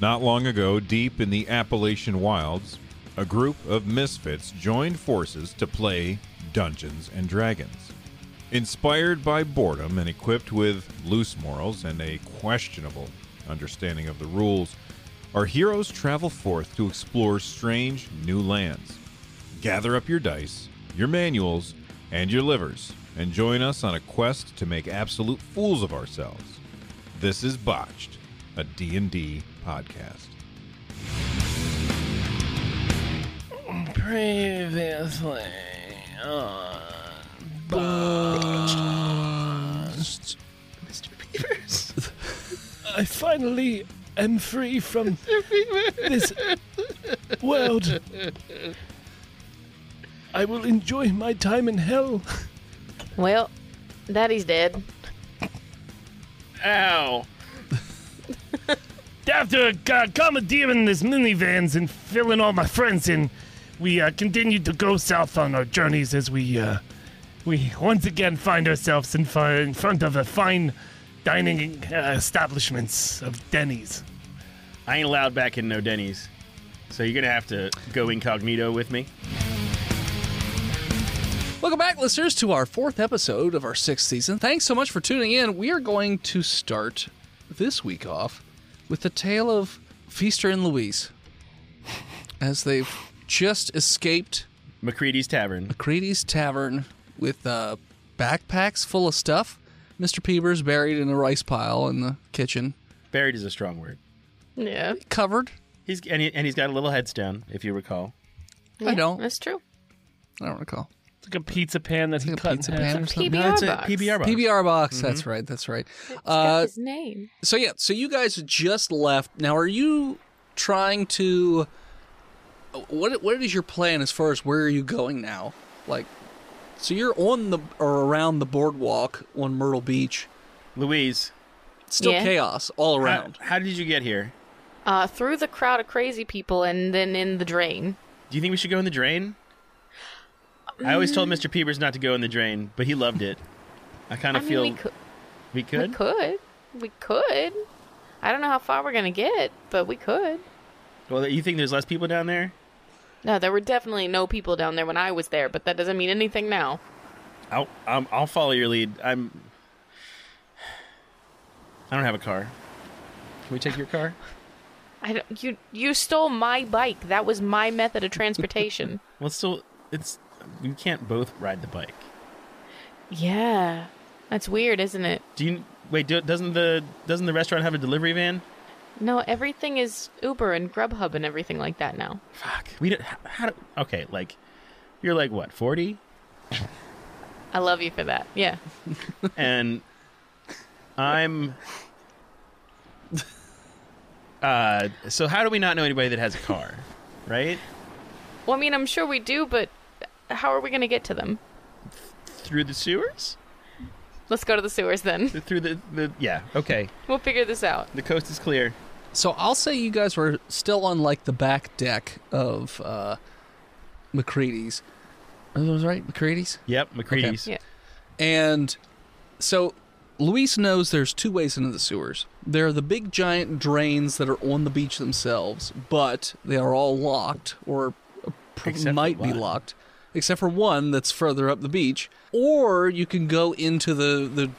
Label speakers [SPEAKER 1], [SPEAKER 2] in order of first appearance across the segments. [SPEAKER 1] Not long ago, deep in the Appalachian wilds, a group of misfits joined forces to play Dungeons and Dragons. Inspired by boredom and equipped with loose morals and a questionable understanding of the rules, our heroes travel forth to explore strange new lands. Gather up your dice, your manuals, and your livers, and join us on a quest to make absolute fools of ourselves. This is Botched, a D&D podcast.
[SPEAKER 2] Previously on Botched.
[SPEAKER 3] Mr. Beavers.
[SPEAKER 2] I finally am free from
[SPEAKER 3] Mr. Beavers.
[SPEAKER 2] this world. I will enjoy my time in hell.
[SPEAKER 4] Well, Daddy's dead.
[SPEAKER 3] Ow.
[SPEAKER 2] After uh, commandeering this minivans and filling all my friends in, we uh, continued to go south on our journeys as we uh, we once again find ourselves in, fi- in front of a fine dining uh, establishments of Denny's.
[SPEAKER 3] I ain't allowed back in no Denny's. So you're gonna have to go incognito with me.
[SPEAKER 5] Welcome back, listeners, to our fourth episode of our sixth season. Thanks so much for tuning in. We are going to start this week off with the tale of Feaster and Louise as they've just escaped
[SPEAKER 3] McCready's Tavern.
[SPEAKER 5] Creedy's Tavern with uh, backpacks full of stuff. Mr. Peeber's buried in a rice pile in the kitchen,
[SPEAKER 3] Buried is a strong word.
[SPEAKER 4] Yeah,
[SPEAKER 5] covered.
[SPEAKER 3] He's and, he, and he's got a little headstone, if you recall.
[SPEAKER 5] I don't.
[SPEAKER 4] that's true.
[SPEAKER 5] I don't recall.
[SPEAKER 2] Like a pizza pan that he
[SPEAKER 5] Like a
[SPEAKER 2] cut in
[SPEAKER 5] pizza
[SPEAKER 2] half.
[SPEAKER 5] pan or something.
[SPEAKER 4] PBR box.
[SPEAKER 3] PBR box.
[SPEAKER 5] PBR box. That's right. That's right.
[SPEAKER 4] Got
[SPEAKER 5] Uh,
[SPEAKER 4] his name.
[SPEAKER 5] So yeah, so you guys just left. Now, are you trying to? What what is your plan as far as where are you going now? Like, so you're on the or around the boardwalk on Myrtle Beach.
[SPEAKER 3] Louise,
[SPEAKER 5] Still
[SPEAKER 4] Yeah.
[SPEAKER 5] chaos all
[SPEAKER 3] how,
[SPEAKER 5] around.
[SPEAKER 3] how did you get here?
[SPEAKER 4] Uh, through the crowd of crazy people and then in the drain.
[SPEAKER 3] Do you think we should go in the drain? I always told Mr. Peebers not to go in the drain, but he loved it. I kind
[SPEAKER 4] I
[SPEAKER 3] of
[SPEAKER 4] mean,
[SPEAKER 3] feel
[SPEAKER 4] we could,
[SPEAKER 3] we
[SPEAKER 4] we
[SPEAKER 3] could.
[SPEAKER 4] could, we could. I don't know how far we're gonna get, but we could.
[SPEAKER 3] Well, you think there's less people down there?
[SPEAKER 4] No, there were definitely no people down there when I was there, but that doesn't mean anything now.
[SPEAKER 3] I'll I'm, I'll follow your lead. I'm. I don't have a car. Can we take your car?
[SPEAKER 4] I don't, you you stole my bike. That was my method of transportation.
[SPEAKER 3] Well, it's still, it's we can't both ride the bike.
[SPEAKER 4] yeah, that's weird, isn't it?
[SPEAKER 3] Do you wait? Do, doesn't the doesn't the restaurant have a delivery van?
[SPEAKER 4] No, everything is Uber and Grubhub and everything like that now.
[SPEAKER 3] Fuck. We don't. How, how do, okay, like you're like what forty,
[SPEAKER 4] I love you for that. Yeah.
[SPEAKER 3] and I'm. Uh, so how do we not know anybody that has a car, right?
[SPEAKER 4] Well, I mean, I'm sure we do, but how are we going to get to them?
[SPEAKER 3] Through the sewers?
[SPEAKER 4] Let's go to the sewers then.
[SPEAKER 3] Through the, the yeah. Okay,
[SPEAKER 4] We'll figure this out.
[SPEAKER 3] the coast is clear.
[SPEAKER 5] so I'll say you guys were still on like the back deck of uh, McCready's. Are those right, McCready's?
[SPEAKER 3] Yep, McCready's.
[SPEAKER 4] Yeah.
[SPEAKER 5] And so Luis knows there's two ways into the sewers. There are the big giant drains that are on the beach themselves, but they are all locked or pr-
[SPEAKER 3] Except for
[SPEAKER 5] might be
[SPEAKER 3] one.
[SPEAKER 5] locked, except for one that's further up the beach. Or you can go into the the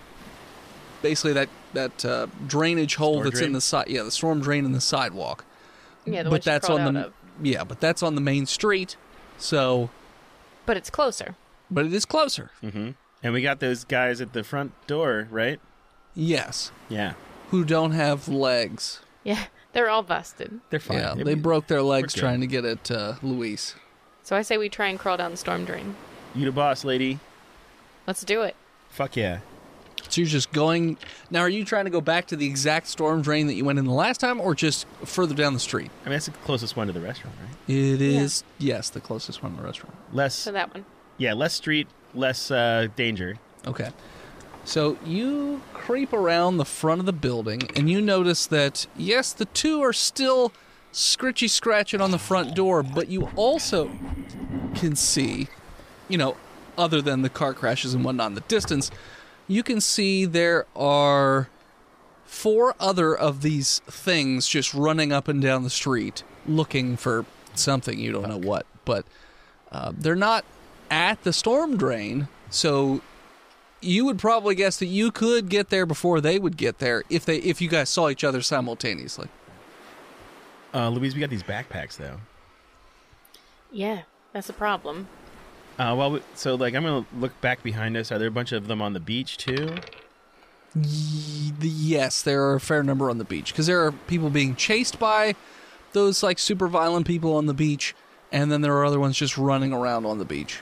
[SPEAKER 5] basically that that uh, drainage hole
[SPEAKER 3] Storm
[SPEAKER 5] that's
[SPEAKER 3] drain?
[SPEAKER 5] in the side. Yeah, the storm drain in the sidewalk
[SPEAKER 4] Yeah, the
[SPEAKER 5] but that's on the
[SPEAKER 4] Out of.
[SPEAKER 5] yeah, but that's on the main street. So,
[SPEAKER 4] But it's closer.
[SPEAKER 5] but it is closer.
[SPEAKER 3] Hmm. And we got those guys at the front door, right?
[SPEAKER 5] Yes,
[SPEAKER 3] Yeah.
[SPEAKER 5] who don't have legs.
[SPEAKER 4] Yeah. They're all busted.
[SPEAKER 3] They're fine.
[SPEAKER 5] Yeah, they broke their legs
[SPEAKER 3] good.
[SPEAKER 5] trying to get at uh, Luis.
[SPEAKER 4] So I say we try and crawl down the storm drain.
[SPEAKER 3] You the boss, lady.
[SPEAKER 4] Let's do it.
[SPEAKER 3] Fuck yeah.
[SPEAKER 5] So you're just going. Now, are you trying to go back to the exact storm drain that you went in the last time, or just further down the street?
[SPEAKER 3] I mean, that's the closest one to the restaurant, right?
[SPEAKER 5] It is yes, the closest one to the restaurant.
[SPEAKER 3] Less,
[SPEAKER 4] So that one.
[SPEAKER 3] yeah, less street, less uh, danger.
[SPEAKER 5] Okay. So you creep around the front of the building, and you notice that yes, the two are still scritchy scratching on the front door, but you also can see, you know, other than the car crashes and whatnot in the distance, you can see there are four other of these things just running up and down the street looking for something you don't know what but uh, they're not at the storm drain so you would probably guess that you could get there before they would get there if they if you guys saw each other simultaneously
[SPEAKER 3] Uh, Louise, we got these backpacks though.
[SPEAKER 4] Yeah, that's a problem.
[SPEAKER 3] Uh, well, we- so like I'm gonna look back behind us. Are there a bunch of them on the beach too?
[SPEAKER 5] Y- yes there are a fair number on the beach because there are people being chased by those like super violent people on the beach and then there are other ones just running around on the beach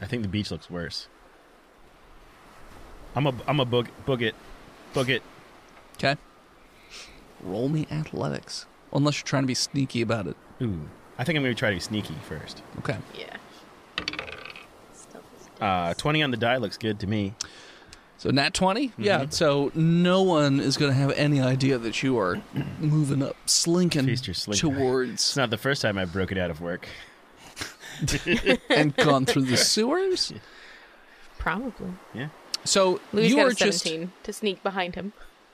[SPEAKER 3] I think the beach looks worse. I'm a I'm a boog boog it, boog it.
[SPEAKER 5] Okay. Roll me athletics. Unless you're trying to be sneaky about it.
[SPEAKER 3] Ooh, I think I'm gonna try to be sneaky first.
[SPEAKER 5] Okay.
[SPEAKER 4] Yeah. Stealth is
[SPEAKER 3] Uh, Twenty on the die looks good to me.
[SPEAKER 5] So nat 20?
[SPEAKER 3] Mm-hmm.
[SPEAKER 5] Yeah. So no one is going to have any idea that you are moving up, slinking
[SPEAKER 3] Feast your slink. It's
[SPEAKER 5] towards
[SPEAKER 3] not the first time I broke it out of work.
[SPEAKER 5] and gone through the sewers.
[SPEAKER 4] Probably.
[SPEAKER 3] Yeah.
[SPEAKER 5] So
[SPEAKER 4] Louis
[SPEAKER 5] you
[SPEAKER 4] got
[SPEAKER 5] are
[SPEAKER 4] a
[SPEAKER 5] just
[SPEAKER 4] 17 to sneak behind him.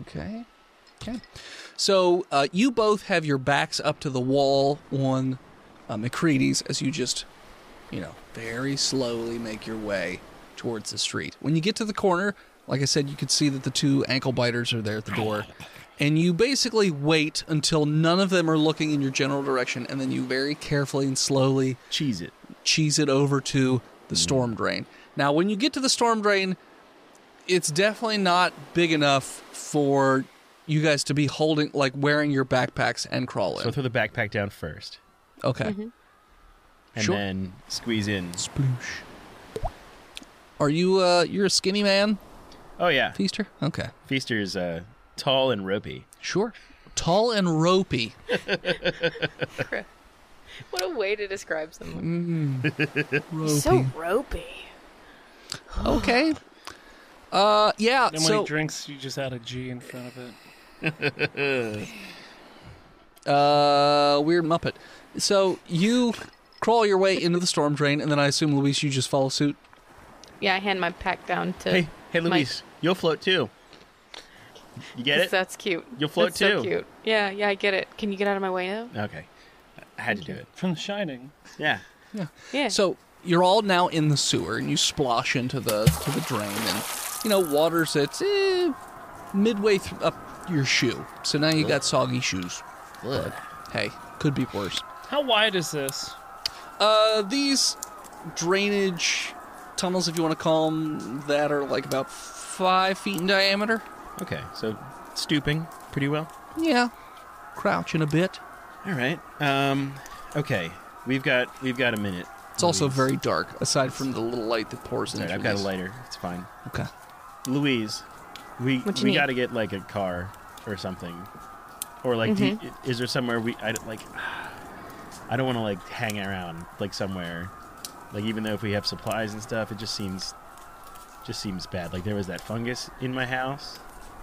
[SPEAKER 5] Okay. Okay. So uh, you both have your backs up to the wall on uh, McCready's as you just, you know, very slowly make your way towards the street. When you get to the corner, like I said, you can see that the two ankle biters are there at the door. And you basically wait until none of them are looking in your general direction, and then you very carefully and slowly
[SPEAKER 3] Cheese it.
[SPEAKER 5] cheese it over to the storm drain. Now, when you get to the storm drain, it's definitely not big enough for you guys to be holding, like wearing your backpacks and crawl
[SPEAKER 3] So
[SPEAKER 5] in.
[SPEAKER 3] throw the backpack down first,
[SPEAKER 5] Okay.
[SPEAKER 3] and
[SPEAKER 5] Sure.
[SPEAKER 3] then squeeze in.
[SPEAKER 5] Sploosh. Are you, uh, you're a skinny man,
[SPEAKER 3] Oh yeah,
[SPEAKER 5] Feaster? Okay.
[SPEAKER 3] Feaster's uh, tall and ropey.
[SPEAKER 5] Sure. Tall and ropey.
[SPEAKER 4] What a way to describe someone.
[SPEAKER 5] Mm-hmm. Ropey.
[SPEAKER 4] So ropey.
[SPEAKER 5] okay. Uh, yeah.
[SPEAKER 2] And when
[SPEAKER 5] So,
[SPEAKER 2] he drinks, you just add a G in front of it.
[SPEAKER 5] uh, weird Muppet. So you crawl your way into the storm drain, and then I assume, Luis, you just follow suit.
[SPEAKER 4] Yeah, I hand my pack down to.
[SPEAKER 3] Hey, hey,
[SPEAKER 4] Uh, Mike.
[SPEAKER 3] Luis, you'll float too. You get it?
[SPEAKER 4] That's cute.
[SPEAKER 3] You'll float
[SPEAKER 4] That's so
[SPEAKER 3] too.
[SPEAKER 4] cute. Yeah, yeah, I get it. Can you get out of my way now?
[SPEAKER 3] Okay, I had to do it.
[SPEAKER 2] From The Shining.
[SPEAKER 3] Yeah.
[SPEAKER 4] Yeah.
[SPEAKER 5] So you're all now in the sewer, and you splosh into the to the drain, and you know water's at eh, midway th- up your shoe. So now you got soggy shoes. But hey, could be worse.
[SPEAKER 2] How wide is this?
[SPEAKER 5] Uh, these drainage tunnels, if you want to call them that, are like about five feet in diameter.
[SPEAKER 3] Okay, so stooping pretty well.
[SPEAKER 5] Yeah, crouching a bit.
[SPEAKER 3] All right. Um. Okay, we've got we've got a minute.
[SPEAKER 5] It's also very dark, aside from the little light that pours
[SPEAKER 3] All
[SPEAKER 5] in.
[SPEAKER 3] right, I've
[SPEAKER 5] through
[SPEAKER 3] got a
[SPEAKER 5] these.
[SPEAKER 3] lighter. It's fine.
[SPEAKER 5] Okay.
[SPEAKER 3] Louise, we
[SPEAKER 4] What you
[SPEAKER 3] we
[SPEAKER 4] need?
[SPEAKER 3] got to get like a car or something, or like
[SPEAKER 4] Mm-hmm.
[SPEAKER 3] do you- is there somewhere we I don't- like I don't want to like hang around like somewhere, like even though if we have supplies and stuff, it just seems just seems bad. Like there was that fungus in my house.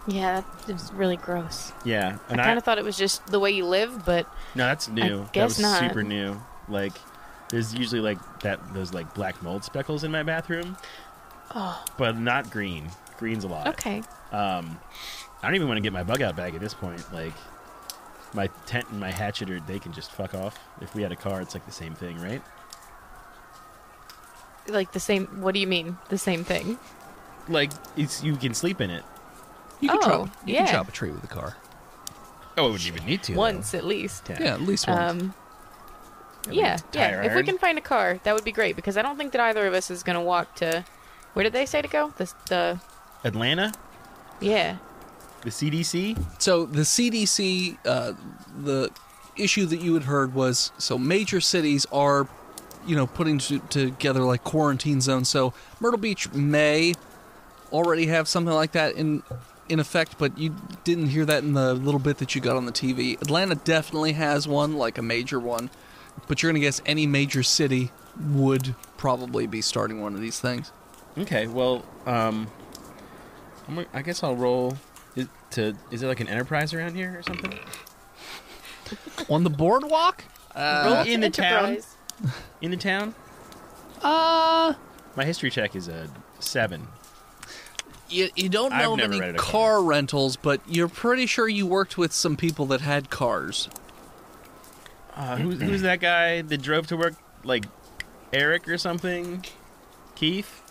[SPEAKER 4] yeah, that was really gross.
[SPEAKER 3] Yeah, and
[SPEAKER 4] I
[SPEAKER 3] I,
[SPEAKER 4] kind of thought it was just the way you live, but
[SPEAKER 3] no, that's new. that
[SPEAKER 4] guess
[SPEAKER 3] was
[SPEAKER 4] not.
[SPEAKER 3] super new. Like there's usually like that those like black mold speckles in my bathroom,
[SPEAKER 4] oh,
[SPEAKER 3] but not green. Green's a lot.
[SPEAKER 4] okay.
[SPEAKER 3] Um, I don't even want to get my bug out bag at this point. Like, my tent and my hatchet are, they can just fuck off. If we had a car, it's like the same thing, right?
[SPEAKER 4] Like the same. What do you mean? The same thing?
[SPEAKER 3] Like, it's you can sleep in it.
[SPEAKER 5] You can,
[SPEAKER 4] Oh,
[SPEAKER 5] chop, you
[SPEAKER 4] yeah.
[SPEAKER 5] can chop a tree with a car.
[SPEAKER 3] Oh, I wouldn't even need to.
[SPEAKER 4] Once at least.
[SPEAKER 3] Yeah.
[SPEAKER 5] Yeah, at least once.
[SPEAKER 4] Um. Yeah, yeah.
[SPEAKER 3] tire
[SPEAKER 4] If we
[SPEAKER 3] iron.
[SPEAKER 4] can find a car, that would be great because I don't think that either of us is gonna walk to. Where did they say to go? The the
[SPEAKER 3] Atlanta,
[SPEAKER 4] yeah.
[SPEAKER 3] the CDC.
[SPEAKER 5] So the CDC, uh, the issue that you had heard was so major cities are, you know, putting t- together like quarantine zones. So Myrtle Beach may already have something like that in in effect, but you didn't hear that in the little bit that you got on the TV. Atlanta definitely has one, like a major one, but you're gonna guess any major city would probably be starting one of these things.
[SPEAKER 3] Okay, well, um, I'm, gonna- I guess I'll roll. Is, to is there like an enterprise around here or something?
[SPEAKER 5] On the boardwalk,
[SPEAKER 4] Roll
[SPEAKER 3] Uh, in the town?
[SPEAKER 4] Uh, Enterprise.
[SPEAKER 3] In the town?
[SPEAKER 5] uh,
[SPEAKER 3] My history check is a seven.
[SPEAKER 5] you, you don't
[SPEAKER 3] I've
[SPEAKER 5] know
[SPEAKER 3] never
[SPEAKER 5] many
[SPEAKER 3] rented a car.
[SPEAKER 5] car rentals, but you're pretty sure you worked with some people that had cars.
[SPEAKER 3] Uh, who's, who's that guy that drove to work? Like Eric or something? Keith?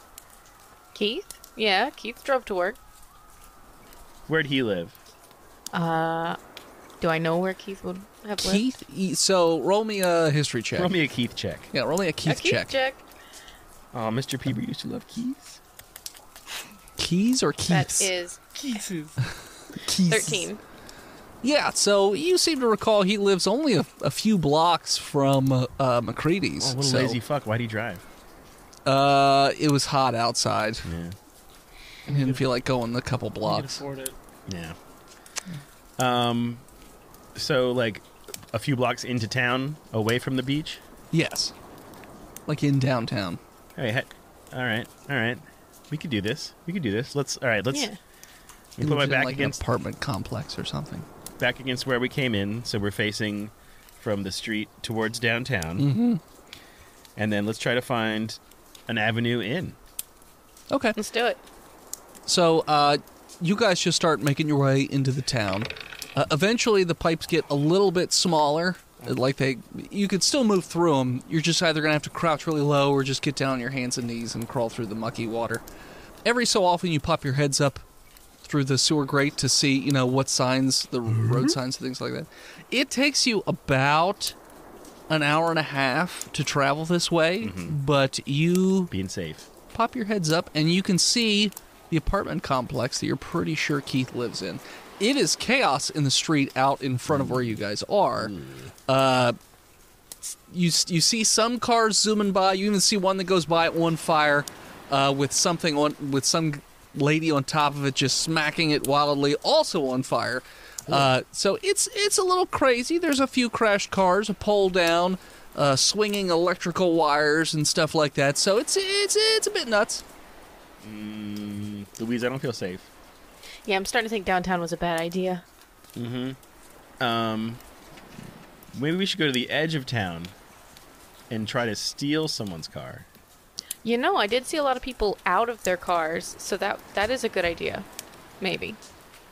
[SPEAKER 4] Keith? Yeah, Keith drove to work.
[SPEAKER 3] Where'd he live?
[SPEAKER 4] Uh, do I know where Keith would have lived?
[SPEAKER 5] Keith. E- So roll me a history check.
[SPEAKER 3] Roll me a Keith check.
[SPEAKER 5] yeah, roll me a Keith,
[SPEAKER 4] a Keith check.
[SPEAKER 3] Oh, Mr. Peeber used to love Keiths.
[SPEAKER 5] Keys or
[SPEAKER 4] That
[SPEAKER 5] Keiths?
[SPEAKER 4] is
[SPEAKER 5] Keiths.
[SPEAKER 4] 13.
[SPEAKER 5] Yeah, so you seem to recall he lives only a, a few blocks from uh, uh,
[SPEAKER 3] Oh,
[SPEAKER 5] McCready's.
[SPEAKER 3] little
[SPEAKER 5] so,
[SPEAKER 3] lazy fuck. Why'd he drive?
[SPEAKER 5] uh, it was hot outside.
[SPEAKER 3] Yeah.
[SPEAKER 5] I didn't feel like going the couple
[SPEAKER 6] You can
[SPEAKER 5] blocks.
[SPEAKER 6] afford it.
[SPEAKER 3] Yeah. Um, so like a few blocks into town, away from the beach.
[SPEAKER 5] Yes, like in downtown.
[SPEAKER 3] Hey, heck. all right, all right. We could do this. We could do this. Let's. All right. Let's.
[SPEAKER 4] Yeah.
[SPEAKER 5] He
[SPEAKER 3] You put my
[SPEAKER 5] lives in,
[SPEAKER 3] back
[SPEAKER 5] like,
[SPEAKER 3] against
[SPEAKER 5] an apartment complex or something.
[SPEAKER 3] back against where we came in, so we're facing from the street towards downtown. Mm-hmm. And then let's try to find an avenue in.
[SPEAKER 5] Okay.
[SPEAKER 4] Let's do it.
[SPEAKER 5] So uh, you guys just start making your way into the town. Uh, eventually, the pipes get a little bit smaller. Like they, you could still move through them. You're just either gonna have to crouch really low or just get down on your hands and knees and crawl through the mucky water. Every so often, you pop your heads up through the sewer grate to see, you know, what signs, the road signs, and things like that. It takes you about an hour and a half to travel this way, but you
[SPEAKER 3] Being safe.
[SPEAKER 5] pop your heads up and you can see the apartment complex that you're pretty sure Keith lives in. It is chaos in the street out in front of where you guys are. Uh, you you see some cars zooming by. You even see one that goes by at one fire uh, with something on with some lady on top of it just smacking it wildly, also on fire. Uh, so it's it's a little crazy. There's a few crashed cars, a pole down, uh, swinging electrical wires and stuff like that. So it's it's it's a bit nuts.
[SPEAKER 3] Mm, Louise, I don't feel safe.
[SPEAKER 4] Yeah, I'm starting to think downtown was a bad idea.
[SPEAKER 3] Um, maybe we should go to the edge of town and try to steal someone's car.
[SPEAKER 4] You know, I did see a lot of people out of their cars, so that that is a good idea. Maybe.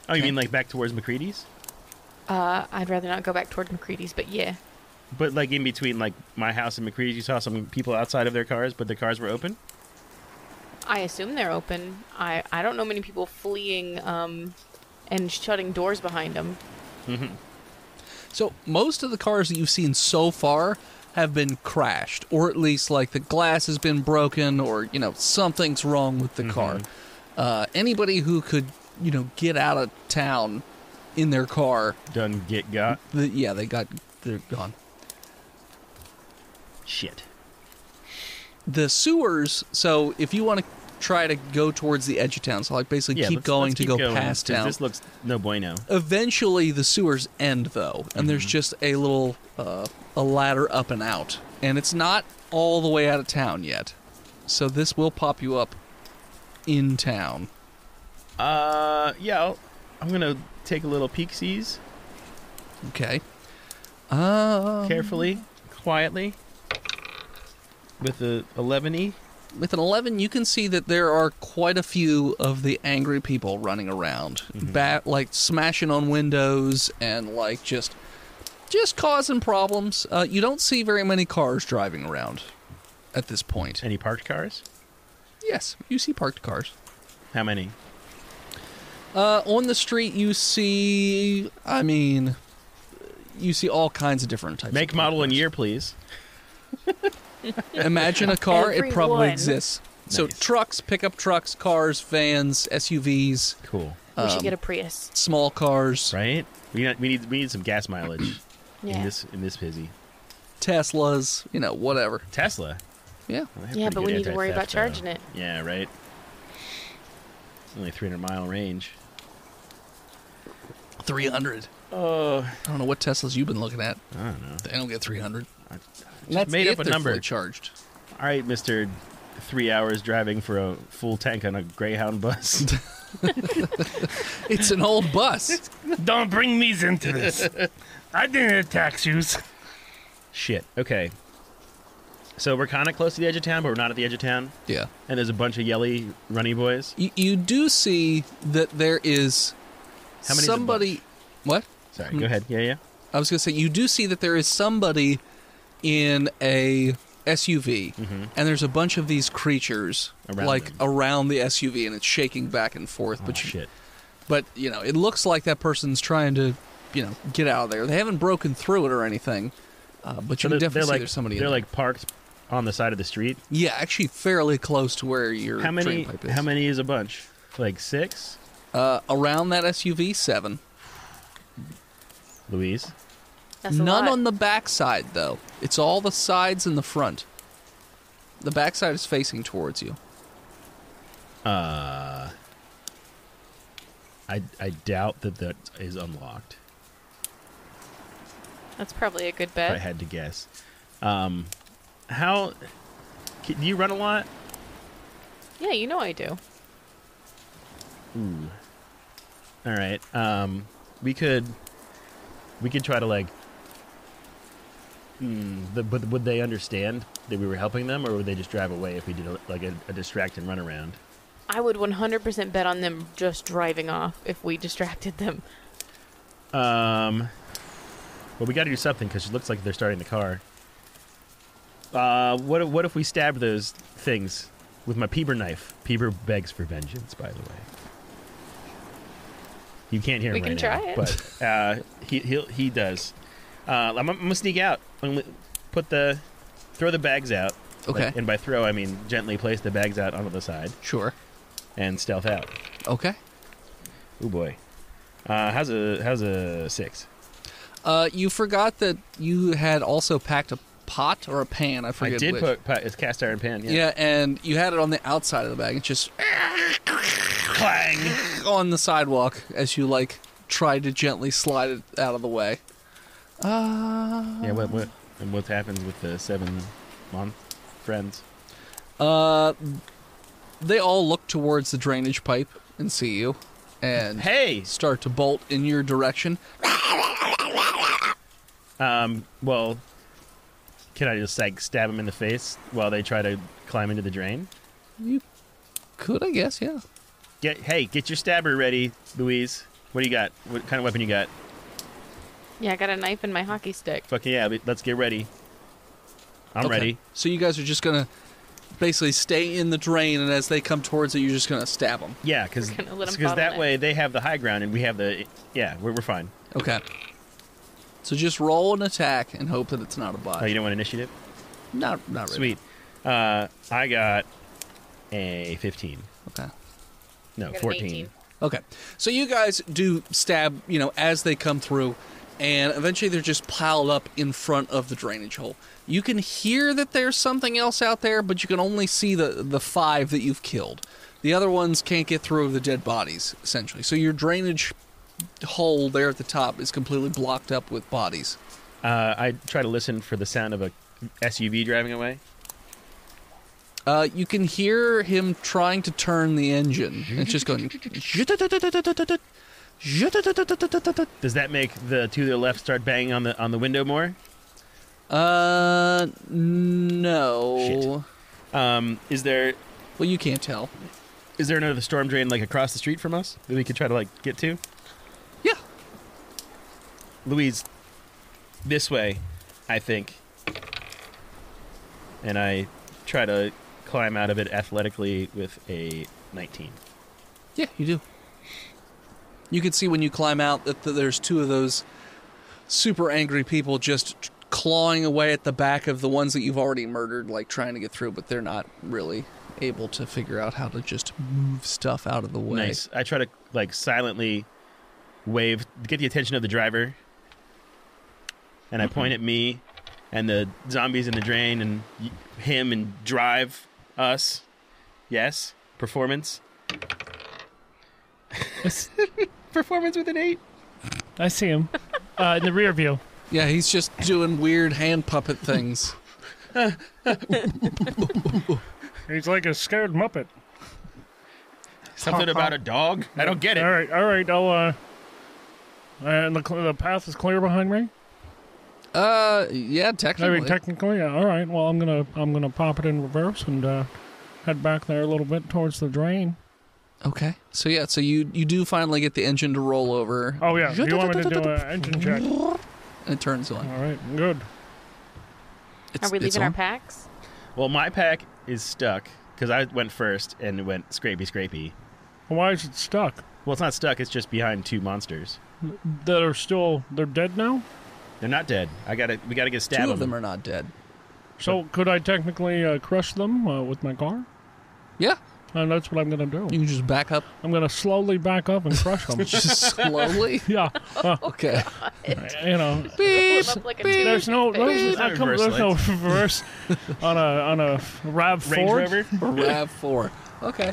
[SPEAKER 3] Oh, you mean like back towards McCready's?
[SPEAKER 4] Uh, I'd rather not go back towards McCready's, but yeah.
[SPEAKER 3] But like in between, like my house and McCready's, you saw some people outside of their cars, but the cars were open.
[SPEAKER 4] I assume they're open. I, I don't know many people fleeing um, and shutting doors behind them.
[SPEAKER 5] So most of the cars that you've seen so far have been crashed, or at least like the glass has been broken, or you know something's wrong with the car.
[SPEAKER 3] Mm-hmm.
[SPEAKER 5] Uh, anybody who could you know get out of town in their car,
[SPEAKER 3] Done. Get got.
[SPEAKER 5] the, yeah, they got they're gone.
[SPEAKER 3] Shit.
[SPEAKER 5] The sewers. So if you want to try to go towards the edge of town, so like basically
[SPEAKER 3] Yeah.
[SPEAKER 5] keep
[SPEAKER 3] let's-
[SPEAKER 5] going
[SPEAKER 3] let's
[SPEAKER 5] to
[SPEAKER 3] keep
[SPEAKER 5] go
[SPEAKER 3] going,
[SPEAKER 5] past
[SPEAKER 3] 'cause
[SPEAKER 5] town.
[SPEAKER 3] This looks no bueno.
[SPEAKER 5] Eventually, the sewers end though, and there's just a little uh, a ladder up and out, and it's not all the way out of town yet. So this will pop you up in town.
[SPEAKER 3] Uh, yeah. I'll, I'm gonna take a little peek sees
[SPEAKER 5] Okay.
[SPEAKER 4] Um,
[SPEAKER 5] Uh,
[SPEAKER 3] carefully, quietly, with E. a 11e.
[SPEAKER 5] with an 11, you can see that there are quite a few of the angry people running around, bat like smashing on windows and like just just causing problems. Uh, you don't see very many cars driving around at this point.
[SPEAKER 3] Any parked cars?
[SPEAKER 5] Yes, you see parked cars.
[SPEAKER 3] How many?
[SPEAKER 5] Uh, on the street, you see. I mean, you see all kinds of different types.
[SPEAKER 3] Make,
[SPEAKER 5] of
[SPEAKER 3] model, and
[SPEAKER 5] cars.
[SPEAKER 3] year, please.
[SPEAKER 5] Imagine a car; it probably
[SPEAKER 4] Everyone.
[SPEAKER 5] exists. So
[SPEAKER 3] Nice.
[SPEAKER 5] trucks, pickup trucks, cars, vans, SUVs,
[SPEAKER 3] Cool.
[SPEAKER 4] We should
[SPEAKER 3] Um,
[SPEAKER 4] get a Prius.
[SPEAKER 5] small cars,
[SPEAKER 3] Right? We not, we need we need some gas mileage in
[SPEAKER 4] Yeah.
[SPEAKER 3] this in this busy.
[SPEAKER 5] Teslas, you know, whatever.
[SPEAKER 3] Tesla.
[SPEAKER 5] Yeah.
[SPEAKER 3] Well, they have
[SPEAKER 4] Yeah,
[SPEAKER 3] pretty
[SPEAKER 4] but we
[SPEAKER 3] good
[SPEAKER 4] need to worry about
[SPEAKER 3] anti-theft, though.
[SPEAKER 4] charging it.
[SPEAKER 3] Yeah, right. It's only 300 mile range.
[SPEAKER 5] 300.
[SPEAKER 3] Oh,
[SPEAKER 5] I don't know what Teslas you've been looking at.
[SPEAKER 3] I don't know.
[SPEAKER 5] They don't get 300.
[SPEAKER 3] I- I
[SPEAKER 5] That's
[SPEAKER 3] made
[SPEAKER 5] if
[SPEAKER 3] up a
[SPEAKER 5] they're
[SPEAKER 3] number.
[SPEAKER 5] fully charged.
[SPEAKER 3] All right, Mister. Three hours driving for a full tank on a Greyhound bus.
[SPEAKER 5] It's an old bus.
[SPEAKER 2] Don't bring me into this. I didn't attack you.
[SPEAKER 3] Shit. Okay. So we're kind of close to the edge of town, but we're not at the edge of town.
[SPEAKER 5] Yeah.
[SPEAKER 3] And there's a bunch of yelly, runny boys.
[SPEAKER 5] You, you do see that there is
[SPEAKER 3] How many?
[SPEAKER 5] somebody. What?
[SPEAKER 3] Sorry.
[SPEAKER 5] Hmm.
[SPEAKER 3] Go ahead. Yeah, yeah.
[SPEAKER 5] I was going to say, you do see that there is somebody in a SUV, and there's a bunch of these creatures
[SPEAKER 3] Mm-hmm. Around
[SPEAKER 5] like
[SPEAKER 3] them.
[SPEAKER 5] around the SUV, and it's shaking back and forth.
[SPEAKER 3] Oh,
[SPEAKER 5] but you,
[SPEAKER 3] shit.
[SPEAKER 5] but you know, it looks like that person's trying to, you know, get out of there. They haven't broken through it or anything, uh, but
[SPEAKER 3] So
[SPEAKER 5] you can
[SPEAKER 3] they're,
[SPEAKER 5] definitely
[SPEAKER 3] they're
[SPEAKER 5] see
[SPEAKER 3] like
[SPEAKER 5] there's somebody.
[SPEAKER 3] They're
[SPEAKER 5] in there.
[SPEAKER 3] like parked on the side of the street.
[SPEAKER 5] yeah, actually, fairly close to where your
[SPEAKER 3] How many?
[SPEAKER 5] drain pipe is.
[SPEAKER 3] How many is a bunch? Like six.
[SPEAKER 5] Uh, around that SUV, seven.
[SPEAKER 3] Louise.
[SPEAKER 4] That's a
[SPEAKER 5] None
[SPEAKER 4] lot.
[SPEAKER 5] on the backside though. It's all the sides and the front. The backside is facing towards you.
[SPEAKER 3] Uh, I I doubt that that is unlocked.
[SPEAKER 4] That's probably a good
[SPEAKER 3] If I
[SPEAKER 4] bet.
[SPEAKER 3] had to guess. Um, how? c- Do you run a lot?
[SPEAKER 4] Yeah, you know I do.
[SPEAKER 3] Ooh. All right. Um, we could, we could try to like. Mm, the, but would they understand that we were helping them, or would they just drive away if we did a, like a, a distract and run around?
[SPEAKER 4] I would 100% bet on them just driving off if we distracted them.
[SPEAKER 3] Um. Well, we got to do something because it looks like they're starting the car. Uh, what if, what if we stab those things with my Peeber knife? Peeber begs for vengeance, by the way. You can't hear
[SPEAKER 4] We
[SPEAKER 3] him
[SPEAKER 4] can try
[SPEAKER 3] right now,
[SPEAKER 4] it.
[SPEAKER 3] but uh, he he'll, he does. Uh, I'm, I'm gonna sneak out. I'm gonna put the throw the bags out.
[SPEAKER 5] Okay.
[SPEAKER 3] Like, and by throw, I mean gently place the bags out onto the side
[SPEAKER 5] Sure.
[SPEAKER 3] and stealth out.
[SPEAKER 5] Okay.
[SPEAKER 3] Oh boy. Uh, how's a how's a six?
[SPEAKER 5] Uh, you forgot that you had also packed a pot or a pan. I
[SPEAKER 3] I
[SPEAKER 5] forget
[SPEAKER 3] did
[SPEAKER 5] which.
[SPEAKER 3] put, put it's cast iron pan.
[SPEAKER 5] yeah.
[SPEAKER 3] Yeah.
[SPEAKER 5] and you had it on the outside of the bag. It's just clang on the sidewalk as you like try to gently slide it out of the way. Uh,
[SPEAKER 3] Yeah. What what and what happens with the seven month friends?
[SPEAKER 5] uh, they all look towards the drainage pipe and see you, and
[SPEAKER 3] Hey.
[SPEAKER 5] start to bolt in your direction.
[SPEAKER 3] Um. Well, can I just like stab them in the face while they try to climb into the drain?
[SPEAKER 5] You could, I guess, yeah.
[SPEAKER 3] Get hey, get your stabber ready, Louise. What do you got? What kind of weapon you got?
[SPEAKER 4] Yeah, I got a knife and my hockey stick.
[SPEAKER 3] Fucking yeah. but Let's get ready. I'm
[SPEAKER 5] Okay.
[SPEAKER 3] ready.
[SPEAKER 5] So you guys are just gonna basically stay in the drain, and as they come towards it, you're just gonna stab them.
[SPEAKER 3] Yeah, because
[SPEAKER 4] We're gonna let 'em
[SPEAKER 3] because that
[SPEAKER 4] bottleneck.
[SPEAKER 3] way they have the high ground and we have the yeah we're, we're fine.
[SPEAKER 5] Okay. So just roll an attack and hope that it's not a bot.
[SPEAKER 3] Oh, you don't want initiative?
[SPEAKER 5] Not, not really.
[SPEAKER 3] Sweet. Uh, I got a 15.
[SPEAKER 5] Okay.
[SPEAKER 3] No,
[SPEAKER 4] I got an
[SPEAKER 3] 14.
[SPEAKER 4] 18.
[SPEAKER 5] Okay. So you guys do stab, you know, as they come through, and eventually they're just piled up in front of the drainage hole. You can hear that there's something else out there, but you can only see the the five that you've killed. The other ones can't get through the dead bodies, essentially. So your drainage hole there at the top is completely blocked up with bodies.
[SPEAKER 3] Uh, I try to listen for the sound of a SUV driving away.
[SPEAKER 5] Uh, you can hear him trying to turn the engine. It's just going.
[SPEAKER 3] Does that make the two to the left start banging on the on the window more?
[SPEAKER 5] Uh, no.
[SPEAKER 3] Um, is there
[SPEAKER 5] Well, you can't tell.
[SPEAKER 3] is there another storm drain like across the street from us that we could try to like get to?
[SPEAKER 5] Yeah.
[SPEAKER 3] Louise, this way, I think. And I try to climb out of it athletically with a 19.
[SPEAKER 5] Yeah, you do. You can see when you climb out that th- there's two of those super angry people just t- clawing away at the back of the ones that you've already murdered, like trying to get through, but they're not really able to figure out how to just move stuff out of the way.
[SPEAKER 3] Nice. I try to like silently wave, get the attention of the driver, and I
[SPEAKER 5] Mm-hmm.
[SPEAKER 3] point at me and the zombies in the drain and y- him and drive us. Yes, performance. performance with an eight.
[SPEAKER 2] I see him uh, in the rear view.
[SPEAKER 5] Yeah, he's just doing weird hand puppet things.
[SPEAKER 2] He's like a scared muppet.
[SPEAKER 3] Something about a dog. I don't get it.
[SPEAKER 2] All right, all right. I'll. Uh, uh, the, cl- the path is clear behind me.
[SPEAKER 5] Uh, yeah, technically.
[SPEAKER 2] I mean, technically, yeah. All right. Well, I'm gonna I'm gonna pop it in reverse and uh, head back there a little bit towards the drain.
[SPEAKER 5] okay. So yeah, so you you do finally get the engine to roll over.
[SPEAKER 2] Oh yeah. Do you want me to do an engine check? All
[SPEAKER 5] And it turns on.
[SPEAKER 2] right. Good.
[SPEAKER 5] It's,
[SPEAKER 4] Are we
[SPEAKER 5] it's
[SPEAKER 4] leaving our
[SPEAKER 5] on.
[SPEAKER 4] packs?
[SPEAKER 3] Well, my pack is stuck because I went first and went scrapey scrapey.
[SPEAKER 2] Why is it stuck?
[SPEAKER 3] Well, it's not stuck. It's just behind two monsters.
[SPEAKER 2] That are still they're dead now.
[SPEAKER 3] They're not dead. I gotta. We gotta get stab
[SPEAKER 5] Two of
[SPEAKER 3] them.
[SPEAKER 5] them are not dead.
[SPEAKER 2] So could I technically uh, crush them uh, with my car?
[SPEAKER 5] Yeah,
[SPEAKER 2] And that's what I'm gonna do.
[SPEAKER 5] you can just back up
[SPEAKER 2] I'm gonna slowly back up and crush them.
[SPEAKER 5] just slowly.
[SPEAKER 2] yeah. Uh,
[SPEAKER 4] Oh,
[SPEAKER 5] Okay.
[SPEAKER 2] you know.
[SPEAKER 5] Beep.
[SPEAKER 4] Pull 'em up like a
[SPEAKER 2] There's no there's,
[SPEAKER 4] It's
[SPEAKER 3] not
[SPEAKER 2] I come-
[SPEAKER 3] reverse
[SPEAKER 2] there's no reverse on a on a Rav
[SPEAKER 3] Range
[SPEAKER 2] Ford.
[SPEAKER 3] Rover.
[SPEAKER 5] Rav four. Okay.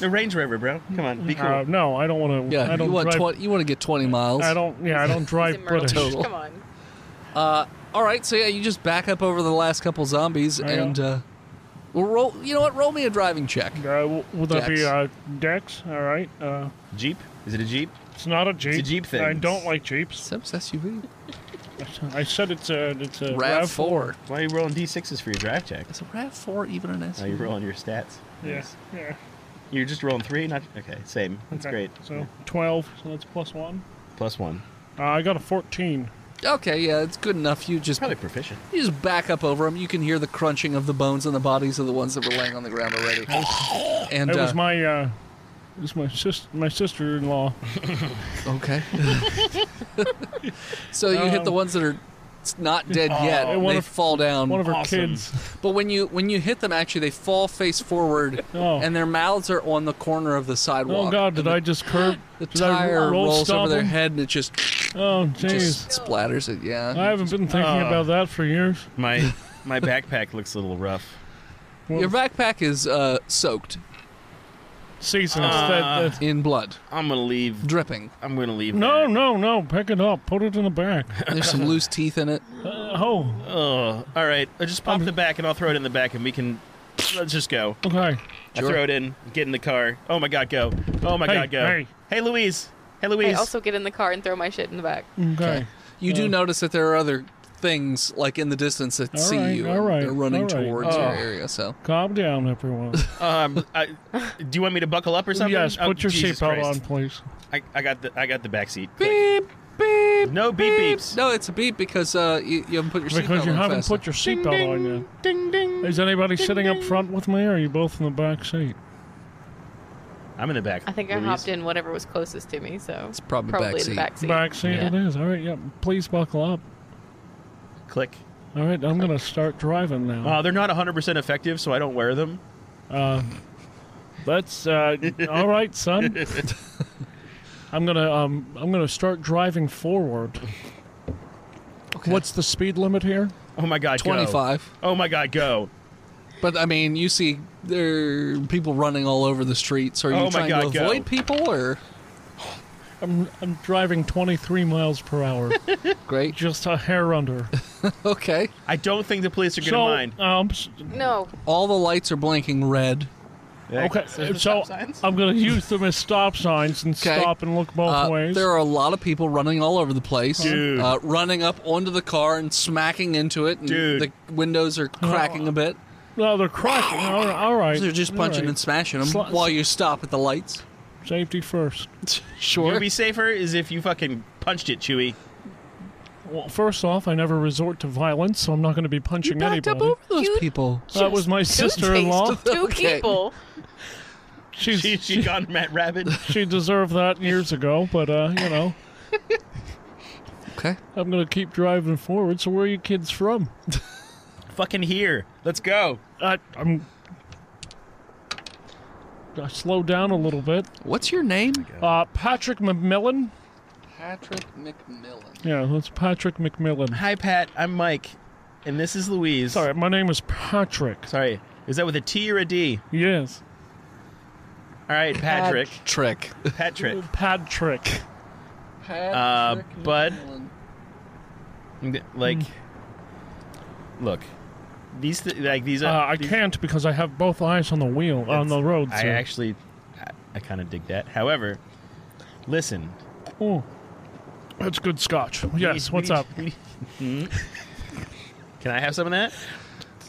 [SPEAKER 3] The Range Rover, bro. Come on, be cool.
[SPEAKER 5] Um,
[SPEAKER 2] Uh, no, I don't want to.
[SPEAKER 5] Yeah,
[SPEAKER 2] I don't
[SPEAKER 5] you want
[SPEAKER 2] drive.
[SPEAKER 5] 20, you want to get 20 miles.
[SPEAKER 2] I don't. Yeah, I don't
[SPEAKER 4] He's a
[SPEAKER 2] drive
[SPEAKER 4] murderer.
[SPEAKER 2] British.
[SPEAKER 5] Total.
[SPEAKER 4] Come on.
[SPEAKER 5] All right, so yeah, you just back up over the last couple zombies
[SPEAKER 2] yeah.
[SPEAKER 5] and uh well, roll you know what? Roll me a driving check.
[SPEAKER 2] Uh, w- would that
[SPEAKER 5] Dex.
[SPEAKER 2] be uh, Dex? All right. Uh,
[SPEAKER 3] Jeep? Is it a Jeep?
[SPEAKER 2] it's not a jeep.
[SPEAKER 3] Jeep thing.
[SPEAKER 2] I don't like jeeps.
[SPEAKER 5] Seb's SUV.
[SPEAKER 2] I said it's a it's a
[SPEAKER 5] Rav four.
[SPEAKER 3] Why are you rolling D6s for your drive check?
[SPEAKER 5] Is a Rav four even an
[SPEAKER 3] Oh, you're
[SPEAKER 5] SUV?
[SPEAKER 3] rolling your stats.
[SPEAKER 2] Yeah,
[SPEAKER 3] Nice.
[SPEAKER 2] yeah.
[SPEAKER 3] You're just rolling three, not. Okay, same. That's
[SPEAKER 2] okay.
[SPEAKER 3] great.
[SPEAKER 2] So twelve. So that's plus one.
[SPEAKER 3] Plus one.
[SPEAKER 2] Uh, I got a fourteen.
[SPEAKER 5] Okay, yeah, it's good enough. You just
[SPEAKER 3] Probably proficient.
[SPEAKER 5] you just back up over them. You can hear the crunching of the bones and the bodies of the ones that were laying on the ground already. And
[SPEAKER 2] It
[SPEAKER 5] uh,
[SPEAKER 2] was my uh, it was my sis my sister in law.
[SPEAKER 5] okay. so you hit the ones that are s- not dead yet.
[SPEAKER 2] Um, uh, one
[SPEAKER 5] and they
[SPEAKER 2] of-
[SPEAKER 5] fall down.
[SPEAKER 2] One of her
[SPEAKER 3] Awesome.
[SPEAKER 2] kids.
[SPEAKER 5] But when you when you hit them, actually, they fall face forward,
[SPEAKER 2] Oh.
[SPEAKER 5] and their mouths are on the corner of the sidewalk.
[SPEAKER 2] Oh God!
[SPEAKER 5] And
[SPEAKER 2] Did
[SPEAKER 5] the,
[SPEAKER 2] I just curb?
[SPEAKER 5] The
[SPEAKER 2] did I
[SPEAKER 5] tire
[SPEAKER 2] roll
[SPEAKER 5] rolls
[SPEAKER 2] stop
[SPEAKER 5] over their
[SPEAKER 2] them?
[SPEAKER 5] head, and it just
[SPEAKER 2] Oh jeez.
[SPEAKER 5] just splatters it. Yeah.
[SPEAKER 2] I haven't been thinking
[SPEAKER 3] Uh.
[SPEAKER 2] about that for years.
[SPEAKER 3] My my backpack looks a little rough.
[SPEAKER 5] Your backpack is uh, soaked
[SPEAKER 2] Seasons.
[SPEAKER 5] uh,
[SPEAKER 2] that, that-
[SPEAKER 5] in blood,
[SPEAKER 3] I'm gonna leave.
[SPEAKER 5] dripping.
[SPEAKER 3] I'm gonna leave.
[SPEAKER 2] no, no, no. Pick it up. Put it in the back.
[SPEAKER 5] There's some loose teeth in it.
[SPEAKER 2] Oh,
[SPEAKER 3] Oh, all right. I'll just pop the back, and I'll throw it in the back, and we can. Let's just go.
[SPEAKER 2] okay.
[SPEAKER 5] Sure.
[SPEAKER 3] I throw it in. Get in the car. Oh my god, go. Oh my
[SPEAKER 2] Hey,
[SPEAKER 3] god, go.
[SPEAKER 2] hey.
[SPEAKER 3] hey, Louise. Hey, Louise.
[SPEAKER 4] I also get in the car and throw my shit in the back.
[SPEAKER 5] Mm.
[SPEAKER 2] Okay.
[SPEAKER 5] You do notice that there are other things like in the distance that
[SPEAKER 2] Uh. All
[SPEAKER 5] see
[SPEAKER 2] right,
[SPEAKER 5] you.
[SPEAKER 2] all
[SPEAKER 5] and
[SPEAKER 2] right,
[SPEAKER 5] They're running
[SPEAKER 2] all right. Oh.
[SPEAKER 5] towards your
[SPEAKER 3] Ugh.
[SPEAKER 5] area. So
[SPEAKER 2] Calm down, everyone.
[SPEAKER 3] Um, I, do you want me to buckle up or something?
[SPEAKER 2] yes,
[SPEAKER 3] Oh,
[SPEAKER 2] put your
[SPEAKER 3] Jesus
[SPEAKER 2] seatbelt
[SPEAKER 3] Christ.
[SPEAKER 2] on, please.
[SPEAKER 3] I, I got the I got the back seat.
[SPEAKER 5] beep beep.
[SPEAKER 3] No beep beeps.
[SPEAKER 5] No, it's a beep because uh, you, you haven't put your
[SPEAKER 2] Because
[SPEAKER 5] seatbelt
[SPEAKER 2] you
[SPEAKER 5] on
[SPEAKER 2] haven't
[SPEAKER 5] fast
[SPEAKER 2] put your seatbelt on yet.
[SPEAKER 3] Ding ding.
[SPEAKER 2] Is anybody sitting up front with me, or are you both in the back seat?
[SPEAKER 3] I'm in the back.
[SPEAKER 4] I think I hopped in whatever was closest to me, so it's
[SPEAKER 5] probably
[SPEAKER 4] the
[SPEAKER 5] backseat.
[SPEAKER 4] back seat.
[SPEAKER 2] Back seat
[SPEAKER 4] Yeah.
[SPEAKER 2] it is. All right, yeah. Please buckle up.
[SPEAKER 3] Click.
[SPEAKER 2] All right, I'm gonna start driving now.
[SPEAKER 3] Uh, they're not 100 percent effective, so I don't wear them.
[SPEAKER 2] That's uh, all right, son. I'm gonna um, I'm gonna start driving forward.
[SPEAKER 5] Okay.
[SPEAKER 2] What's the speed limit here?
[SPEAKER 3] Oh my god, go.
[SPEAKER 5] 25.
[SPEAKER 3] Oh my god, go.
[SPEAKER 5] But I mean, you see there are people running all over the streets. Are you
[SPEAKER 3] Oh my
[SPEAKER 5] trying
[SPEAKER 3] God,
[SPEAKER 5] to
[SPEAKER 3] go.
[SPEAKER 5] avoid people or
[SPEAKER 2] I'm I'm driving 23 miles per hour,
[SPEAKER 5] great?
[SPEAKER 2] just a hair under.
[SPEAKER 5] Okay.
[SPEAKER 3] I don't think the police are gonna
[SPEAKER 2] so
[SPEAKER 3] mind.
[SPEAKER 2] um, s-
[SPEAKER 4] No,
[SPEAKER 5] All the lights are blinking red.
[SPEAKER 2] Okay,
[SPEAKER 3] So the
[SPEAKER 2] so
[SPEAKER 3] stop signs?
[SPEAKER 2] I'm going to use them as stop signs and
[SPEAKER 5] Okay.
[SPEAKER 2] stop and look both
[SPEAKER 5] Uh,
[SPEAKER 2] ways.
[SPEAKER 5] there are a lot of people running all over the place,
[SPEAKER 3] Dude.
[SPEAKER 5] Uh, running up onto the car and smacking into it. And
[SPEAKER 3] Dude.
[SPEAKER 5] the windows are cracking a bit.
[SPEAKER 2] no, they're cracking. All right, all right.
[SPEAKER 5] They're just
[SPEAKER 2] all
[SPEAKER 5] punching
[SPEAKER 2] right.
[SPEAKER 5] and smashing them
[SPEAKER 2] Sli-
[SPEAKER 5] while you stop at the lights.
[SPEAKER 2] Safety first.
[SPEAKER 5] Sure.
[SPEAKER 3] You'll be safer is if you fucking punched it, Chewy.
[SPEAKER 2] Well, first off, I never resort to violence, so I'm not going to be punching
[SPEAKER 5] backed up
[SPEAKER 2] anybody.
[SPEAKER 5] over those
[SPEAKER 4] You-
[SPEAKER 5] people.
[SPEAKER 2] That was my
[SPEAKER 4] two
[SPEAKER 2] sister-in-law.
[SPEAKER 4] things to Two
[SPEAKER 5] Okay.
[SPEAKER 4] people.
[SPEAKER 2] She's,
[SPEAKER 3] She she gone Matt Rabbit.
[SPEAKER 2] she deserved that years ago, but uh, you know,
[SPEAKER 5] Okay.
[SPEAKER 2] I'm going to keep driving forward. So where are you kids from?
[SPEAKER 3] fucking here. Let's go.
[SPEAKER 2] I, I'm. I slow down a little bit.
[SPEAKER 5] What's your name?
[SPEAKER 2] Uh, Patrick McMillan.
[SPEAKER 5] Patrick McMillan.
[SPEAKER 2] Yeah, that's Patrick McMillan.
[SPEAKER 3] Hi Pat, I'm Mike, and this is Louise.
[SPEAKER 2] Sorry, my name is Patrick.
[SPEAKER 3] Sorry. Is that with a T or a D?
[SPEAKER 2] Yes,
[SPEAKER 3] All right, Patrick.
[SPEAKER 5] Trick.
[SPEAKER 3] Patrick.
[SPEAKER 2] Patrick.
[SPEAKER 3] Uh, Bud? Like, look, these th- like these.
[SPEAKER 2] Hmm. Uh, I
[SPEAKER 3] these-
[SPEAKER 2] can't because I have both eyes on the wheel on the road.
[SPEAKER 3] I
[SPEAKER 2] sir.
[SPEAKER 3] actually, I, I kind of dig that. However, listen.
[SPEAKER 2] Ooh. That's good scotch.
[SPEAKER 3] we
[SPEAKER 2] Yes,
[SPEAKER 3] need- we
[SPEAKER 2] what's
[SPEAKER 3] need-
[SPEAKER 2] up?
[SPEAKER 3] we need- Can I have some of that?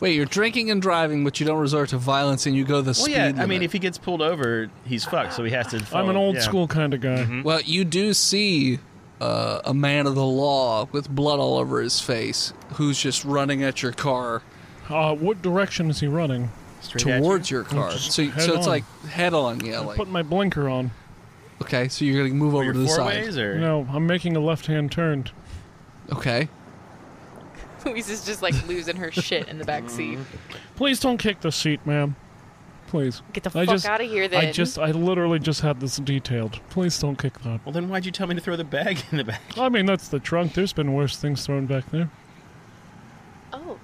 [SPEAKER 5] Wait, you're drinking and driving, but you don't resort to violence, and you go the
[SPEAKER 3] Well,
[SPEAKER 5] speed
[SPEAKER 3] yeah. I
[SPEAKER 5] limit.
[SPEAKER 3] mean, if he gets pulled over, he's fucked. So he has to. Follow,
[SPEAKER 2] I'm an old
[SPEAKER 3] yeah. Mm-hmm.
[SPEAKER 2] school kind of guy.
[SPEAKER 5] Well, you do see uh, a man of the law with blood all over his face who's just running at your car
[SPEAKER 2] Uh, what direction is he running?
[SPEAKER 3] Straight at you.
[SPEAKER 5] towards your car.
[SPEAKER 2] just
[SPEAKER 5] So,
[SPEAKER 2] head
[SPEAKER 5] so it's
[SPEAKER 2] on.
[SPEAKER 5] like head on, yeah.
[SPEAKER 2] I
[SPEAKER 5] Like,
[SPEAKER 2] put my blinker on.
[SPEAKER 5] okay, so you're going to move
[SPEAKER 3] Or
[SPEAKER 5] over
[SPEAKER 3] your
[SPEAKER 5] to the
[SPEAKER 3] four
[SPEAKER 5] side.
[SPEAKER 3] ways, or
[SPEAKER 2] No, I'm making a left-hand turn.
[SPEAKER 5] Okay.
[SPEAKER 4] Louisa's just like losing her shit in the back seat.
[SPEAKER 2] Mm. Please don't kick the seat, ma'am. Please.
[SPEAKER 4] Get the
[SPEAKER 2] I
[SPEAKER 4] fuck
[SPEAKER 2] just-
[SPEAKER 4] out of here, then.
[SPEAKER 2] I just, I literally just had this detailed. Please don't kick that.
[SPEAKER 3] Well, then why'd you tell me to throw the bag in the back?
[SPEAKER 2] I mean, that's the trunk. There's been worse things thrown back there.
[SPEAKER 4] Oh,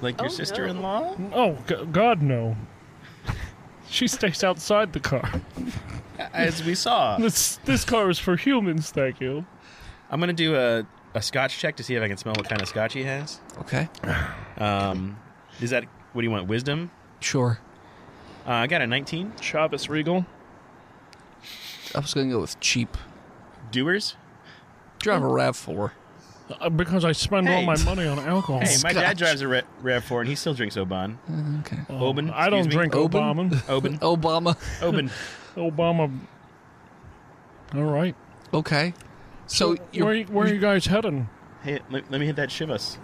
[SPEAKER 3] Like your
[SPEAKER 4] Oh, no.
[SPEAKER 3] sister-in-law?
[SPEAKER 2] Oh, g- God, no. she stays outside the car.
[SPEAKER 3] As we saw,
[SPEAKER 2] This, this car is for humans, thank you.
[SPEAKER 3] I'm gonna do a, a Scotch check to see if I can smell what kind of Scotch he has.
[SPEAKER 5] Okay.
[SPEAKER 3] Um, is that what do you want? Wisdom?
[SPEAKER 5] Sure.
[SPEAKER 3] Uh, I got a 19.
[SPEAKER 2] Chavez Regal.
[SPEAKER 5] I was going to go with cheap.
[SPEAKER 3] Doers?
[SPEAKER 5] Drive a RAV4.
[SPEAKER 2] Uh, because I spend all
[SPEAKER 3] Hey.
[SPEAKER 2] my money on alcohol.
[SPEAKER 3] Hey, my
[SPEAKER 5] Scotch.
[SPEAKER 3] dad drives a Ra- Rav4 and he still drinks Oban.
[SPEAKER 5] Okay.
[SPEAKER 3] Oban?
[SPEAKER 2] Oh, I don't
[SPEAKER 3] excuse me?
[SPEAKER 2] drink
[SPEAKER 5] Oban?
[SPEAKER 2] Obama.
[SPEAKER 3] Oban.
[SPEAKER 5] Obama.
[SPEAKER 3] Oban.
[SPEAKER 2] Obama. All right.
[SPEAKER 5] Okay. So, Oh, you're,
[SPEAKER 2] where, where are you guys heading?
[SPEAKER 3] Hey, let, let me hit that Shivas.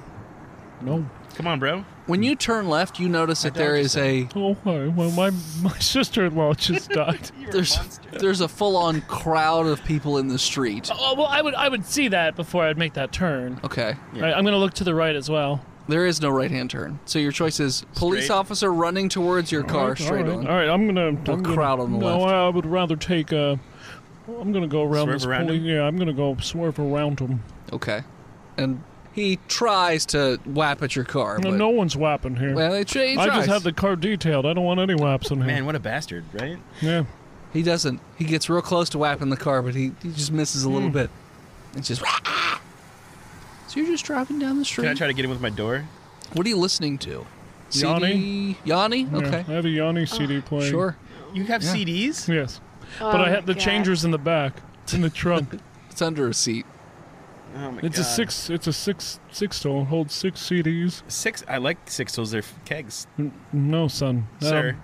[SPEAKER 2] No.
[SPEAKER 3] Come on, bro.
[SPEAKER 5] when you turn left, you notice that
[SPEAKER 3] dad
[SPEAKER 5] there
[SPEAKER 3] just
[SPEAKER 5] is a
[SPEAKER 2] Oh, Okay. Well, my my sister-in-law just died.
[SPEAKER 5] there's there's a full-on crowd of people in the street.
[SPEAKER 2] oh well, I would I would see that before I'd make that turn.
[SPEAKER 5] Okay.
[SPEAKER 3] Yeah.
[SPEAKER 2] I'm gonna look to the right as well.
[SPEAKER 5] There is no right-hand turn. So your choice is police
[SPEAKER 3] Straight.
[SPEAKER 5] officer running towards your car straight
[SPEAKER 2] all right.
[SPEAKER 5] on.
[SPEAKER 2] All right, I'm gonna. I'm gonna-
[SPEAKER 5] crowd on the
[SPEAKER 2] no,
[SPEAKER 5] left.
[SPEAKER 2] I would rather take. Uh, I'm gonna go around
[SPEAKER 3] Swerve
[SPEAKER 2] this
[SPEAKER 3] around
[SPEAKER 2] police.
[SPEAKER 3] him?
[SPEAKER 2] Yeah, I'm gonna go swerve around him.
[SPEAKER 5] Okay. And he tries to whap at your car.
[SPEAKER 2] No,
[SPEAKER 5] but,
[SPEAKER 2] no one's whapping here.
[SPEAKER 5] Well, he, tr- he
[SPEAKER 2] I
[SPEAKER 5] tries.
[SPEAKER 2] just had the car detailed. I don't want any whaps in here.
[SPEAKER 3] Man, what a bastard, right?
[SPEAKER 2] Yeah.
[SPEAKER 5] He doesn't. He gets real close to whapping the car, but he, he just misses a little
[SPEAKER 2] Hmm.
[SPEAKER 5] bit. It's just. So you're just driving down the
[SPEAKER 3] Can I
[SPEAKER 5] street.
[SPEAKER 3] try to get in with my door?
[SPEAKER 5] what are you listening to?
[SPEAKER 2] Yanni.
[SPEAKER 5] CD? Yanni?
[SPEAKER 2] yeah.
[SPEAKER 5] Okay.
[SPEAKER 2] I have a Yanni CD playing.
[SPEAKER 5] Sure.
[SPEAKER 3] You have
[SPEAKER 5] Yeah.
[SPEAKER 3] CDs?
[SPEAKER 2] Yes,
[SPEAKER 4] Oh
[SPEAKER 2] but I
[SPEAKER 4] my
[SPEAKER 2] had the
[SPEAKER 4] God.
[SPEAKER 2] changers in the back, in the trunk.
[SPEAKER 5] It's under a seat.
[SPEAKER 3] Oh my
[SPEAKER 2] it's
[SPEAKER 3] Oh, God.
[SPEAKER 2] a six. It's a six. Six stone holds six CDs.
[SPEAKER 3] Six. I like six those. They're f- kegs,
[SPEAKER 2] Um, No, son. Um,
[SPEAKER 3] sir.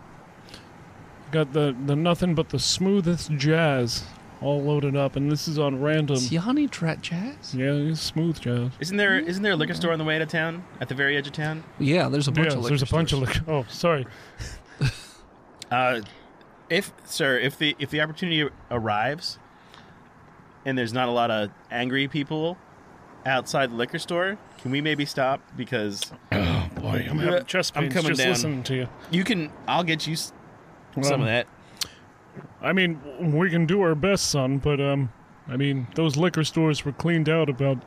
[SPEAKER 2] Got the the nothing but the smoothest jazz all loaded up, and this is on random.
[SPEAKER 5] Is Yanni dra- jazz?
[SPEAKER 2] Um, Yeah, it's smooth jazz.
[SPEAKER 3] Isn't there isn't there a liquor store on the way out of town? At the very edge of town?
[SPEAKER 5] Yeah, there's a bunch
[SPEAKER 2] Yes,
[SPEAKER 5] of liquor
[SPEAKER 2] there's a bunch
[SPEAKER 5] stores.
[SPEAKER 2] of liquor. Oh, sorry.
[SPEAKER 3] Uh, if sir, if the if the opportunity arrives, and there's not a lot of angry people outside the liquor store, can we maybe stop? Because
[SPEAKER 2] Boy, I'm
[SPEAKER 3] having
[SPEAKER 2] having
[SPEAKER 3] chest
[SPEAKER 2] chest
[SPEAKER 3] I'm
[SPEAKER 2] pains
[SPEAKER 3] pains coming
[SPEAKER 2] just
[SPEAKER 3] just down. listening
[SPEAKER 2] listening to you.
[SPEAKER 3] you can, I'll get you s- some
[SPEAKER 2] Well,
[SPEAKER 3] of that.
[SPEAKER 2] I mean, w- we can do our best, son, but um, I mean, those liquor stores were cleaned out about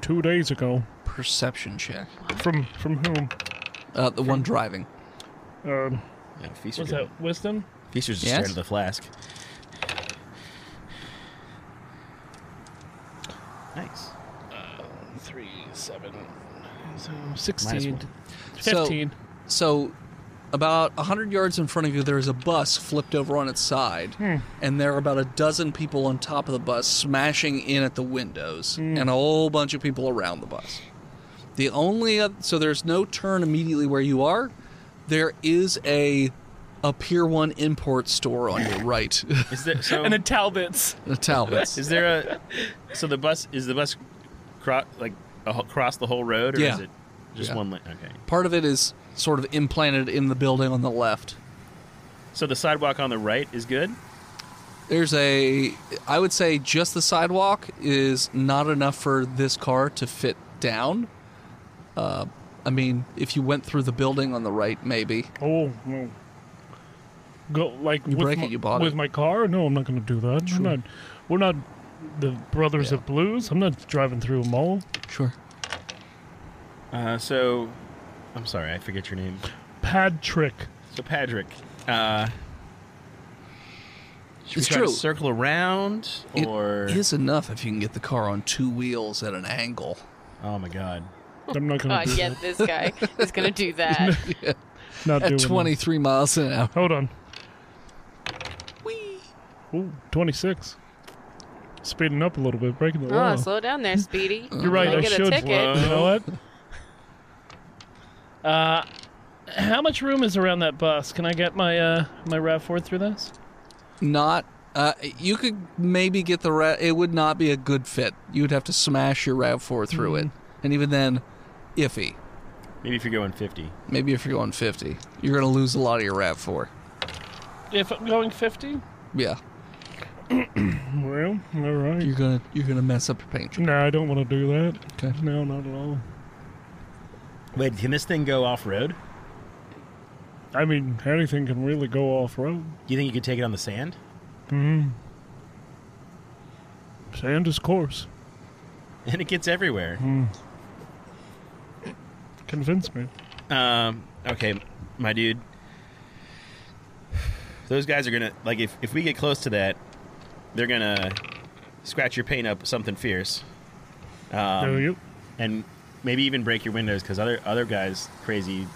[SPEAKER 2] two days ago.
[SPEAKER 5] Perception check.
[SPEAKER 2] From from whom?
[SPEAKER 5] Uh, the one driving.
[SPEAKER 2] Um,
[SPEAKER 3] Yeah,
[SPEAKER 2] was
[SPEAKER 3] Feaster's
[SPEAKER 2] that Wisdom?
[SPEAKER 3] Feaster's just
[SPEAKER 5] Yes?
[SPEAKER 3] staring at the flask. Nice.
[SPEAKER 2] Three seven. So
[SPEAKER 3] Minus
[SPEAKER 2] 16.
[SPEAKER 3] one.
[SPEAKER 2] 15.
[SPEAKER 5] So, about a 100 yards in front of you, there is a bus flipped over on its side, and there are about a dozen people on top of the bus smashing in at the windows, and a whole bunch of people around the bus. The only oth- so there's no turn immediately where you are. There is a a Pier One import store on your right,
[SPEAKER 3] Is there so?
[SPEAKER 2] and the Talbots.
[SPEAKER 5] the Talbots.
[SPEAKER 3] is there a? So the bus is the bus, cro- like across the whole road, or
[SPEAKER 5] Yeah.
[SPEAKER 3] is it just
[SPEAKER 5] Yeah.
[SPEAKER 3] one lane? Okay.
[SPEAKER 5] Part of it is sort of implanted in the building on the left.
[SPEAKER 3] So the sidewalk on the right is good.
[SPEAKER 5] There's a, I would say just the sidewalk is not enough for this car to fit down. Uh, I mean, if you went through the building on the right, maybe.
[SPEAKER 2] Oh, no. Go, like, with,
[SPEAKER 5] break it,
[SPEAKER 2] my,
[SPEAKER 5] you bought
[SPEAKER 2] with
[SPEAKER 5] it.
[SPEAKER 2] my car? No, I'm not going to do that. I'm not, we're not the Brothers
[SPEAKER 5] Yeah.
[SPEAKER 2] of Blues. I'm not driving through a mall.
[SPEAKER 5] Sure.
[SPEAKER 3] Uh, so, I'm sorry, I forget your name.
[SPEAKER 2] Pad trick.
[SPEAKER 3] So Patrick, uh, should we
[SPEAKER 5] It's
[SPEAKER 3] try
[SPEAKER 5] true.
[SPEAKER 3] to circle around or?
[SPEAKER 5] It is enough if you can get the car on two wheels at an angle.
[SPEAKER 3] Oh my God!
[SPEAKER 2] I'm not going
[SPEAKER 4] God,
[SPEAKER 2] to do
[SPEAKER 4] yeah,
[SPEAKER 2] that.
[SPEAKER 4] Oh, this guy is gonna do that.
[SPEAKER 2] Not doing that.
[SPEAKER 5] At 23 miles an hour.
[SPEAKER 2] Hold on.
[SPEAKER 5] Whee!
[SPEAKER 2] Ooh, 26. speeding up a little bit, breaking the law.
[SPEAKER 4] Oh, slow down there, Speedy.
[SPEAKER 5] Uh,
[SPEAKER 2] You're right.
[SPEAKER 4] Might
[SPEAKER 2] I
[SPEAKER 4] get a
[SPEAKER 2] should.
[SPEAKER 4] ticket.
[SPEAKER 2] You know what?
[SPEAKER 7] Uh, how much room is around that bus? Can I get my uh my Rav Four through this?
[SPEAKER 5] Not. Uh, you could maybe get the ra- it would not be a good fit. You would have to smash your Rav4 through it, and even then, iffy.
[SPEAKER 3] Maybe if you're going 50.
[SPEAKER 5] Maybe if you're going 50, you're gonna lose a lot of your Rav4.
[SPEAKER 7] If I'm going fifty,
[SPEAKER 5] Yeah,
[SPEAKER 2] Well, all right.
[SPEAKER 5] you're gonna you're gonna mess up your paint job.
[SPEAKER 2] No, I don't want to do that.
[SPEAKER 5] Okay.
[SPEAKER 2] No, not at all.
[SPEAKER 3] Wait, can this thing go off road?
[SPEAKER 2] I mean, anything can really go off road.
[SPEAKER 3] Do you think you could take it on the sand?
[SPEAKER 2] Sand is coarse.
[SPEAKER 3] And it gets everywhere.
[SPEAKER 2] Convince me.
[SPEAKER 3] Um, okay, my dude. Those guys are gonna like if if we get close to that, they're gonna scratch your paint up with something fierce,
[SPEAKER 2] there you.
[SPEAKER 3] and maybe even break your windows because other other guys, crazy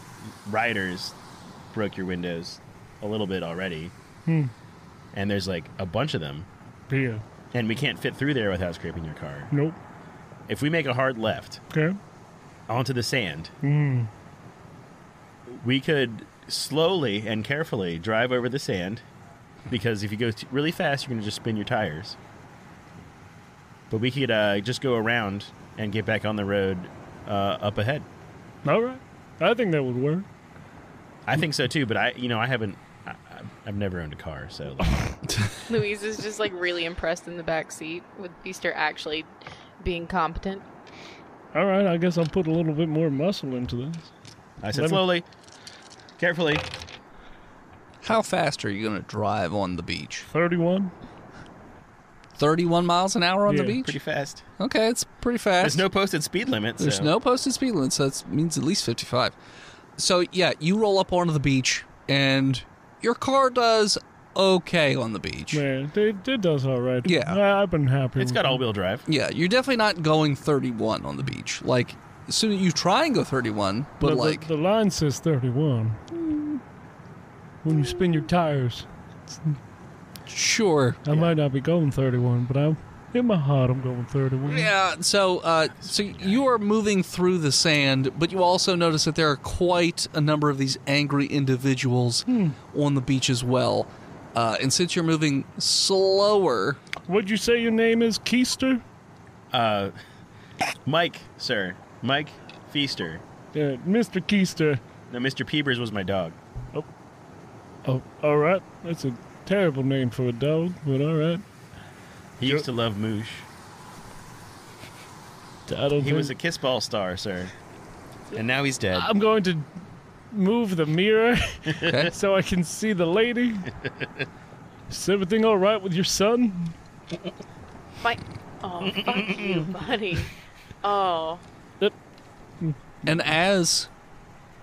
[SPEAKER 3] riders, broke your windows a little bit already. And there's like a bunch of them,
[SPEAKER 2] Yeah.
[SPEAKER 3] and we can't fit through there without scraping your car.
[SPEAKER 2] Nope.
[SPEAKER 3] If we make a hard left,
[SPEAKER 2] Okay.
[SPEAKER 3] onto the sand, we could slowly and carefully drive over the sand because if you go t- really fast, you're going to just spin your tires. But we could uh, just go around and get back on the road uh, up ahead.
[SPEAKER 2] All right. I think that would work.
[SPEAKER 3] I think so too, but I, you know, I haven't. I, I- I've never owned a car, so like,
[SPEAKER 4] Louise is just like really impressed in the back seat with Beaster actually being competent.
[SPEAKER 2] All right. I guess I'll put a little bit more muscle into this.
[SPEAKER 3] I said
[SPEAKER 2] Let me-
[SPEAKER 3] slowly, carefully. Mm.
[SPEAKER 5] How fast are you gonna drive on the beach?
[SPEAKER 2] Thirty-one.
[SPEAKER 5] 31 miles an hour on the
[SPEAKER 2] Yeah,
[SPEAKER 5] beach.
[SPEAKER 3] Pretty fast.
[SPEAKER 5] okay, it's pretty fast.
[SPEAKER 3] There's no posted speed limit.
[SPEAKER 5] There's
[SPEAKER 3] so-
[SPEAKER 5] no posted speed limit, so that means at least 55. So, yeah, you roll up onto the beach, and your car does okay on the beach.
[SPEAKER 2] Man, it, it does all right.
[SPEAKER 5] Yeah.
[SPEAKER 2] I, I've been happy.
[SPEAKER 3] It's
[SPEAKER 2] with
[SPEAKER 3] got
[SPEAKER 2] it.
[SPEAKER 3] all-wheel drive.
[SPEAKER 5] Yeah, you're definitely not going 31 on the beach. Like, as soon as you try and go 31, but
[SPEAKER 2] the, the-
[SPEAKER 5] like,
[SPEAKER 2] the, line says thirty-one. When you spin your tires,
[SPEAKER 5] sure.
[SPEAKER 2] I might not be going thirty-one, but I'm in my heart. I'm going thirty-one.
[SPEAKER 5] Yeah, so uh, so you are moving through the sand, but you also notice that there are quite a number of these angry individuals on the beach as well. Uh, and since you're moving slower,
[SPEAKER 2] Would you say your name is Keister?
[SPEAKER 3] Uh, Mike, sir, Mike Feaster.
[SPEAKER 2] Yeah, Mr. Keister.
[SPEAKER 3] No, Mr. Peebers was my dog.
[SPEAKER 2] Oh, all right. That's a terrible name for a dog, but all right.
[SPEAKER 3] He used to love Moosh.
[SPEAKER 2] I don't
[SPEAKER 3] He
[SPEAKER 2] think-
[SPEAKER 3] was a kiss ball star, sir. And now he's dead.
[SPEAKER 2] I'm going to move the mirror
[SPEAKER 5] okay?
[SPEAKER 2] so I can see the lady. Is everything all right with your son?
[SPEAKER 4] Bye. Oh, fuck you, buddy. Oh,
[SPEAKER 5] And as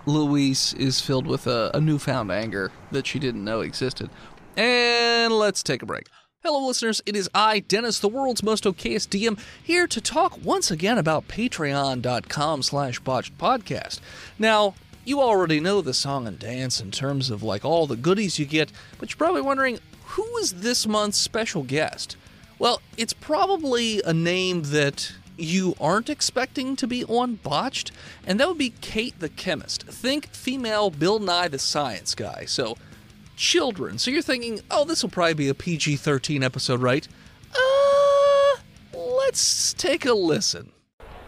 [SPEAKER 5] Louise is filled with a, a newfound anger that she didn't know existed. And let's take a break. Hello, listeners. It is I, Dennis, the world's most okayest DM, here to talk once again about patreon.com slash botched podcast. Now, you already know the song and dance in terms of like all the goodies you get, but you're probably wondering who is this month's special guest? Well, it's probably a name that you aren't expecting to be on Botched, and that would be Kate the Chemist. Think female Bill Nye the Science Guy. So, children. So you're thinking, oh, this will probably be a PG 13 episode, right? Uh, let's take a listen.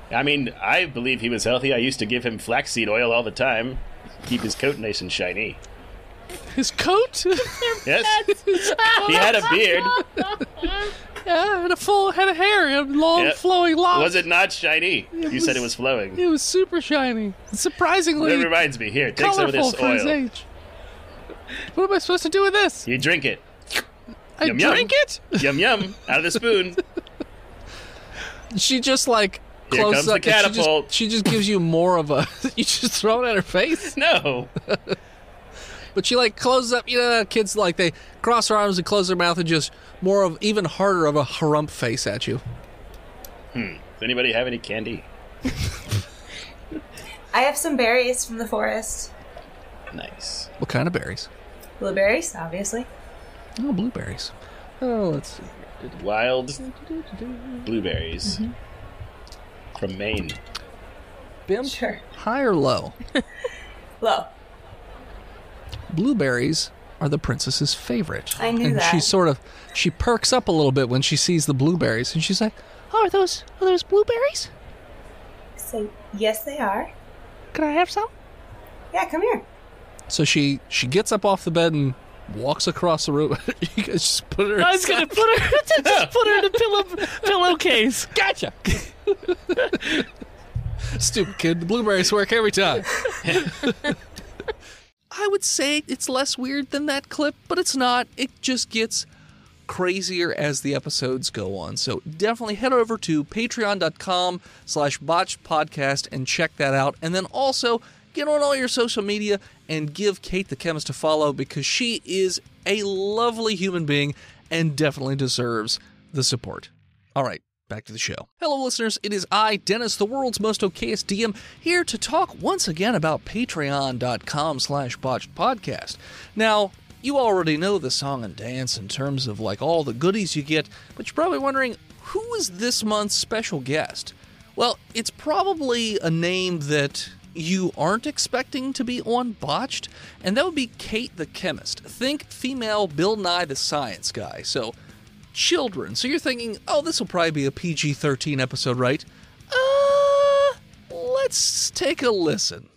[SPEAKER 3] I mean, I believe he was healthy. I used to give him flaxseed oil all the time. Keep his coat nice and shiny.
[SPEAKER 5] His coat
[SPEAKER 3] Yes. he had a beard.
[SPEAKER 5] yeah, had a full head of hair, and long
[SPEAKER 3] Yep.
[SPEAKER 5] flowing locks.
[SPEAKER 3] Was it not shiny? You said it was flowing.
[SPEAKER 5] It was super shiny.
[SPEAKER 3] That
[SPEAKER 5] Surprisingly
[SPEAKER 3] reminds me. Here, take some of
[SPEAKER 5] colorful
[SPEAKER 3] this
[SPEAKER 5] for his
[SPEAKER 3] oil.
[SPEAKER 5] age. What am I supposed to do with this?
[SPEAKER 3] You drink it.
[SPEAKER 5] I
[SPEAKER 3] Yum, yum.
[SPEAKER 5] drink it?
[SPEAKER 3] Yum yum. Out of the spoon.
[SPEAKER 5] she just like
[SPEAKER 3] Here comes
[SPEAKER 5] closes
[SPEAKER 3] the
[SPEAKER 5] up and she just-
[SPEAKER 3] catapult.
[SPEAKER 5] She just, gives you more of a. you just throw it at her face,
[SPEAKER 3] No.
[SPEAKER 5] but she like closes up. You know, kids like they cross their arms and close their mouth and just more of even harder of a harump face at you.
[SPEAKER 3] Does anybody have any candy?
[SPEAKER 8] I have some berries from the forest.
[SPEAKER 3] Nice.
[SPEAKER 5] What kind of berries?
[SPEAKER 8] Blueberries, obviously.
[SPEAKER 5] Oh, blueberries. Oh, let's see.
[SPEAKER 3] Wild blueberries
[SPEAKER 5] Mm-hmm.
[SPEAKER 3] from Maine.
[SPEAKER 5] Bim,
[SPEAKER 8] Sure.
[SPEAKER 5] high or low?
[SPEAKER 8] Low.
[SPEAKER 5] Blueberries are the princess's favorite.
[SPEAKER 8] I knew
[SPEAKER 5] and
[SPEAKER 8] that.
[SPEAKER 5] she sort of she perks up a little bit when she sees the blueberries, and she's like, "Oh, are those are those blueberries?
[SPEAKER 8] So yes, they are.
[SPEAKER 5] Can I have some?"
[SPEAKER 8] Yeah, come here.
[SPEAKER 5] So she she gets up off the bed and walks across the room. you guys just put her.
[SPEAKER 9] I was gonna put her just put her in a pillow pillowcase.
[SPEAKER 5] Gotcha. Stupid kid. The blueberries work every time. I would say it's less weird than that clip, but it's not. It just gets crazier as the episodes go on. So definitely head over to patreon.com slash botched podcast and check that out. And then also get on all your social media and give Kate the chemist a follow because she is a lovely human being and definitely deserves the support. All right, back to the show. Hello, listeners. It is I, Dennis, the world's most okayest DM, here to talk once again about patreon.com slash botched podcast. Now, you already know the song and dance in terms of like all the goodies you get, but you're probably wondering who is this month's special guest? Well, it's probably a name that you aren't expecting to be on Botched, and that would be Kate the Chemist. Think female Bill Nye the Science Guy. So, children. So you're thinking, oh, this will probably be a PG 13 episode, right? Uh, let's take a listen.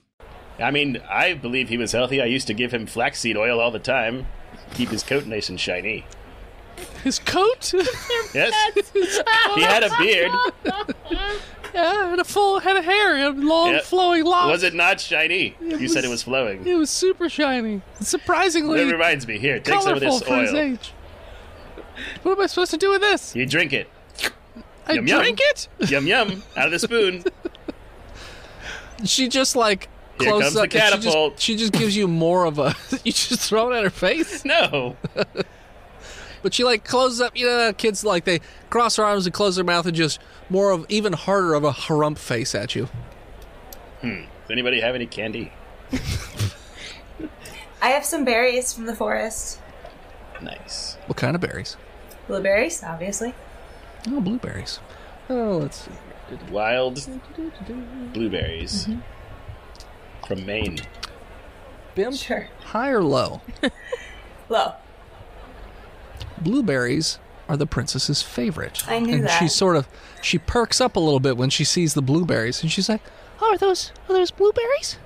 [SPEAKER 3] I mean, I believe he was healthy. I used to give him flaxseed oil all the time. Keep his coat nice and shiny.
[SPEAKER 5] His coat?
[SPEAKER 3] Yes. he had a beard.
[SPEAKER 5] yeah, had a full head of hair, had long,
[SPEAKER 3] Yeah.
[SPEAKER 5] flowing locks.
[SPEAKER 3] Was it not shiny? you said it was flowing.
[SPEAKER 5] It was super shiny. Surprisingly
[SPEAKER 3] That reminds me. Here, take some of
[SPEAKER 5] colorful
[SPEAKER 3] this
[SPEAKER 5] for his
[SPEAKER 3] oil.
[SPEAKER 5] age. What am I supposed to do with this?
[SPEAKER 3] You drink it.
[SPEAKER 5] I
[SPEAKER 3] Yum, yum.
[SPEAKER 5] drink it?
[SPEAKER 3] Yum yum. Out of the spoon.
[SPEAKER 5] She just like
[SPEAKER 3] Here
[SPEAKER 5] closes
[SPEAKER 3] comes the
[SPEAKER 5] up and she just-
[SPEAKER 3] catapult.
[SPEAKER 5] She just, gives you more of a. you just throw it at her face.
[SPEAKER 3] No.
[SPEAKER 5] But she like closes up, you know, kids like they cross their arms and close their mouth and just more of even harder of a harump face at you.
[SPEAKER 3] Does anybody have any candy?
[SPEAKER 8] I have some berries from the forest.
[SPEAKER 3] Nice.
[SPEAKER 5] What kind of berries?
[SPEAKER 8] Blueberries, obviously.
[SPEAKER 5] Oh, blueberries. Oh, let's see.
[SPEAKER 3] Wild blueberries
[SPEAKER 5] Mm-hmm.
[SPEAKER 3] from Maine.
[SPEAKER 5] Bim,
[SPEAKER 8] Sure.
[SPEAKER 5] high or low?
[SPEAKER 8] Low.
[SPEAKER 5] Blueberries are the princess's favorite.
[SPEAKER 8] I knew
[SPEAKER 5] and
[SPEAKER 8] that.
[SPEAKER 5] she sort of she perks up a little bit when she sees the blueberries and she's like, "Oh, are those are those blueberries?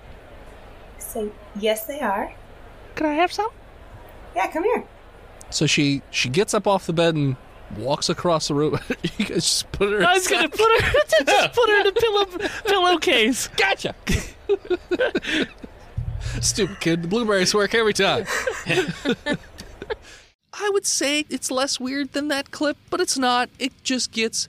[SPEAKER 8] So yes, they are.
[SPEAKER 5] Can I have some?"
[SPEAKER 8] Yeah, come here.
[SPEAKER 5] So she she gets up off the bed and walks across the room. you guys just put her
[SPEAKER 9] I was gonna put her just put her in a pillow pillowcase.
[SPEAKER 5] Gotcha. Stupid kid. The blueberries work every time. I would say it's less weird than that clip, but it's not. It just gets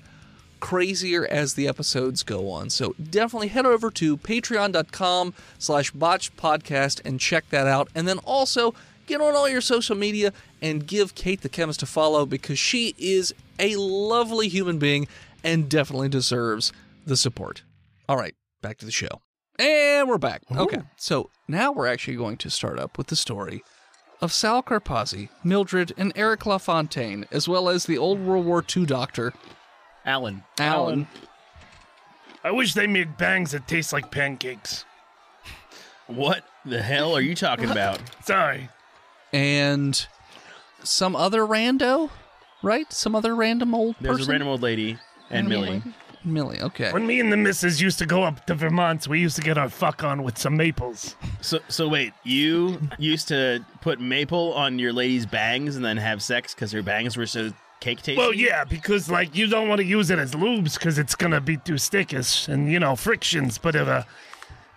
[SPEAKER 5] crazier as the episodes go on. So definitely head over to patreon.com slash botched podcast and check that out. And then also get on all your social media and give Kate the chemist a follow because she is a lovely human being and definitely deserves the support. All right, back to the show. And we're back. Okay. So now we're actually going to start up with the story of Sal Carpazzi, Mildred, and Eric LaFontaine, as well as the old World War II doctor,
[SPEAKER 3] Alan.
[SPEAKER 5] Alan.
[SPEAKER 2] I wish they made bangs that taste like pancakes.
[SPEAKER 3] What the hell are you talking about?
[SPEAKER 2] Sorry.
[SPEAKER 5] and some other rando, right? Some other random old
[SPEAKER 3] There's
[SPEAKER 5] person.
[SPEAKER 3] a random old lady and Millie.
[SPEAKER 5] Millie. Okay.
[SPEAKER 2] When me and the missus used to go up to Vermont, we used to get our fuck on with some maples.
[SPEAKER 3] So, so wait, you used to put maple on your lady's bangs and then have sex because her bangs were so cake tasty.
[SPEAKER 2] Well, yeah, because like you don't want to use it as lubes because it's gonna be too stickish and you know frictions. But if uh,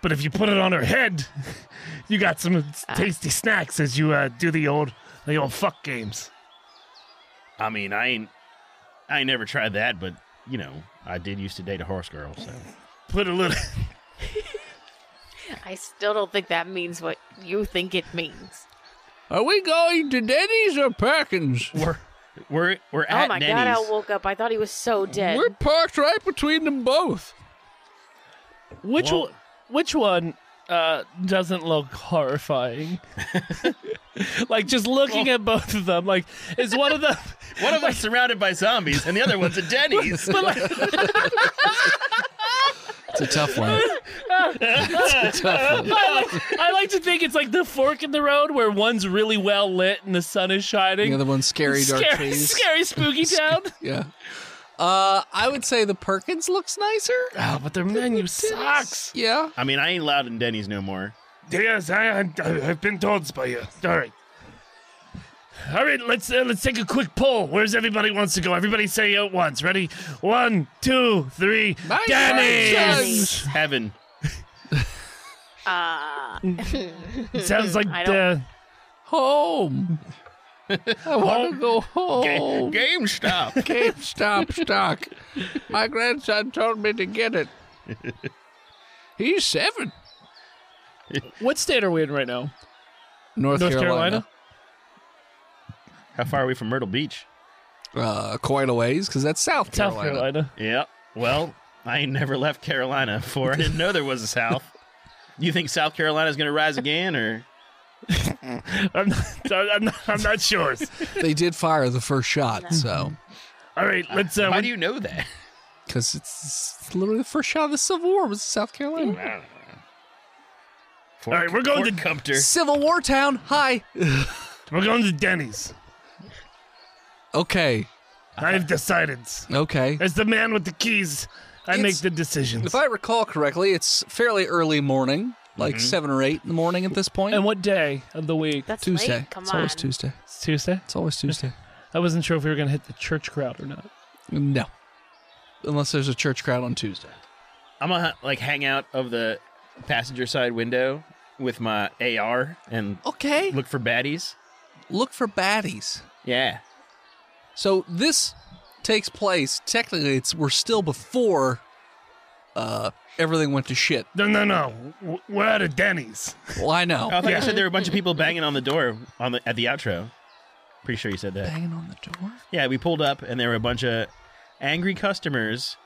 [SPEAKER 2] but if you put it on her head, you got some
[SPEAKER 9] Ah.
[SPEAKER 2] tasty snacks as you uh, do the old the old fuck games.
[SPEAKER 3] I mean, I ain't, I ain't never tried that, but you know, I did used to date a horse girl. So
[SPEAKER 2] Put a little.
[SPEAKER 4] I still don't think that means what you think it means.
[SPEAKER 5] Are we going to Denny's or Perkins?
[SPEAKER 3] we're we're we're at
[SPEAKER 4] oh my
[SPEAKER 3] Denny's.
[SPEAKER 4] god, I woke up. I thought he was so dead.
[SPEAKER 5] We're parked right between them both.
[SPEAKER 9] Which
[SPEAKER 3] Whoa.
[SPEAKER 9] one, which one uh, doesn't look horrifying. like just looking at both of them, like is one of them.
[SPEAKER 3] One of us surrounded by zombies, and the other one's a Denny's.
[SPEAKER 5] It's a tough one. it's a tough one.
[SPEAKER 9] I like, I like to think it's like the fork in the road where one's really well lit and the sun is shining.
[SPEAKER 5] The other one's scary dark
[SPEAKER 9] scary,
[SPEAKER 5] trees.
[SPEAKER 9] scary, spooky town.
[SPEAKER 5] Yeah. Uh, I would say the Perkins looks nicer.
[SPEAKER 9] Oh, but their menu sucks.
[SPEAKER 5] Yeah.
[SPEAKER 3] I mean, I ain't loud in Denny's no more.
[SPEAKER 2] Yes, I, I, I've been told by you. All right. All right, let's uh, let's take a quick poll. Where's everybody wants to go? Everybody say it once. Ready? One, two, three.
[SPEAKER 5] Nice
[SPEAKER 2] Denny's.
[SPEAKER 5] Denny's!
[SPEAKER 3] Heaven.
[SPEAKER 4] Ah.
[SPEAKER 2] Sounds like uh,
[SPEAKER 4] I
[SPEAKER 2] the
[SPEAKER 5] Home. I want to go
[SPEAKER 2] Oh.
[SPEAKER 3] Game
[SPEAKER 5] home.
[SPEAKER 3] GameStop.
[SPEAKER 5] GameStop stock. My grandson told me to get it. He's seven.
[SPEAKER 9] What state are we in right now?
[SPEAKER 5] North,
[SPEAKER 9] North
[SPEAKER 5] Carolina.
[SPEAKER 3] How far are we from Myrtle Beach?
[SPEAKER 5] Uh, quite a ways, because that's South
[SPEAKER 9] South
[SPEAKER 5] Carolina.
[SPEAKER 9] Carolina.
[SPEAKER 3] Yep. Well, I ain't never left Carolina before. I didn't know there was a South. You think South Carolina's gonna rise again, or
[SPEAKER 2] I'm not, I'm not, I'm not sure.
[SPEAKER 5] They did fire the first shot, so
[SPEAKER 4] Mm-hmm.
[SPEAKER 2] All right, let's. Uh,
[SPEAKER 3] why do you know that?
[SPEAKER 5] because it's, it's literally the first shot of the Civil War was South Carolina.
[SPEAKER 3] Fort,
[SPEAKER 2] All right, we're going
[SPEAKER 3] Fort
[SPEAKER 2] to-
[SPEAKER 3] Sumter.
[SPEAKER 5] Civil War town. Hi.
[SPEAKER 2] we're going to Denny's.
[SPEAKER 5] okay.
[SPEAKER 2] I've decided.
[SPEAKER 5] Okay.
[SPEAKER 2] As the man with the keys, I
[SPEAKER 5] It's-
[SPEAKER 2] make the decisions.
[SPEAKER 5] If I recall correctly, it's fairly early morning, like seven or eight in the morning at this point.
[SPEAKER 9] Mm-hmm. And what day of the week?
[SPEAKER 4] That's
[SPEAKER 5] Tuesday.
[SPEAKER 4] late. Come
[SPEAKER 5] it's
[SPEAKER 4] on.
[SPEAKER 5] always Tuesday.
[SPEAKER 9] It's Tuesday.
[SPEAKER 5] It's always Tuesday.
[SPEAKER 9] I wasn't sure if we were gonna hit the church crowd or not.
[SPEAKER 5] no, unless there's a church crowd on Tuesday.
[SPEAKER 3] I'm gonna like hang out of the passenger side window with my AR and
[SPEAKER 5] Okay.
[SPEAKER 3] look for baddies.
[SPEAKER 5] Look for baddies.
[SPEAKER 3] Yeah.
[SPEAKER 5] So this takes place. Technically, it's we're still before uh, everything went to shit.
[SPEAKER 2] No, no, no. W- We're at a Denny's.
[SPEAKER 5] Well, I know.
[SPEAKER 3] Oh, I thought
[SPEAKER 2] Yeah.
[SPEAKER 3] you said there were a bunch of people banging on the door on the at the outro. Pretty sure you said that.
[SPEAKER 5] Banging on the door.
[SPEAKER 3] Yeah, we pulled up and there were a bunch of angry customers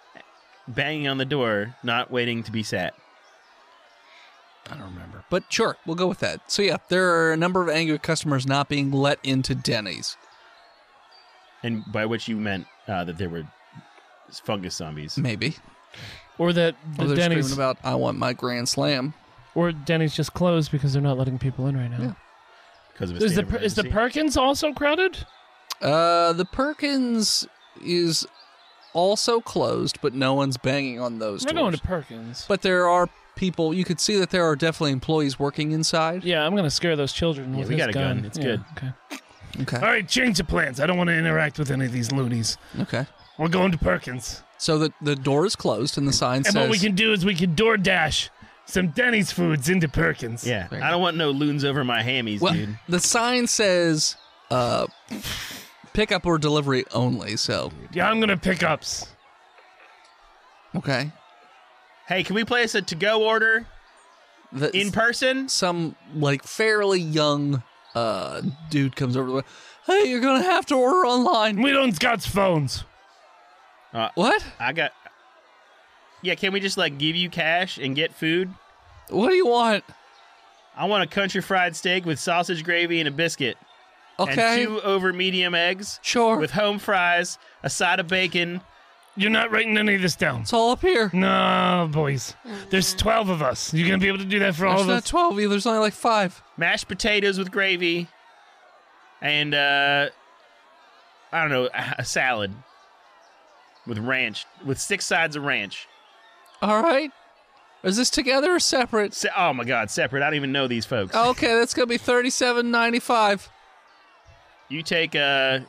[SPEAKER 3] banging on the door, not waiting to be sat.
[SPEAKER 5] I don't remember. But sure, we'll go with that. So yeah, there are a number of angry customers not being let into Denny's.
[SPEAKER 3] And by which you meant uh, that there were fungus zombies.
[SPEAKER 5] Maybe.
[SPEAKER 9] Or that the
[SPEAKER 5] Or Oh, they're
[SPEAKER 9] Denny's,
[SPEAKER 5] screaming about I want my grand slam.
[SPEAKER 9] or Denny's just closed because they're not letting people in right now.
[SPEAKER 5] Yeah.
[SPEAKER 3] Because of a
[SPEAKER 9] Is
[SPEAKER 3] state
[SPEAKER 9] the
[SPEAKER 3] of
[SPEAKER 9] per- is the
[SPEAKER 3] emergency.
[SPEAKER 9] Perkins also crowded?
[SPEAKER 5] Uh, the Perkins is also closed, but no one's banging on those
[SPEAKER 9] We're
[SPEAKER 5] doors.
[SPEAKER 9] going to Perkins.
[SPEAKER 5] but there are people. You could see that there are definitely employees working inside.
[SPEAKER 9] yeah, I'm gonna scare those children.
[SPEAKER 3] Yeah,
[SPEAKER 9] with
[SPEAKER 3] we
[SPEAKER 9] his
[SPEAKER 3] got a gun. It's
[SPEAKER 9] Yeah,
[SPEAKER 3] good.
[SPEAKER 9] Okay.
[SPEAKER 5] Okay.
[SPEAKER 2] All right, change the plans. I don't want to interact with any of these loonies.
[SPEAKER 5] Okay.
[SPEAKER 2] We're going to Perkins.
[SPEAKER 5] So the the door is closed, and the sign
[SPEAKER 2] And
[SPEAKER 5] says.
[SPEAKER 2] what we can do is we can door dash some Denny's foods into Perkins.
[SPEAKER 3] Yeah,
[SPEAKER 5] There you
[SPEAKER 3] I don't want no loons over my hammies,
[SPEAKER 5] well,
[SPEAKER 3] dude.
[SPEAKER 5] the sign says, uh, pickup or delivery only. So
[SPEAKER 2] Yeah, I'm gonna pick ups.
[SPEAKER 5] okay.
[SPEAKER 3] Hey, can we place a to-go order
[SPEAKER 5] The,
[SPEAKER 3] in person?
[SPEAKER 5] some like fairly young uh dude comes over. like, Hey, you're gonna have to order online.
[SPEAKER 2] We don't got phones.
[SPEAKER 5] What?
[SPEAKER 3] I got. Yeah, can we just like give you cash and get food?
[SPEAKER 5] What do you want?
[SPEAKER 3] I want a country fried steak with sausage gravy and a biscuit,
[SPEAKER 5] Okay.
[SPEAKER 3] and two over medium eggs
[SPEAKER 5] Sure.
[SPEAKER 3] with home fries, a side of bacon.
[SPEAKER 2] You're not writing any of this down.
[SPEAKER 5] it's all up here.
[SPEAKER 2] No, boys. There's
[SPEAKER 5] Mm.
[SPEAKER 2] 12 of us. You gonna be able to do that for all
[SPEAKER 5] There's
[SPEAKER 2] of
[SPEAKER 5] not
[SPEAKER 2] us?
[SPEAKER 5] 12 either. There's only like five.
[SPEAKER 3] mashed potatoes with gravy, and uh, I don't know, a a salad with ranch, with six sides of ranch.
[SPEAKER 5] All right. Is this together or separate?
[SPEAKER 3] Se- oh my God, separate. I don't even know these folks.
[SPEAKER 5] Okay, that's going to be 37.95
[SPEAKER 3] You take uh,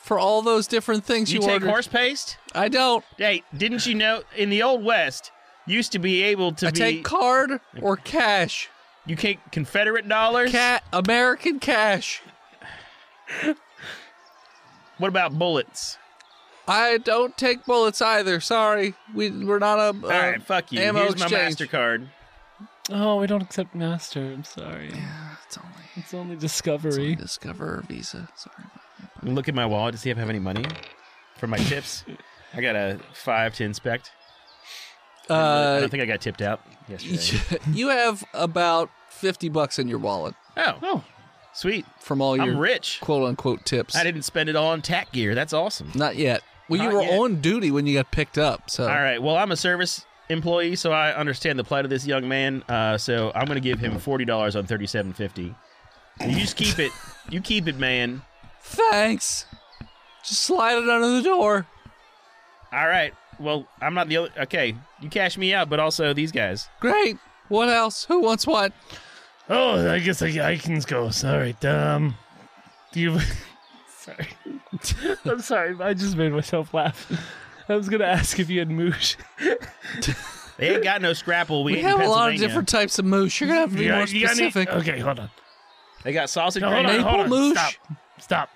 [SPEAKER 5] for all those different things
[SPEAKER 3] you,
[SPEAKER 5] you,
[SPEAKER 3] take
[SPEAKER 5] ordered.
[SPEAKER 3] horse paste.
[SPEAKER 5] I don't.
[SPEAKER 3] Hey, didn't you know in the old west used to be able to
[SPEAKER 5] I
[SPEAKER 3] be
[SPEAKER 5] take card or cash.
[SPEAKER 3] you take Confederate dollars.
[SPEAKER 5] Cat American cash.
[SPEAKER 3] What about bullets?
[SPEAKER 5] I don't take bullets either. Sorry. We we're not a uh,
[SPEAKER 3] All right, fuck you.
[SPEAKER 5] ammo
[SPEAKER 3] Here's my
[SPEAKER 5] exchange.
[SPEAKER 3] Mastercard.
[SPEAKER 9] Oh, we don't accept Master. I'm sorry.
[SPEAKER 5] It's only
[SPEAKER 9] It's only Discovery.
[SPEAKER 5] Discover Visa. Sorry.
[SPEAKER 3] Look at my wallet to see if I have any money for my tips. I got a five to inspect. I
[SPEAKER 5] Uh,
[SPEAKER 3] don't think I got tipped out yesterday.
[SPEAKER 5] you have about 50 bucks in your wallet
[SPEAKER 3] oh, sweet!
[SPEAKER 5] from all your
[SPEAKER 3] I'm rich.
[SPEAKER 5] quote unquote tips.
[SPEAKER 3] I didn't spend it all on tack gear. That's awesome.
[SPEAKER 5] Not yet. Well,
[SPEAKER 3] Not
[SPEAKER 5] you were
[SPEAKER 3] yet.
[SPEAKER 5] on duty when you got picked up, so
[SPEAKER 3] All right. Well, I'm a service employee, so I understand the plight of this young man. Uh, so I'm going to give him forty dollars on thirty-seven fifty. You just keep it. You keep it, man.
[SPEAKER 5] thanks. Just slide it under the door.
[SPEAKER 3] All right. Well, I'm not the only. Okay, you cash me out, but also these guys.
[SPEAKER 5] Great. What else? Who wants what?
[SPEAKER 2] Oh, I guess I, I can go. All right. Um, do you?
[SPEAKER 9] Sorry. I'm sorry. I just made myself laugh. I was gonna ask if you had moosh.
[SPEAKER 3] They ain't got no scrapple. We,
[SPEAKER 5] We
[SPEAKER 3] ain't in
[SPEAKER 5] have a lot of
[SPEAKER 3] Pennsylvania.
[SPEAKER 5] different types of moosh. You're gonna have to be
[SPEAKER 2] you got-
[SPEAKER 5] more
[SPEAKER 2] you uh, got any-
[SPEAKER 5] specific.
[SPEAKER 2] okay, hold on.
[SPEAKER 3] They got sausage.
[SPEAKER 2] No, hold on.
[SPEAKER 3] gravy.
[SPEAKER 2] Hold on.
[SPEAKER 5] Maple moosh?
[SPEAKER 2] Stop. Stop.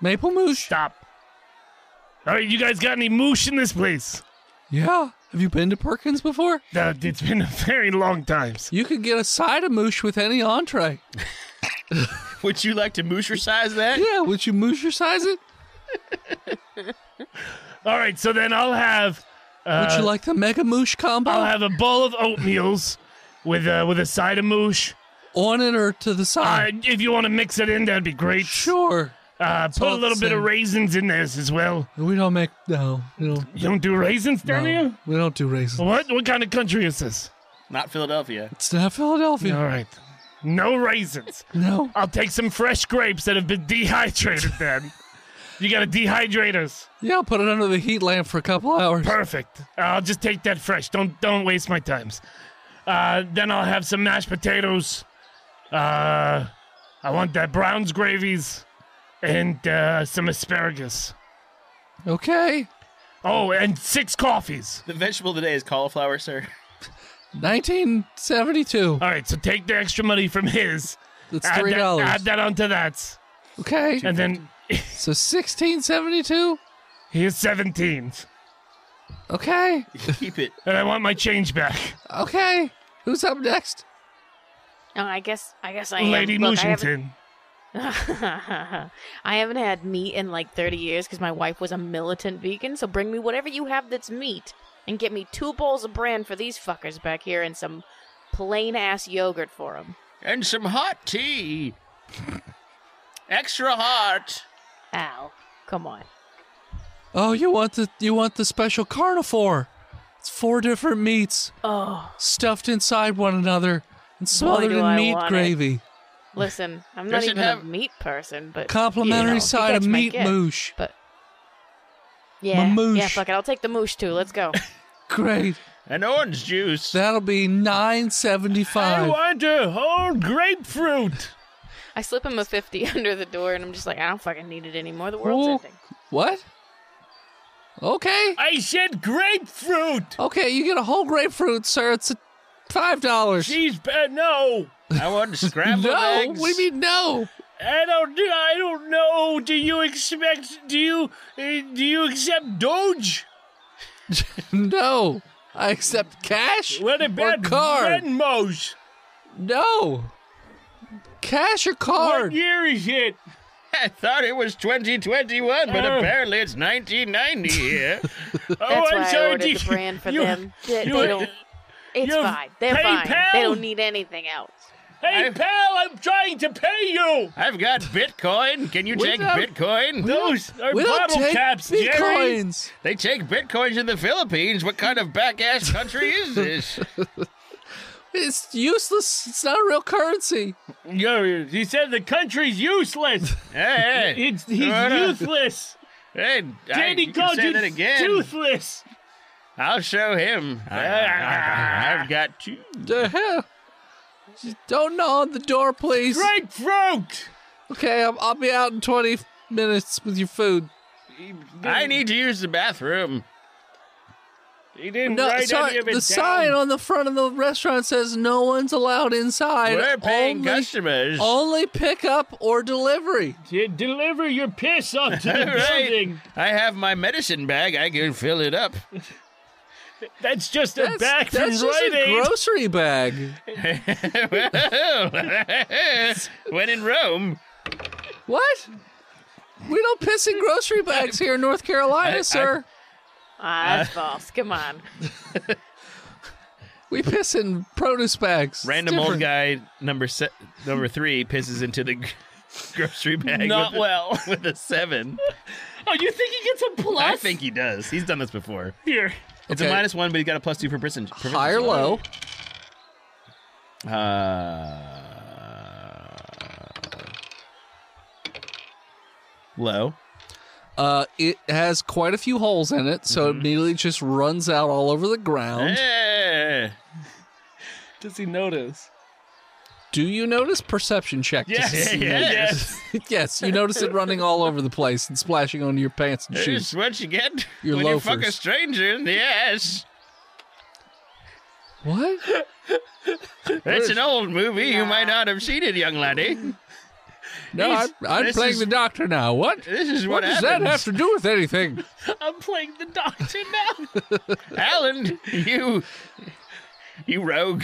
[SPEAKER 5] Maple moosh.
[SPEAKER 2] Stop. All right, you guys got any moosh in this place?
[SPEAKER 5] Yeah. Have you been to Perkins before?
[SPEAKER 2] Uh, it's been a very long time.
[SPEAKER 5] You could get a side of moosh with any entree.
[SPEAKER 3] Would you like to moosh your size that?
[SPEAKER 5] Yeah. Would you moosh your size it?
[SPEAKER 2] All right, so then I'll have
[SPEAKER 5] Would you like the mega moosh combo?
[SPEAKER 2] Uh, I'll have a bowl of oatmeals with uh, with a side of moosh.
[SPEAKER 5] on it or to the
[SPEAKER 2] Uh,
[SPEAKER 5] side?
[SPEAKER 2] if you want to mix it in, that'd be great.
[SPEAKER 5] sure.
[SPEAKER 2] Uh, put a
[SPEAKER 5] all the
[SPEAKER 2] little bit of
[SPEAKER 5] same.
[SPEAKER 2] raisins in there as well.
[SPEAKER 5] We don't make no. We don't,
[SPEAKER 2] You don't do raisins down
[SPEAKER 5] no, we don't do raisins.
[SPEAKER 2] here? What? What kind of country is this?
[SPEAKER 3] Not Philadelphia.
[SPEAKER 5] It's not Philadelphia.
[SPEAKER 2] All right. No raisins.
[SPEAKER 5] No.
[SPEAKER 2] I'll take some fresh grapes that have been dehydrated then. you got to dehydrate us.
[SPEAKER 5] Yeah, I'll put it under the heat lamp for a couple hours.
[SPEAKER 2] Perfect. I'll just take that fresh. Don't don't waste my times. Uh, then I'll have some mashed potatoes. Uh, I want that Brown's gravies and uh, some asparagus.
[SPEAKER 5] Okay.
[SPEAKER 2] Oh, and six coffees.
[SPEAKER 3] The vegetable today is cauliflower, sir.
[SPEAKER 5] 1972.
[SPEAKER 2] All right, so take the extra money from his.
[SPEAKER 5] That's
[SPEAKER 2] Add
[SPEAKER 5] three
[SPEAKER 2] that, add
[SPEAKER 5] dollars.
[SPEAKER 2] that onto that,
[SPEAKER 5] Okay.
[SPEAKER 2] and then
[SPEAKER 5] So 1672.
[SPEAKER 2] here's seventeen.
[SPEAKER 5] Okay.
[SPEAKER 3] Keep it.
[SPEAKER 2] And I want my change back.
[SPEAKER 5] Okay. Who's up next?
[SPEAKER 4] Uh, I guess I guess I am.
[SPEAKER 2] Lady
[SPEAKER 4] Look, I haven't-
[SPEAKER 2] Mushington.
[SPEAKER 4] I haven't had meat in like 30 years because my wife was a militant vegan. So bring me whatever you have that's meat and get me two bowls of bran for these fuckers back here and some plain ass yogurt for them.
[SPEAKER 3] And some hot tea. Extra hot.
[SPEAKER 4] Al, come on.
[SPEAKER 5] Oh, you want the you want the special carnivore? It's four different meats
[SPEAKER 4] Oh,
[SPEAKER 5] stuffed inside one another and smothered
[SPEAKER 4] do
[SPEAKER 5] in
[SPEAKER 4] I
[SPEAKER 5] meat
[SPEAKER 4] want it?
[SPEAKER 5] gravy.
[SPEAKER 4] listen, I'm not
[SPEAKER 3] Does it
[SPEAKER 4] even a
[SPEAKER 3] have-
[SPEAKER 4] meat person, but
[SPEAKER 5] Complimentary
[SPEAKER 4] you know,
[SPEAKER 5] side
[SPEAKER 4] you
[SPEAKER 5] of
[SPEAKER 4] catch my
[SPEAKER 5] meat
[SPEAKER 4] gift.
[SPEAKER 5] moosh.
[SPEAKER 4] But yeah, yeah,
[SPEAKER 5] moosh.
[SPEAKER 4] fuck it. I'll take the moosh too. Let's go.
[SPEAKER 5] Great.
[SPEAKER 3] And orange juice.
[SPEAKER 5] That'll be 975.
[SPEAKER 2] want a whole grapefruit.
[SPEAKER 4] I slip him a 50 under the door and I'm just like, I don't fucking need it anymore. The world's
[SPEAKER 5] Ooh.
[SPEAKER 4] ending.
[SPEAKER 5] What? Okay.
[SPEAKER 2] I said grapefruit.
[SPEAKER 5] Okay, you get a whole grapefruit, sir. It's a five dollars.
[SPEAKER 2] Jeez, uh, no.
[SPEAKER 3] I want scrambled
[SPEAKER 5] No,
[SPEAKER 3] eggs.
[SPEAKER 5] what do you mean no?
[SPEAKER 2] I don't. I don't know. Do you expect? Do you? Uh, do you accept Doge?
[SPEAKER 5] No, I accept cash
[SPEAKER 2] What
[SPEAKER 5] or
[SPEAKER 2] about
[SPEAKER 5] card.
[SPEAKER 2] Venmos?
[SPEAKER 5] No, cash or
[SPEAKER 2] What
[SPEAKER 5] card.
[SPEAKER 2] year is it?
[SPEAKER 3] I thought it was 2021, but
[SPEAKER 2] Oh.
[SPEAKER 3] apparently it's 1990 here.
[SPEAKER 4] That's
[SPEAKER 2] oh, I'm sorry.
[SPEAKER 4] why I ordered
[SPEAKER 2] do
[SPEAKER 4] the
[SPEAKER 2] you-
[SPEAKER 4] brand for
[SPEAKER 2] you-
[SPEAKER 4] them. They,
[SPEAKER 2] you-
[SPEAKER 4] they don't. It's
[SPEAKER 2] you-
[SPEAKER 4] fine. They're fine.
[SPEAKER 2] PayPal?
[SPEAKER 4] They don't need anything else.
[SPEAKER 2] Hey,
[SPEAKER 3] I-
[SPEAKER 2] pal, I'm trying to pay you.
[SPEAKER 3] I've got Bitcoin. Can you
[SPEAKER 5] We
[SPEAKER 3] take
[SPEAKER 5] don't-
[SPEAKER 3] Bitcoin?
[SPEAKER 2] Those are
[SPEAKER 5] we don't
[SPEAKER 2] bottle
[SPEAKER 5] take
[SPEAKER 2] caps, Jerry.
[SPEAKER 5] bitcoins.
[SPEAKER 3] They take Bitcoins in the Philippines. What kind of back ass country is this?
[SPEAKER 5] It's useless. It's not a real currency.
[SPEAKER 2] Yo, He said the country's useless.
[SPEAKER 3] hey, hey,
[SPEAKER 2] It's he's
[SPEAKER 3] Hold on.
[SPEAKER 2] useless.
[SPEAKER 3] hey, I-
[SPEAKER 2] Danny
[SPEAKER 3] you can
[SPEAKER 2] called
[SPEAKER 3] say
[SPEAKER 2] you
[SPEAKER 3] that again.
[SPEAKER 2] toothless.
[SPEAKER 3] I'll show him.
[SPEAKER 5] Ah.
[SPEAKER 3] I, have got two.
[SPEAKER 5] The hell? Just Uh, Don't gnaw on the door, please.
[SPEAKER 2] Grapefruit.
[SPEAKER 5] Okay, I'll, I'll be out in twenty minutes with your food.
[SPEAKER 3] I need to use the bathroom.
[SPEAKER 2] He didn't
[SPEAKER 5] No,
[SPEAKER 2] write
[SPEAKER 5] sorry.
[SPEAKER 2] any
[SPEAKER 5] The
[SPEAKER 2] of it down.
[SPEAKER 5] sign on the front of the restaurant says no one's allowed inside.
[SPEAKER 3] We're paying
[SPEAKER 5] Only-
[SPEAKER 3] customers.
[SPEAKER 5] Only pickup or delivery.
[SPEAKER 2] You deliver your piss onto the
[SPEAKER 3] Right.
[SPEAKER 2] building.
[SPEAKER 3] I have my medicine bag. I can fill it up.
[SPEAKER 2] That's just a back from
[SPEAKER 5] that's just
[SPEAKER 2] Rite
[SPEAKER 5] a
[SPEAKER 2] Aid.
[SPEAKER 5] grocery bag.
[SPEAKER 3] when in Rome,
[SPEAKER 5] What? We don't piss in grocery
[SPEAKER 2] Uh,
[SPEAKER 5] bags here in North Carolina, sir.
[SPEAKER 4] Ah, that's false. Come on.
[SPEAKER 5] We piss in produce bags. It's
[SPEAKER 3] Random old guy
[SPEAKER 5] different.
[SPEAKER 3] number se- number three pisses into the gr- grocery bag.
[SPEAKER 9] Not
[SPEAKER 3] with
[SPEAKER 9] well.
[SPEAKER 3] A, with a seven.
[SPEAKER 9] Oh, you think he gets a plus?
[SPEAKER 3] I think he does. He's done this before.
[SPEAKER 9] here.
[SPEAKER 3] It's a
[SPEAKER 5] Okay.
[SPEAKER 3] minus one, but he got a plus two for prison.
[SPEAKER 5] High or low?
[SPEAKER 3] Uh, low.
[SPEAKER 5] Uh, it has quite a few holes in it, so
[SPEAKER 3] Mm-hmm.
[SPEAKER 5] it immediately just runs out all over the ground.
[SPEAKER 3] Eh.
[SPEAKER 9] Does he notice?
[SPEAKER 5] Do you notice perception check? to
[SPEAKER 3] Yes,
[SPEAKER 5] see-
[SPEAKER 3] yes.
[SPEAKER 5] yes. You notice it running all over the place and splashing onto your pants and
[SPEAKER 3] Here's
[SPEAKER 5] shoes.
[SPEAKER 3] what you get
[SPEAKER 5] Your
[SPEAKER 3] when you fuck a
[SPEAKER 5] loafers.
[SPEAKER 3] stranger in the ass.
[SPEAKER 5] What?
[SPEAKER 3] It's an old movie. You might not have seen it, young lady.
[SPEAKER 5] No, I'm,
[SPEAKER 3] These-
[SPEAKER 5] I'm
[SPEAKER 3] this
[SPEAKER 5] playing
[SPEAKER 3] is-
[SPEAKER 5] the doctor now. What?
[SPEAKER 3] This is
[SPEAKER 5] What
[SPEAKER 3] what,
[SPEAKER 5] does that
[SPEAKER 3] happens.
[SPEAKER 5] have to do with anything?
[SPEAKER 9] I'm playing the doctor now.
[SPEAKER 3] Alan, you, you rogue,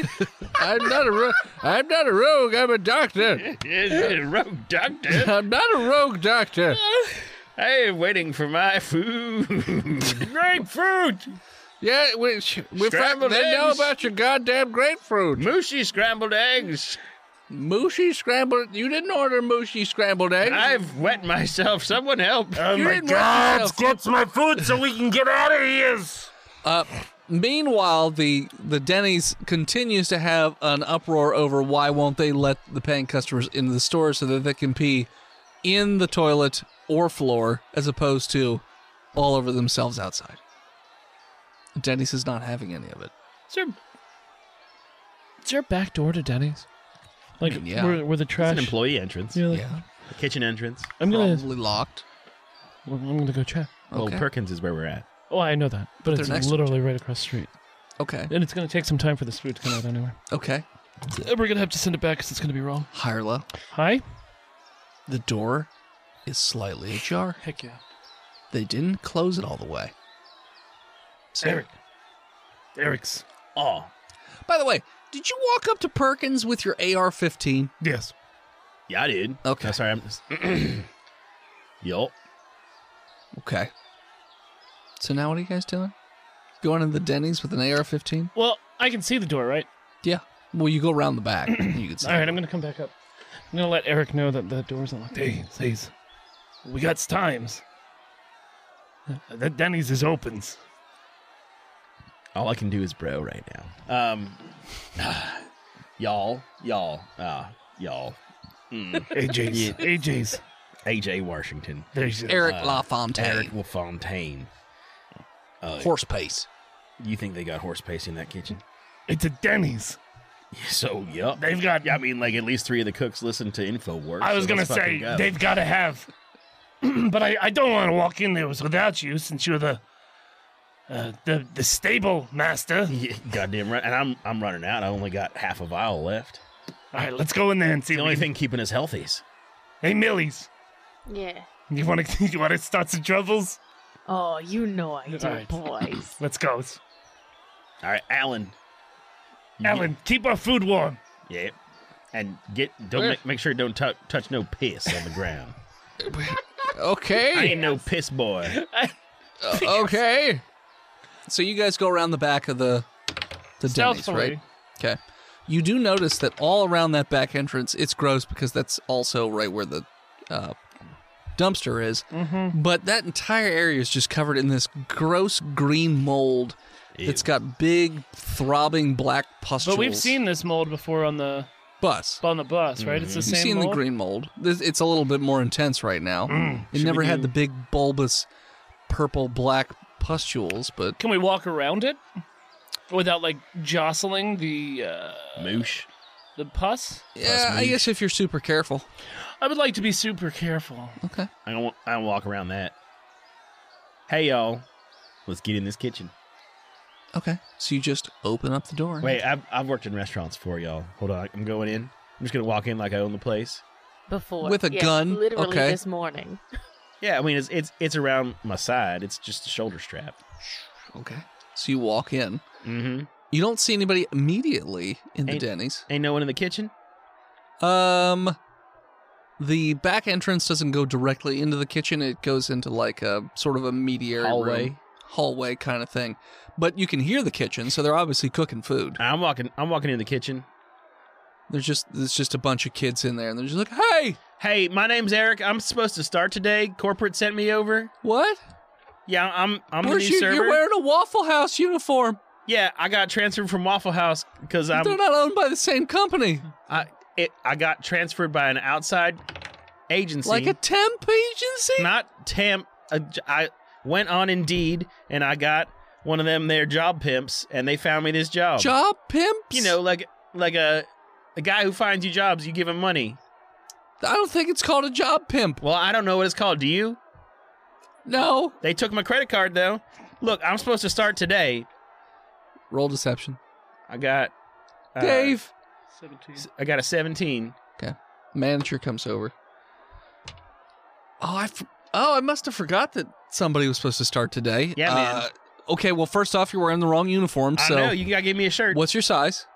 [SPEAKER 5] I'm not a ro- I'm not a rogue. I'm a doctor.
[SPEAKER 3] rogue doctor.
[SPEAKER 5] I'm not a rogue doctor.
[SPEAKER 3] I am waiting for my food.
[SPEAKER 9] Grapefruit.
[SPEAKER 5] Yeah, we, we find,
[SPEAKER 3] Scrambled
[SPEAKER 5] they know
[SPEAKER 3] eggs.
[SPEAKER 5] about your goddamn grapefruit.
[SPEAKER 3] Mooshy scrambled eggs.
[SPEAKER 5] Mushy scrambled. You didn't order mushy scrambled eggs.
[SPEAKER 3] I've wet myself. Someone help.
[SPEAKER 2] Oh
[SPEAKER 5] You
[SPEAKER 2] my
[SPEAKER 5] didn't work
[SPEAKER 2] God!
[SPEAKER 5] yourself.
[SPEAKER 2] Get my food so we can get out of here.
[SPEAKER 5] Meanwhile, the the Denny's continues to have an uproar over why won't they let the paying customers into the store so that they can pee in the toilet or floor as opposed to all over themselves outside. Denny's is not having any of it.
[SPEAKER 9] Is there, is there a back door to Denny's? Like
[SPEAKER 5] mean, yeah.
[SPEAKER 9] where, where the
[SPEAKER 3] It's an
[SPEAKER 9] trash?
[SPEAKER 3] employee entrance,
[SPEAKER 9] Yeah, like,
[SPEAKER 5] Yeah,
[SPEAKER 3] kitchen entrance.
[SPEAKER 9] I'm gonna.
[SPEAKER 5] probably locked.
[SPEAKER 9] well, I'm gonna go check.
[SPEAKER 5] Okay.
[SPEAKER 3] Well, Perkins is where we're at.
[SPEAKER 9] Oh, I know that, but,
[SPEAKER 5] they're
[SPEAKER 9] it's
[SPEAKER 5] next to
[SPEAKER 9] literally right across the street,
[SPEAKER 5] okay.
[SPEAKER 9] and it's gonna take some time for this food to come out anyway.
[SPEAKER 5] Okay.
[SPEAKER 9] So We're gonna have to send it back because it's gonna be wrong.
[SPEAKER 5] High or low?
[SPEAKER 9] Hi.
[SPEAKER 5] The door is slightly ajar.
[SPEAKER 9] Heck yeah.
[SPEAKER 5] They didn't close it all the way. So-
[SPEAKER 9] Eric. Eric's.
[SPEAKER 3] Oh,
[SPEAKER 5] By the way, did you walk up to Perkins with your AR-15?
[SPEAKER 2] Yes.
[SPEAKER 3] yeah, I did.
[SPEAKER 5] Okay.
[SPEAKER 3] Oh, sorry, I'm just. Yup.
[SPEAKER 5] Okay. So now what are you guys doing? Going to the Denny's with an AR-15?
[SPEAKER 9] Well, I can see the door, right?
[SPEAKER 5] Yeah. Well, you go around the back. you can see.
[SPEAKER 9] All right, I'm gonna come back up. I'm gonna let Eric know that the door's unlocked.
[SPEAKER 2] Hey, please.
[SPEAKER 9] We got times.
[SPEAKER 2] That Uh, Denny's is opens.
[SPEAKER 3] All I can do is bro right now. Um, y'all, y'all, uh, y'all.
[SPEAKER 2] AJ's. AJ's.
[SPEAKER 3] AJ Washington,
[SPEAKER 2] There's
[SPEAKER 5] Eric
[SPEAKER 3] Uh,
[SPEAKER 5] LaFontaine.
[SPEAKER 3] Eric LaFontaine. Uh,
[SPEAKER 5] Horse pace.
[SPEAKER 3] you think they got horse paste in that kitchen?
[SPEAKER 2] It's a Denny's.
[SPEAKER 3] So, yup.
[SPEAKER 2] They've got.
[SPEAKER 3] Yeah, I mean, like at least three of the cooks listen to InfoWars.
[SPEAKER 2] I was
[SPEAKER 3] so
[SPEAKER 2] gonna
[SPEAKER 3] let's fucking
[SPEAKER 2] say
[SPEAKER 3] go.
[SPEAKER 2] they've got to have, but I, I don't want to walk in there without you since you're the, uh, the the stable master.
[SPEAKER 3] Yeah, goddamn right. And I'm I'm running out. I only got half a vial left.
[SPEAKER 2] All right, let's go in there and see.
[SPEAKER 3] The
[SPEAKER 2] what
[SPEAKER 3] only
[SPEAKER 2] we can-
[SPEAKER 3] thing keeping us healthy is
[SPEAKER 2] Hey, Millie's,
[SPEAKER 4] Yeah.
[SPEAKER 2] you want to you want to start some troubles?
[SPEAKER 4] Oh, you know I do,
[SPEAKER 9] Alright.
[SPEAKER 4] boys.
[SPEAKER 2] Let's go,
[SPEAKER 3] all right, Alan. You get-
[SPEAKER 2] Alan. Keep our food warm.
[SPEAKER 3] Yeah. And get don't
[SPEAKER 5] Where?
[SPEAKER 3] make, make sure don't tou touch no piss on the ground. I
[SPEAKER 5] Okay.
[SPEAKER 3] ain't no piss boy.
[SPEAKER 5] Uh, okay. So you guys go around the back of the the Denny's,
[SPEAKER 9] Stealthily.
[SPEAKER 5] right? Okay. You do notice that all around that back entrance, it's gross because that's also right where the uh, dumpster is. Mm-hmm. But that entire area is just covered in this gross green mold. It's got big throbbing black pustules.
[SPEAKER 9] But we've seen this mold before on the
[SPEAKER 5] bus.
[SPEAKER 9] on the bus, right? It's the
[SPEAKER 5] You've
[SPEAKER 9] same
[SPEAKER 5] seen
[SPEAKER 9] mold. Mm,
[SPEAKER 5] the green mold. This- It's a little bit more intense right now. It never had the big bulbous purple black pustules, but
[SPEAKER 9] Can we walk around it without like jostling the uh,
[SPEAKER 3] Moosh.
[SPEAKER 9] the pus?
[SPEAKER 5] yeah, I guess if you're super careful.
[SPEAKER 9] I would like to be super careful.
[SPEAKER 5] Okay.
[SPEAKER 3] I don't, wa- I don't walk around that. Hey y'all, let's get in this kitchen.
[SPEAKER 5] Okay. So you just open up the door.
[SPEAKER 3] Wait, I've, I've worked in restaurants before, y'all. Hold on, I'm going in. I'm just gonna walk in like I own the place.
[SPEAKER 4] Before.
[SPEAKER 5] With a
[SPEAKER 4] yeah,
[SPEAKER 5] gun?
[SPEAKER 4] Literally
[SPEAKER 5] Okay.
[SPEAKER 4] this morning.
[SPEAKER 3] Yeah, I mean it's it's it's around my side. It's just a shoulder strap.
[SPEAKER 5] Okay. So you walk in.
[SPEAKER 3] Mm-hmm.
[SPEAKER 5] You don't see anybody immediately in the
[SPEAKER 3] Ain't-
[SPEAKER 5] Denny's.
[SPEAKER 3] Ain't no one in the kitchen.
[SPEAKER 5] Um the back entrance doesn't go directly into the kitchen. It goes into like a sort of a mediary
[SPEAKER 3] Hallway.
[SPEAKER 5] room. hallway kind of thing. But you can hear the kitchen, so they're obviously cooking food.
[SPEAKER 3] I'm walking. I'm walking in the kitchen.
[SPEAKER 5] There's just there's just a bunch of kids in there, and they're just like, "Hey,
[SPEAKER 3] Hey, my name's Eric. I'm supposed to start today. Corporate sent me over.
[SPEAKER 5] what?
[SPEAKER 3] Yeah, I'm. I'm the
[SPEAKER 5] Where's
[SPEAKER 3] new
[SPEAKER 5] you?
[SPEAKER 3] server.
[SPEAKER 5] You're wearing a Waffle House uniform.
[SPEAKER 3] yeah, I got transferred from Waffle House because I'm.
[SPEAKER 5] they're not owned by the same company,
[SPEAKER 3] I it. I got transferred by an outside agency.
[SPEAKER 5] like a temp agency.
[SPEAKER 3] not temp. a j- I went on Indeed and I got one of them their job pimps, and they found me this job.
[SPEAKER 5] Job pimps.
[SPEAKER 3] You know, like like a a guy who finds you jobs, you give him money.
[SPEAKER 5] I don't think it's called a job pimp.
[SPEAKER 3] Well, I don't know what it's called. Do you?
[SPEAKER 5] No.
[SPEAKER 3] They took my credit card though. Look, I'm supposed to start today.
[SPEAKER 5] Roll deception,
[SPEAKER 3] I got uh,
[SPEAKER 5] Dave.
[SPEAKER 3] s- I got a 17.
[SPEAKER 5] Manager comes over. Oh, I. f- Oh, I must have forgot that somebody was supposed to start today.
[SPEAKER 3] Yeah, man.
[SPEAKER 5] Uh, okay, well, first off, you're wearing the wrong uniform.
[SPEAKER 3] I
[SPEAKER 5] so,
[SPEAKER 3] know you gotta give me a shirt.
[SPEAKER 5] what's your size?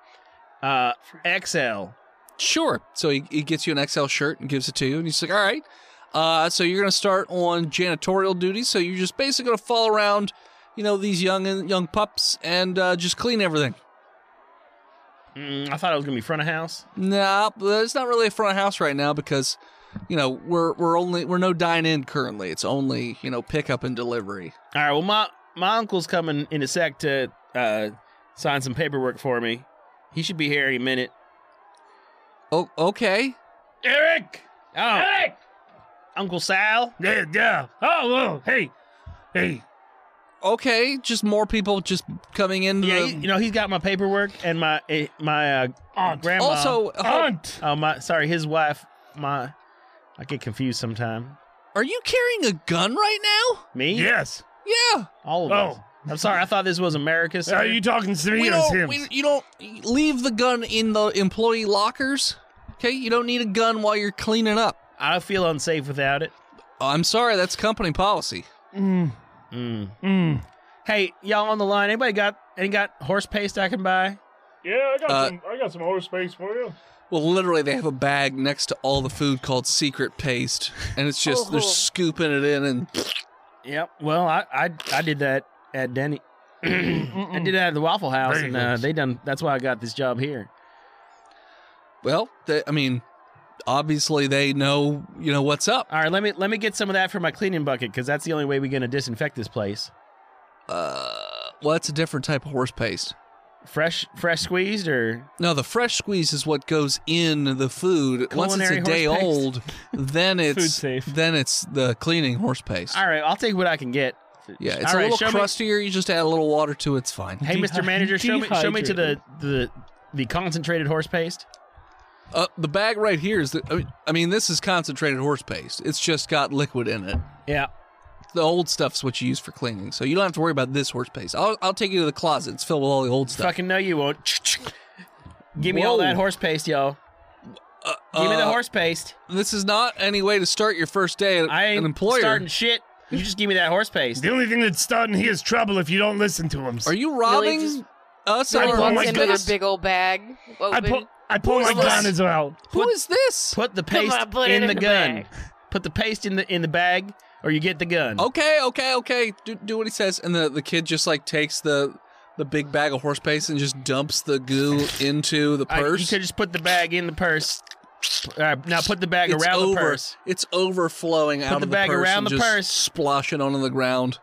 [SPEAKER 3] Uh, XL.
[SPEAKER 5] Sure. So he, he gets you an XL shirt and gives it to you, and he's like, "All right, uh, so you're gonna start on janitorial duty. So you're just basically gonna follow around, you know, these young and young pups and uh, just clean everything."
[SPEAKER 3] Mm, I thought I was gonna be front of house.
[SPEAKER 5] No, it's not really a front of house right now because, you know, we're we're only we're no dine in currently. It's only you know pickup and delivery.
[SPEAKER 3] All right. Well, my my uncle's coming in a sec to uh, sign some paperwork for me. He should be here any minute.
[SPEAKER 5] Oh, okay.
[SPEAKER 3] Eric. Oh,
[SPEAKER 2] Hey!
[SPEAKER 3] Uncle Sal.
[SPEAKER 2] Yeah, yeah. Oh, whoa. Hey. Hey.
[SPEAKER 5] Okay, just more people just coming in.
[SPEAKER 3] Yeah, Uh, you know he's got my paperwork and my eh, my uh,
[SPEAKER 2] Aunt.
[SPEAKER 3] grandma.
[SPEAKER 5] also, oh,
[SPEAKER 2] Aunt.
[SPEAKER 3] oh my, sorry, his wife. My, I get confused sometime.
[SPEAKER 5] are you carrying a gun right now?
[SPEAKER 3] Me?
[SPEAKER 2] Yes.
[SPEAKER 5] Yeah.
[SPEAKER 3] All of
[SPEAKER 2] Oh.
[SPEAKER 3] us. I'm sorry. I thought this was America. sir.
[SPEAKER 2] Are you talking to
[SPEAKER 5] we
[SPEAKER 2] me or
[SPEAKER 5] don't,
[SPEAKER 2] him?
[SPEAKER 5] we, you don't leave the gun in the employee lockers. Okay, you don't need a gun while you're cleaning up.
[SPEAKER 3] I feel unsafe without it.
[SPEAKER 5] I'm sorry, that's company policy.
[SPEAKER 2] Mm,
[SPEAKER 3] Mm.
[SPEAKER 2] mm.
[SPEAKER 3] Hey, y'all on the line? Anybody got any got horse paste I can buy?
[SPEAKER 6] Yeah, I got
[SPEAKER 5] Uh,
[SPEAKER 6] some. I got some horse space for you.
[SPEAKER 5] Well, literally, they have a bag next to all the food called secret paste, and it's just they're
[SPEAKER 4] Oh.
[SPEAKER 5] scooping it in. And
[SPEAKER 3] Yep. Well, I I, I did that at Denny. I did that at the Waffle House,
[SPEAKER 2] Very
[SPEAKER 3] and uh,
[SPEAKER 2] nice.
[SPEAKER 3] they done. That's why I got this job here.
[SPEAKER 5] well, they, I mean, obviously they know you know what's up.
[SPEAKER 3] All right, let me let me get some of that for my cleaning bucket because that's the only way we're gonna disinfect this place.
[SPEAKER 5] Uh, well, it's a different type of horse paste.
[SPEAKER 3] Fresh, fresh squeezed, or
[SPEAKER 5] No, the fresh squeeze is what goes in the food. Once it's
[SPEAKER 3] Culinary
[SPEAKER 5] a day
[SPEAKER 3] horse paste.
[SPEAKER 5] old, then it's
[SPEAKER 9] safe.
[SPEAKER 5] then it's the cleaning horse paste.
[SPEAKER 3] all right, I'll take what I can get.
[SPEAKER 5] Yeah, it's
[SPEAKER 3] All
[SPEAKER 5] a
[SPEAKER 3] right,
[SPEAKER 5] little
[SPEAKER 3] show me-
[SPEAKER 5] crustier. You just add a little water to it. It's fine.
[SPEAKER 3] Hey, Mr.
[SPEAKER 9] Dehy-
[SPEAKER 3] Manager, show me show me to the
[SPEAKER 9] dehydrated.
[SPEAKER 3] the the concentrated horse paste.
[SPEAKER 5] Uh, the bag right here is the. I mean, I mean, this is concentrated horse paste. It's just got liquid in it.
[SPEAKER 3] Yeah.
[SPEAKER 5] The old stuff's what you use for cleaning, so you don't have to worry about this horse paste. I'll, I'll take you to the closet. It's filled with all the old stuff.
[SPEAKER 3] Fucking no, you won't. Give me all
[SPEAKER 5] Whoa.
[SPEAKER 3] that horse paste, y'all. Give me the
[SPEAKER 5] Uh,
[SPEAKER 3] horse paste.
[SPEAKER 5] This is not any way to start your first day at
[SPEAKER 3] I ain't
[SPEAKER 5] an employer.
[SPEAKER 3] starting shit. You just give me that horse paste.
[SPEAKER 2] The only thing that's starting here is trouble if you don't listen to him.
[SPEAKER 5] Are you robbing
[SPEAKER 4] just-
[SPEAKER 5] us?
[SPEAKER 4] I
[SPEAKER 5] at
[SPEAKER 2] Really
[SPEAKER 5] our
[SPEAKER 2] Oh my
[SPEAKER 4] pull
[SPEAKER 5] horse
[SPEAKER 4] him in a
[SPEAKER 5] paste?
[SPEAKER 4] big old bag.
[SPEAKER 2] I pull,
[SPEAKER 4] Open.
[SPEAKER 2] I pull my
[SPEAKER 4] Who's this?
[SPEAKER 2] gun as well.
[SPEAKER 5] Who is this?
[SPEAKER 3] Put the paste
[SPEAKER 4] on, put it
[SPEAKER 3] in,
[SPEAKER 4] in
[SPEAKER 3] the,
[SPEAKER 4] the
[SPEAKER 3] gun.
[SPEAKER 4] bag.
[SPEAKER 3] Put the paste in the in the bag, or you get the gun.
[SPEAKER 5] Okay, okay, okay. Do, do what he says, and the, the kid just like takes the the big bag of horse paste and just dumps the goo into the
[SPEAKER 3] I-
[SPEAKER 5] purse.
[SPEAKER 3] you could just put the bag in the purse. All right, now put the bag
[SPEAKER 5] it's
[SPEAKER 3] around
[SPEAKER 5] over.
[SPEAKER 3] the purse.
[SPEAKER 5] It's overflowing out
[SPEAKER 3] Put
[SPEAKER 5] of
[SPEAKER 3] the
[SPEAKER 5] the
[SPEAKER 3] bag
[SPEAKER 5] purse
[SPEAKER 3] around
[SPEAKER 5] and
[SPEAKER 3] the
[SPEAKER 5] just
[SPEAKER 3] purse.
[SPEAKER 5] splashing onto the ground.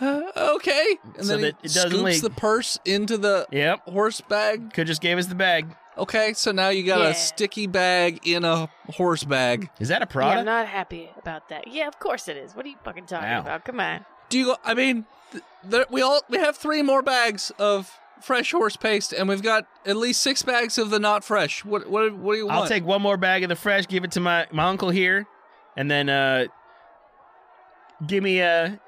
[SPEAKER 5] Uh, okay, and
[SPEAKER 3] So
[SPEAKER 5] then
[SPEAKER 3] that
[SPEAKER 5] he
[SPEAKER 3] it doesn't
[SPEAKER 5] scoops
[SPEAKER 3] leak.
[SPEAKER 5] the purse into the
[SPEAKER 3] Yep.
[SPEAKER 5] horse bag.
[SPEAKER 3] Could just gave us the bag.
[SPEAKER 5] Okay, so now you got
[SPEAKER 4] Yeah.
[SPEAKER 5] a sticky bag in a horse bag.
[SPEAKER 3] Is that a
[SPEAKER 4] Yeah, I'm
[SPEAKER 3] product?
[SPEAKER 4] not happy about that. Yeah, of course it is. What are you fucking talking
[SPEAKER 3] Wow.
[SPEAKER 4] about? Come on.
[SPEAKER 5] Do you? Go, I mean, th- there, we all we have three more bags of fresh horse paste, and we've got at least six bags of the not fresh. What? What? What do you want?
[SPEAKER 3] I'll take one more bag of the fresh, give it to my, my uncle here, and then uh give me a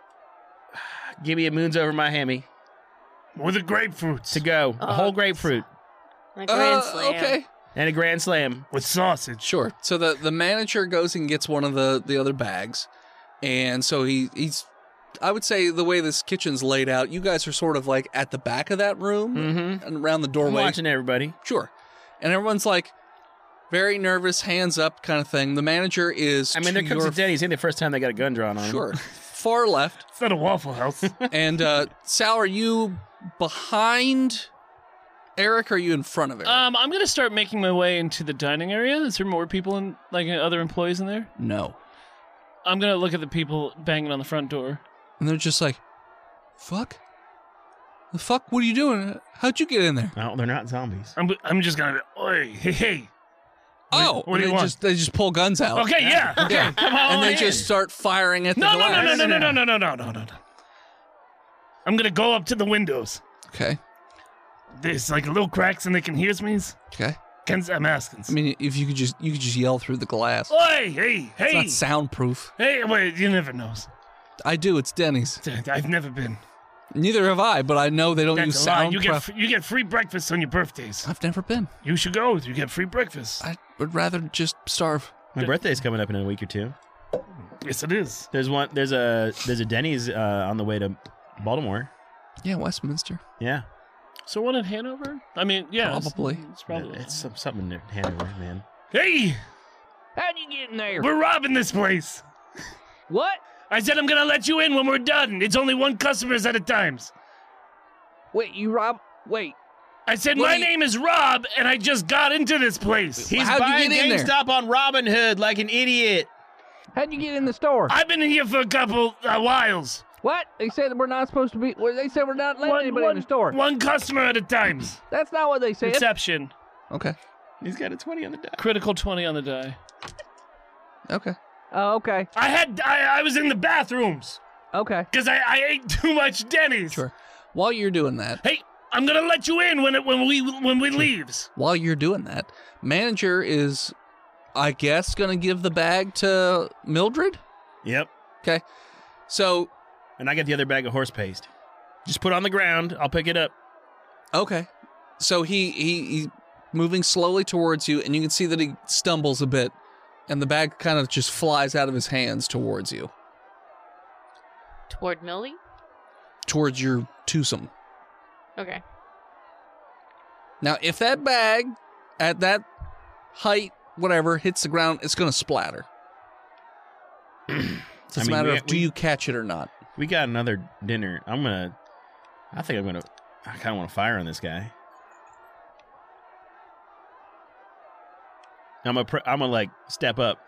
[SPEAKER 3] give me a moons over my hammy
[SPEAKER 2] With the grapefruits.
[SPEAKER 3] to go. a
[SPEAKER 5] Oh.
[SPEAKER 4] Uh,
[SPEAKER 3] whole grapefruit
[SPEAKER 4] Like
[SPEAKER 5] Uh,
[SPEAKER 4] Grand Slam.
[SPEAKER 5] okay.
[SPEAKER 3] and a grand slam.
[SPEAKER 2] With sausage.
[SPEAKER 5] Sure. So the the manager goes and gets one of the the other bags, and so he he's. I would say the way this kitchen's laid out, you guys are sort of like at the back of that room
[SPEAKER 3] Mm-hmm.
[SPEAKER 5] and around the
[SPEAKER 3] I'm
[SPEAKER 5] doorway.
[SPEAKER 3] watching everybody.
[SPEAKER 5] Sure. And everyone's like very nervous, hands up kind of thing. The manager is
[SPEAKER 3] I mean,
[SPEAKER 5] to
[SPEAKER 3] there comes
[SPEAKER 5] your
[SPEAKER 3] to Denny's. Ain't the first time they got a gun drawn on. 'em.
[SPEAKER 5] Sure. far left,
[SPEAKER 2] It's not a Waffle House.
[SPEAKER 5] and uh, Sal, are you behind Eric? Or are you in front of Eric?
[SPEAKER 3] Uh,
[SPEAKER 9] Um, I'm gonna start making my way into the dining area. Is there more people and
[SPEAKER 2] uh,
[SPEAKER 9] like other employees in there?
[SPEAKER 5] no.
[SPEAKER 9] I'm gonna look at the people banging on the front door.
[SPEAKER 5] And they're just like, "Fuck, the fuck? What are you doing? How'd you get in there?"
[SPEAKER 3] No, they're not zombies.
[SPEAKER 2] I'm, I'm just gonna be, oi, hey, hey.
[SPEAKER 5] oh,
[SPEAKER 2] what do
[SPEAKER 5] and
[SPEAKER 2] you
[SPEAKER 5] they
[SPEAKER 2] want?
[SPEAKER 5] just they just pull guns out.
[SPEAKER 2] Okay, yeah, okay,
[SPEAKER 5] Oh, Yeah.
[SPEAKER 2] come on.
[SPEAKER 5] and they
[SPEAKER 2] in.
[SPEAKER 5] just start firing at the
[SPEAKER 2] No,
[SPEAKER 5] glass.
[SPEAKER 2] no, no, no, no, no, no, no, no, no, no, no. I'm gonna go up to the windows.
[SPEAKER 5] Okay,
[SPEAKER 2] There's like little cracks and they can hear me.
[SPEAKER 5] okay.
[SPEAKER 2] Can I'm asking.
[SPEAKER 5] I mean, if you could just you could just yell through the glass.
[SPEAKER 2] Oi, hey,
[SPEAKER 5] It's
[SPEAKER 2] Oh, hey,
[SPEAKER 5] not soundproof.
[SPEAKER 2] hey. Wait, you never know.
[SPEAKER 5] I do. It's Denny's.
[SPEAKER 2] I've never been.
[SPEAKER 5] Neither have I, but I know they don't use
[SPEAKER 2] That's a lie.
[SPEAKER 5] sound.
[SPEAKER 2] You get
[SPEAKER 5] pref-
[SPEAKER 2] fr- you get free breakfast on your birthdays.
[SPEAKER 5] I've never been.
[SPEAKER 2] You should go. You get free breakfast.
[SPEAKER 5] I would rather just starve.
[SPEAKER 3] My birthday's coming up in a week or two.
[SPEAKER 2] Yes, it is.
[SPEAKER 3] There's one. There's a there's a Denny's uh, on the way to Baltimore.
[SPEAKER 5] Yeah, Westminster.
[SPEAKER 3] Yeah,
[SPEAKER 9] So one in Hanover? I mean, yeah, it's-
[SPEAKER 5] Probably.
[SPEAKER 9] It's, probably.
[SPEAKER 3] it's some- something in Hanover, man.
[SPEAKER 2] Hey,
[SPEAKER 10] How'd you get in there?
[SPEAKER 2] we're robbing this place.
[SPEAKER 10] What?
[SPEAKER 2] I said I'm gonna let you in when we're done. It's only one customers at a times.
[SPEAKER 10] Wait, you rob? Wait,
[SPEAKER 2] I said
[SPEAKER 5] What
[SPEAKER 2] my
[SPEAKER 5] do you-
[SPEAKER 2] name is Rob, and I just got into this place.
[SPEAKER 3] He's
[SPEAKER 5] How'd you
[SPEAKER 3] buying
[SPEAKER 5] get in there?
[SPEAKER 3] GameStop on Robinhood like an idiot.
[SPEAKER 10] how'd you get in the store?
[SPEAKER 2] I've been in here for a couple uh, whiles.
[SPEAKER 10] What? They said that we're not supposed to be. Well, they said we're not letting anybody in the store.
[SPEAKER 2] One customer at a time.
[SPEAKER 10] That's not what they said.
[SPEAKER 9] Inception.
[SPEAKER 5] Okay.
[SPEAKER 3] He's got a twenty on the die.
[SPEAKER 9] Critical twenty on the die.
[SPEAKER 5] Okay.
[SPEAKER 10] oh, okay.
[SPEAKER 2] I had I, I was in the bathrooms
[SPEAKER 10] Okay.
[SPEAKER 2] because I, I ate too much Denny's.
[SPEAKER 5] Sure. While you're doing that,
[SPEAKER 2] Hey, I'm gonna let you in when it, when we when we leaves.
[SPEAKER 5] while you're doing that, manager is, I guess, gonna give the bag to Mildred.
[SPEAKER 3] Yep.
[SPEAKER 5] So
[SPEAKER 3] And I got the other bag of horse paste. Just put it on the ground. I'll pick it up.
[SPEAKER 5] okay, so he he he's moving slowly towards you, and you can see that he stumbles a bit, and the bag kind of just flies out of his hands towards you,
[SPEAKER 4] Toward Millie?
[SPEAKER 5] towards your twosome.
[SPEAKER 4] Okay.
[SPEAKER 5] Now, if that bag at that height, whatever, hits the ground, it's gonna splatter. It's a
[SPEAKER 3] I mean,
[SPEAKER 5] matter
[SPEAKER 3] we-
[SPEAKER 5] of do
[SPEAKER 3] we-
[SPEAKER 5] you catch it or not.
[SPEAKER 3] We got another dinner. I'm gonna. I think I'm gonna. I kind of want to fire on this guy. I'm gonna. Pr- I'm gonna like step up.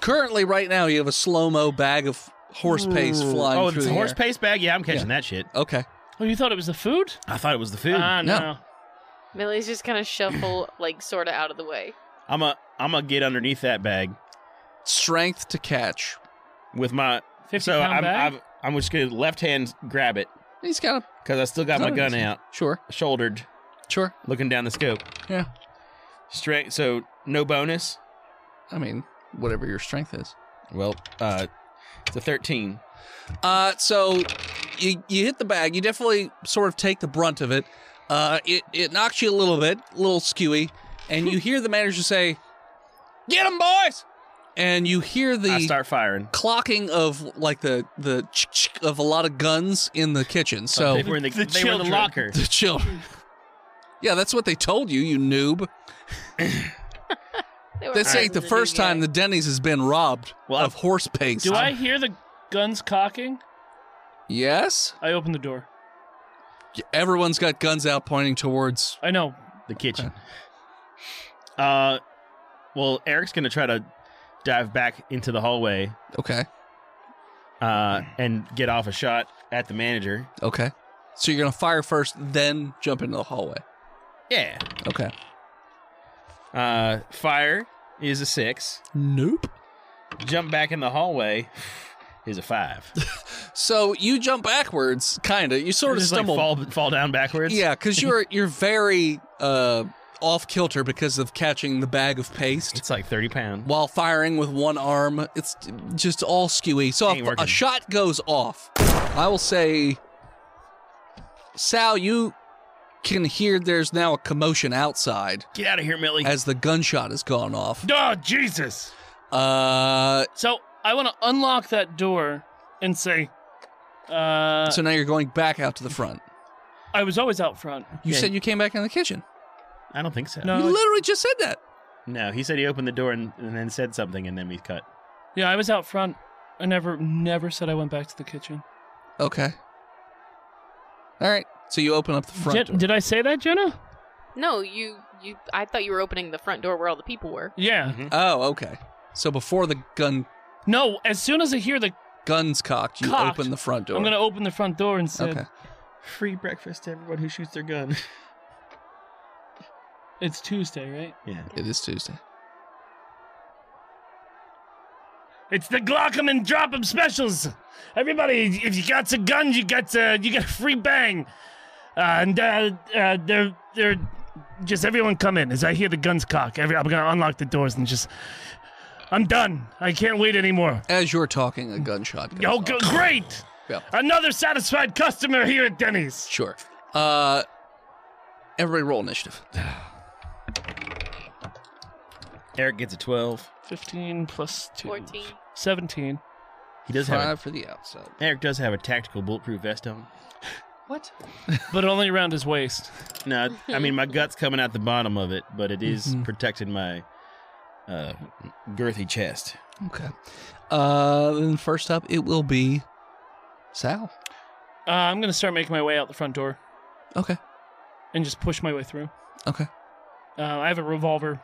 [SPEAKER 5] Currently, right now, you have a slow mo bag of horse paste flying
[SPEAKER 3] oh,
[SPEAKER 5] through
[SPEAKER 3] it's a
[SPEAKER 5] the
[SPEAKER 3] horse
[SPEAKER 5] air.
[SPEAKER 3] paste bag. Yeah, I'm catching that shit.
[SPEAKER 5] Okay.
[SPEAKER 9] Oh, you thought it was the food?
[SPEAKER 3] I thought it was the food.
[SPEAKER 9] Ah,
[SPEAKER 2] Uh,
[SPEAKER 5] no.
[SPEAKER 9] no.
[SPEAKER 4] Millie's just gonna shuffle, like, sort of out of the way.
[SPEAKER 3] I'm a. I'm gonna get underneath that bag
[SPEAKER 5] Strength to catch.
[SPEAKER 3] with my.
[SPEAKER 9] 50
[SPEAKER 3] So
[SPEAKER 9] pound
[SPEAKER 3] I'm.
[SPEAKER 9] bag?
[SPEAKER 3] I'm, I'm just gonna left hand grab it
[SPEAKER 5] He's got a
[SPEAKER 3] because I still got my
[SPEAKER 5] Oh,
[SPEAKER 3] gun
[SPEAKER 5] that's-
[SPEAKER 3] out,
[SPEAKER 5] sure,
[SPEAKER 3] shouldered,
[SPEAKER 5] sure.
[SPEAKER 3] looking down the scope.
[SPEAKER 5] Yeah.
[SPEAKER 3] Straight. So no bonus.
[SPEAKER 5] I mean, whatever your strength is.
[SPEAKER 3] Well, uh, it's a thirteen.
[SPEAKER 5] Uh, so you you hit the bag. You definitely sort of take the brunt of it. Uh, it it knocks you a little bit, a little skewy, and you hear the manager say, "Get him, boys!" And you hear the
[SPEAKER 3] I start firing.
[SPEAKER 5] clocking of like the the ch-ch of a lot of guns in the kitchen. So
[SPEAKER 3] Oh, they were in the,
[SPEAKER 9] The
[SPEAKER 3] they were in the
[SPEAKER 9] children.
[SPEAKER 3] locker.
[SPEAKER 5] the children. Yeah, that's what they told you, you noob.
[SPEAKER 4] They were
[SPEAKER 5] This
[SPEAKER 4] friends
[SPEAKER 5] ain't the
[SPEAKER 4] with
[SPEAKER 5] first
[SPEAKER 4] new
[SPEAKER 5] time
[SPEAKER 4] guy.
[SPEAKER 5] the Denny's has been robbed
[SPEAKER 3] Well,
[SPEAKER 5] of horse paste.
[SPEAKER 9] Do I hear the guns cocking?
[SPEAKER 5] Yes.
[SPEAKER 9] I open the door.
[SPEAKER 5] Everyone's got guns out pointing towards.
[SPEAKER 9] I know.
[SPEAKER 3] the kitchen. Uh, well, Eric's gonna try to dive back into the hallway
[SPEAKER 5] Okay.
[SPEAKER 3] uh, and get off a shot at the manager.
[SPEAKER 5] Okay. So you're gonna fire first, then jump into the hallway.
[SPEAKER 3] Yeah.
[SPEAKER 5] Okay.
[SPEAKER 3] Uh, fire is a six.
[SPEAKER 5] Nope.
[SPEAKER 3] Jump back in the hallway is a five.
[SPEAKER 5] So you jump backwards, kinda. You sort of
[SPEAKER 3] Just, like,
[SPEAKER 5] stumble.
[SPEAKER 3] fall fall down backwards.
[SPEAKER 5] yeah, because you're you're very uh, off kilter because of catching the bag of paste.
[SPEAKER 3] It's like thirty pounds.
[SPEAKER 5] while firing with one arm. It's just all skewy. So
[SPEAKER 3] Ain't
[SPEAKER 5] if
[SPEAKER 3] working.
[SPEAKER 5] a shot goes off, I will say, Sal, you can hear there's now a commotion outside
[SPEAKER 3] Get out of here, Millie.
[SPEAKER 5] as the gunshot has gone off.
[SPEAKER 2] Oh Jesus!
[SPEAKER 5] Uh,
[SPEAKER 9] So I want to unlock that door and say, uh,
[SPEAKER 5] so now you're going back out to the front.
[SPEAKER 9] I was always out front.
[SPEAKER 5] You
[SPEAKER 3] Yeah.
[SPEAKER 5] said you came back in the kitchen.
[SPEAKER 3] I don't think so.
[SPEAKER 9] No.
[SPEAKER 5] You literally just said that.
[SPEAKER 3] No, he said he opened the door and, and then said something, and then we cut.
[SPEAKER 9] Yeah, I was out front. I never, never said I went back to the kitchen.
[SPEAKER 5] Okay. All right. So you open up the front
[SPEAKER 9] Jen-
[SPEAKER 5] door.
[SPEAKER 9] did I say that, Jenna?
[SPEAKER 4] No, you you. I thought you were opening the front door where all the people were.
[SPEAKER 9] Yeah.
[SPEAKER 5] oh, okay. So before the gun
[SPEAKER 9] No. As soon as I hear the,
[SPEAKER 5] guns cocked, you
[SPEAKER 9] Cocked.
[SPEAKER 5] open the front door.
[SPEAKER 9] I'm gonna open the front door and say,
[SPEAKER 5] Okay.
[SPEAKER 3] Free breakfast to everyone who shoots their gun.
[SPEAKER 9] "It's Tuesday, right?"
[SPEAKER 3] yeah.
[SPEAKER 5] It is Tuesday.
[SPEAKER 2] It's the Glockham and Drop 'em specials. Everybody, if you got some guns, you got uh, you got a free bang. Uh, and uh, uh, they're they're just everyone come in. As I hear the guns cock, every, I'm gonna unlock the doors and just. I'm done. I can't wait anymore.
[SPEAKER 5] As you're talking, a gunshot goes
[SPEAKER 2] Oh,
[SPEAKER 5] off.
[SPEAKER 2] g- great!
[SPEAKER 5] Yeah.
[SPEAKER 2] Another satisfied customer here at Denny's.
[SPEAKER 5] Sure. Uh, everybody roll initiative.
[SPEAKER 3] Eric gets a 12.
[SPEAKER 9] Fifteen plus two.
[SPEAKER 4] Fourteen.
[SPEAKER 9] Seventeen.
[SPEAKER 3] He does have
[SPEAKER 5] Five for the outside.
[SPEAKER 3] a, Eric does have a tactical bulletproof vest on.
[SPEAKER 5] What?
[SPEAKER 9] but only around his waist.
[SPEAKER 3] No, I mean my gut's coming out the bottom of it, but it is protecting my uh, girthy chest.
[SPEAKER 5] Okay. Uh, then first up, it will be Sal.
[SPEAKER 9] Uh, I'm gonna start making my way out the front door
[SPEAKER 5] Okay.
[SPEAKER 9] and just push my way through.
[SPEAKER 5] Okay.
[SPEAKER 9] Uh, I have a revolver.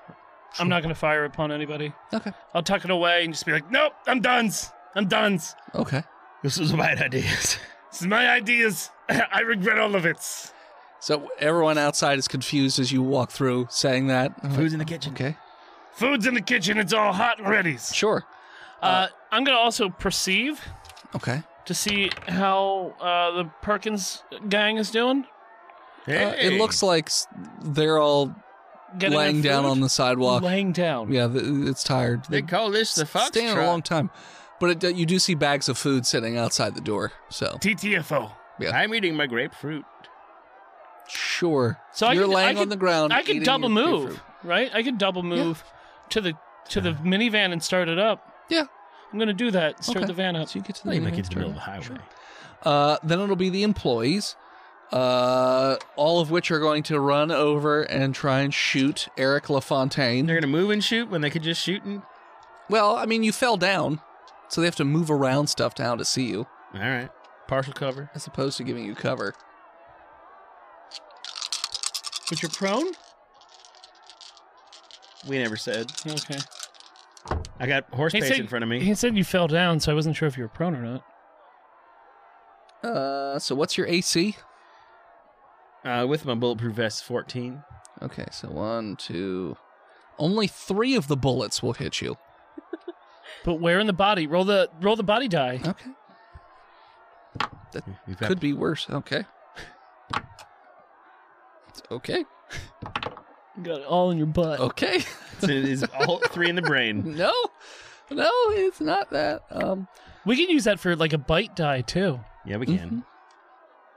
[SPEAKER 9] I'm not gonna fire upon anybody.
[SPEAKER 5] Okay.
[SPEAKER 9] I'll tuck it away and just be like, "Nope, I'm done. I'm done.
[SPEAKER 5] Okay.
[SPEAKER 3] This is a bad ideas.
[SPEAKER 2] This is my ideas. I regret all of it.
[SPEAKER 5] So everyone outside is confused as you walk through, saying that.
[SPEAKER 3] Who's in the kitchen?
[SPEAKER 5] Okay.
[SPEAKER 2] Food's in the kitchen. It's all hot and ready.
[SPEAKER 5] Sure.
[SPEAKER 9] Uh, I'm gonna also perceive
[SPEAKER 5] Okay.
[SPEAKER 9] to see how uh, the Perkins gang is doing.
[SPEAKER 5] Uh, it looks like s- they're all
[SPEAKER 9] Getting their
[SPEAKER 5] laying down
[SPEAKER 9] food?
[SPEAKER 5] on the sidewalk.
[SPEAKER 9] Laying down.
[SPEAKER 5] yeah, th- it's tired.
[SPEAKER 3] They call this the fox
[SPEAKER 5] staying a long time, but it, d- you do see bags of food sitting outside the door. So
[SPEAKER 2] TTFO.
[SPEAKER 3] I'm eating my grapefruit.
[SPEAKER 5] sure.
[SPEAKER 9] So I
[SPEAKER 5] you're
[SPEAKER 9] could- I
[SPEAKER 5] laying on
[SPEAKER 9] could-
[SPEAKER 5] the ground.
[SPEAKER 9] I could
[SPEAKER 5] eating
[SPEAKER 9] double
[SPEAKER 5] your
[SPEAKER 9] move,
[SPEAKER 5] grapefruit.
[SPEAKER 9] right? I could double move to the to the minivan and start it up.
[SPEAKER 5] Yeah.
[SPEAKER 9] I'm gonna do that. Start
[SPEAKER 5] Okay.
[SPEAKER 9] the van up.
[SPEAKER 5] So you get to the,
[SPEAKER 3] Like my
[SPEAKER 5] minivan,
[SPEAKER 3] kid's in the middle of
[SPEAKER 5] turn
[SPEAKER 3] the highway.
[SPEAKER 5] around. Uh, then it'll be the employees, uh, all of which are going to run over and try and shoot Eric LaFontaine.
[SPEAKER 3] They're gonna move and shoot when they could just shoot and.
[SPEAKER 5] Well, I mean, you fell down, so they have to move around stuff now to see you,
[SPEAKER 3] All right, partial cover.
[SPEAKER 5] as opposed to giving you cover.
[SPEAKER 9] But you're prone.
[SPEAKER 3] We never said.
[SPEAKER 9] Okay.
[SPEAKER 3] I got horse
[SPEAKER 9] He
[SPEAKER 3] pace
[SPEAKER 9] said-
[SPEAKER 3] in front of me.
[SPEAKER 9] He said you fell down, so I wasn't sure if you were prone or not.
[SPEAKER 5] Uh, so what's your AC?
[SPEAKER 3] Uh, with my bulletproof vest, fourteen.
[SPEAKER 5] Okay, so one, two. Only three of the bullets will hit you.
[SPEAKER 9] But where in the body? Roll the roll the body die.
[SPEAKER 5] Okay.
[SPEAKER 3] We've got
[SPEAKER 5] Could be worse. Okay. Okay.
[SPEAKER 9] You got it all in your butt.
[SPEAKER 5] Okay.
[SPEAKER 3] it is all three in the brain.
[SPEAKER 5] No. No, it's not that. Um,
[SPEAKER 9] We can use that for like a bite die too.
[SPEAKER 3] Yeah, we can.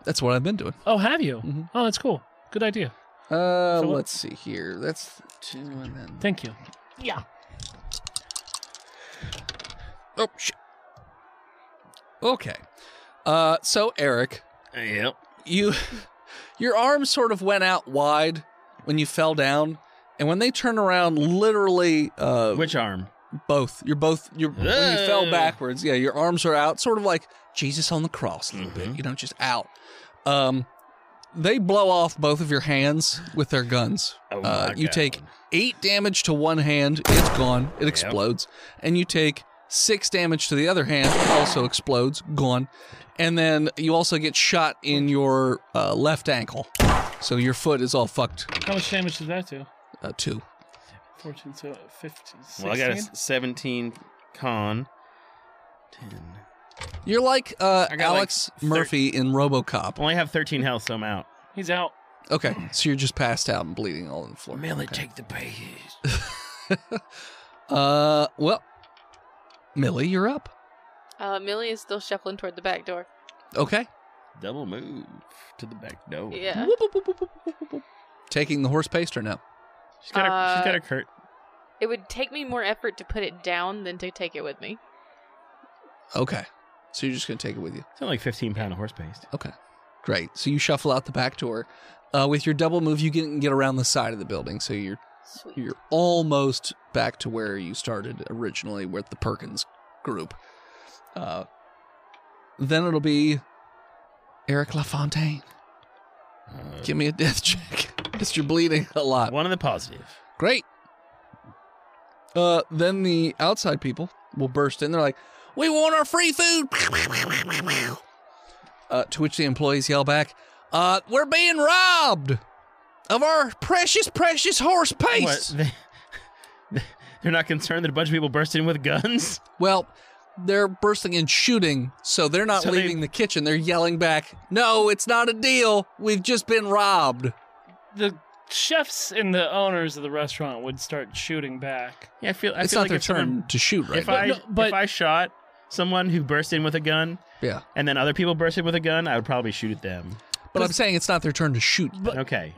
[SPEAKER 5] that's what I've been doing.
[SPEAKER 9] Oh, have you?
[SPEAKER 5] Mhm.
[SPEAKER 9] Oh, that's cool. Good idea.
[SPEAKER 5] Uh,
[SPEAKER 9] So what-
[SPEAKER 5] let's see here. That's two and then.
[SPEAKER 9] Thank you.
[SPEAKER 4] Yeah.
[SPEAKER 5] Oh shit. Okay. Uh, so Eric,
[SPEAKER 3] Uh, Yep.
[SPEAKER 5] you, your arm sort of went out wide when you fell down, and when they turn around, literally, uh,
[SPEAKER 3] Which arm?
[SPEAKER 5] both you're both you're when you fell
[SPEAKER 3] Ugh.
[SPEAKER 5] backwards, yeah, your arms are out, sort of like Jesus on the cross a little bit,
[SPEAKER 3] Mhm.
[SPEAKER 5] you know, just out. Um, they blow off both of your hands with their guns.
[SPEAKER 3] Oh
[SPEAKER 5] uh,
[SPEAKER 3] my
[SPEAKER 5] you
[SPEAKER 3] God.
[SPEAKER 5] take eight damage to one hand, it's gone, it explodes. And you take six damage to the other hand, also explodes, gone. And then you also get shot in your uh, left ankle. So your foot is all fucked
[SPEAKER 9] How much damage does that do?
[SPEAKER 5] uh, too.
[SPEAKER 9] 14, so 15,
[SPEAKER 3] Well, I got a s- seventeen con. Ten.
[SPEAKER 5] You're like uh,
[SPEAKER 3] I got, like,
[SPEAKER 5] Alex
[SPEAKER 3] thir-
[SPEAKER 5] Murphy in Robocop.
[SPEAKER 3] Only have thirteen health, so I'm out.
[SPEAKER 9] He's out.
[SPEAKER 5] Okay, so you're just passed out and bleeding all on the floor.
[SPEAKER 3] Millie,
[SPEAKER 5] Okay.
[SPEAKER 3] take the pay.
[SPEAKER 5] Uh, well, Millie, you're up.
[SPEAKER 4] Uh, Millie is still shuffling toward the back door.
[SPEAKER 5] Okay.
[SPEAKER 3] Double move to the back door.
[SPEAKER 4] Yeah.
[SPEAKER 5] Whoop, whoop, whoop, whoop, whoop, whoop, whoop. Taking the horse paste or no?
[SPEAKER 3] She's got a she's
[SPEAKER 4] Uh,
[SPEAKER 3] got a curt.
[SPEAKER 4] It would take me more effort to put it down than to take it with me.
[SPEAKER 5] Okay. So you're just gonna take it with you.
[SPEAKER 3] It's only like fifteen pound of horse paste.
[SPEAKER 5] Okay. Great. So you shuffle out the back door. Uh, with your double move, you can get around the side of the building. So you're
[SPEAKER 4] Sweet.
[SPEAKER 5] you're almost back to where you started originally with the Perkins group. Uh, then it'll be Eric LaFontaine. Give me a death check. Because you're bleeding a lot.
[SPEAKER 3] One of the positive.
[SPEAKER 5] Great. Uh, then the outside people will burst in. They're like, "We want our free food!" Uh, to which the employees yell back, "Uh, we're being robbed of our precious, precious horse paste."
[SPEAKER 3] What? They, they're not concerned that a bunch of people burst in with guns?
[SPEAKER 5] Well, they're bursting and shooting, so they're not
[SPEAKER 3] So they-
[SPEAKER 5] leaving the kitchen. They're yelling back, "No, it's not a deal. We've just been robbed."
[SPEAKER 9] The chefs and the owners of the restaurant would start shooting back.
[SPEAKER 3] Yeah, I feel. I
[SPEAKER 5] it's
[SPEAKER 3] feel
[SPEAKER 5] not
[SPEAKER 3] like
[SPEAKER 5] their
[SPEAKER 3] if
[SPEAKER 5] turn
[SPEAKER 3] someone-
[SPEAKER 5] to shoot right
[SPEAKER 3] If
[SPEAKER 5] now.
[SPEAKER 3] I
[SPEAKER 9] no, but-
[SPEAKER 3] if I shot someone who burst in with a gun,
[SPEAKER 5] yeah,
[SPEAKER 3] and then other people burst in with a gun, I would probably shoot at them.
[SPEAKER 5] but I'm saying it's not their turn to shoot.
[SPEAKER 3] Okay.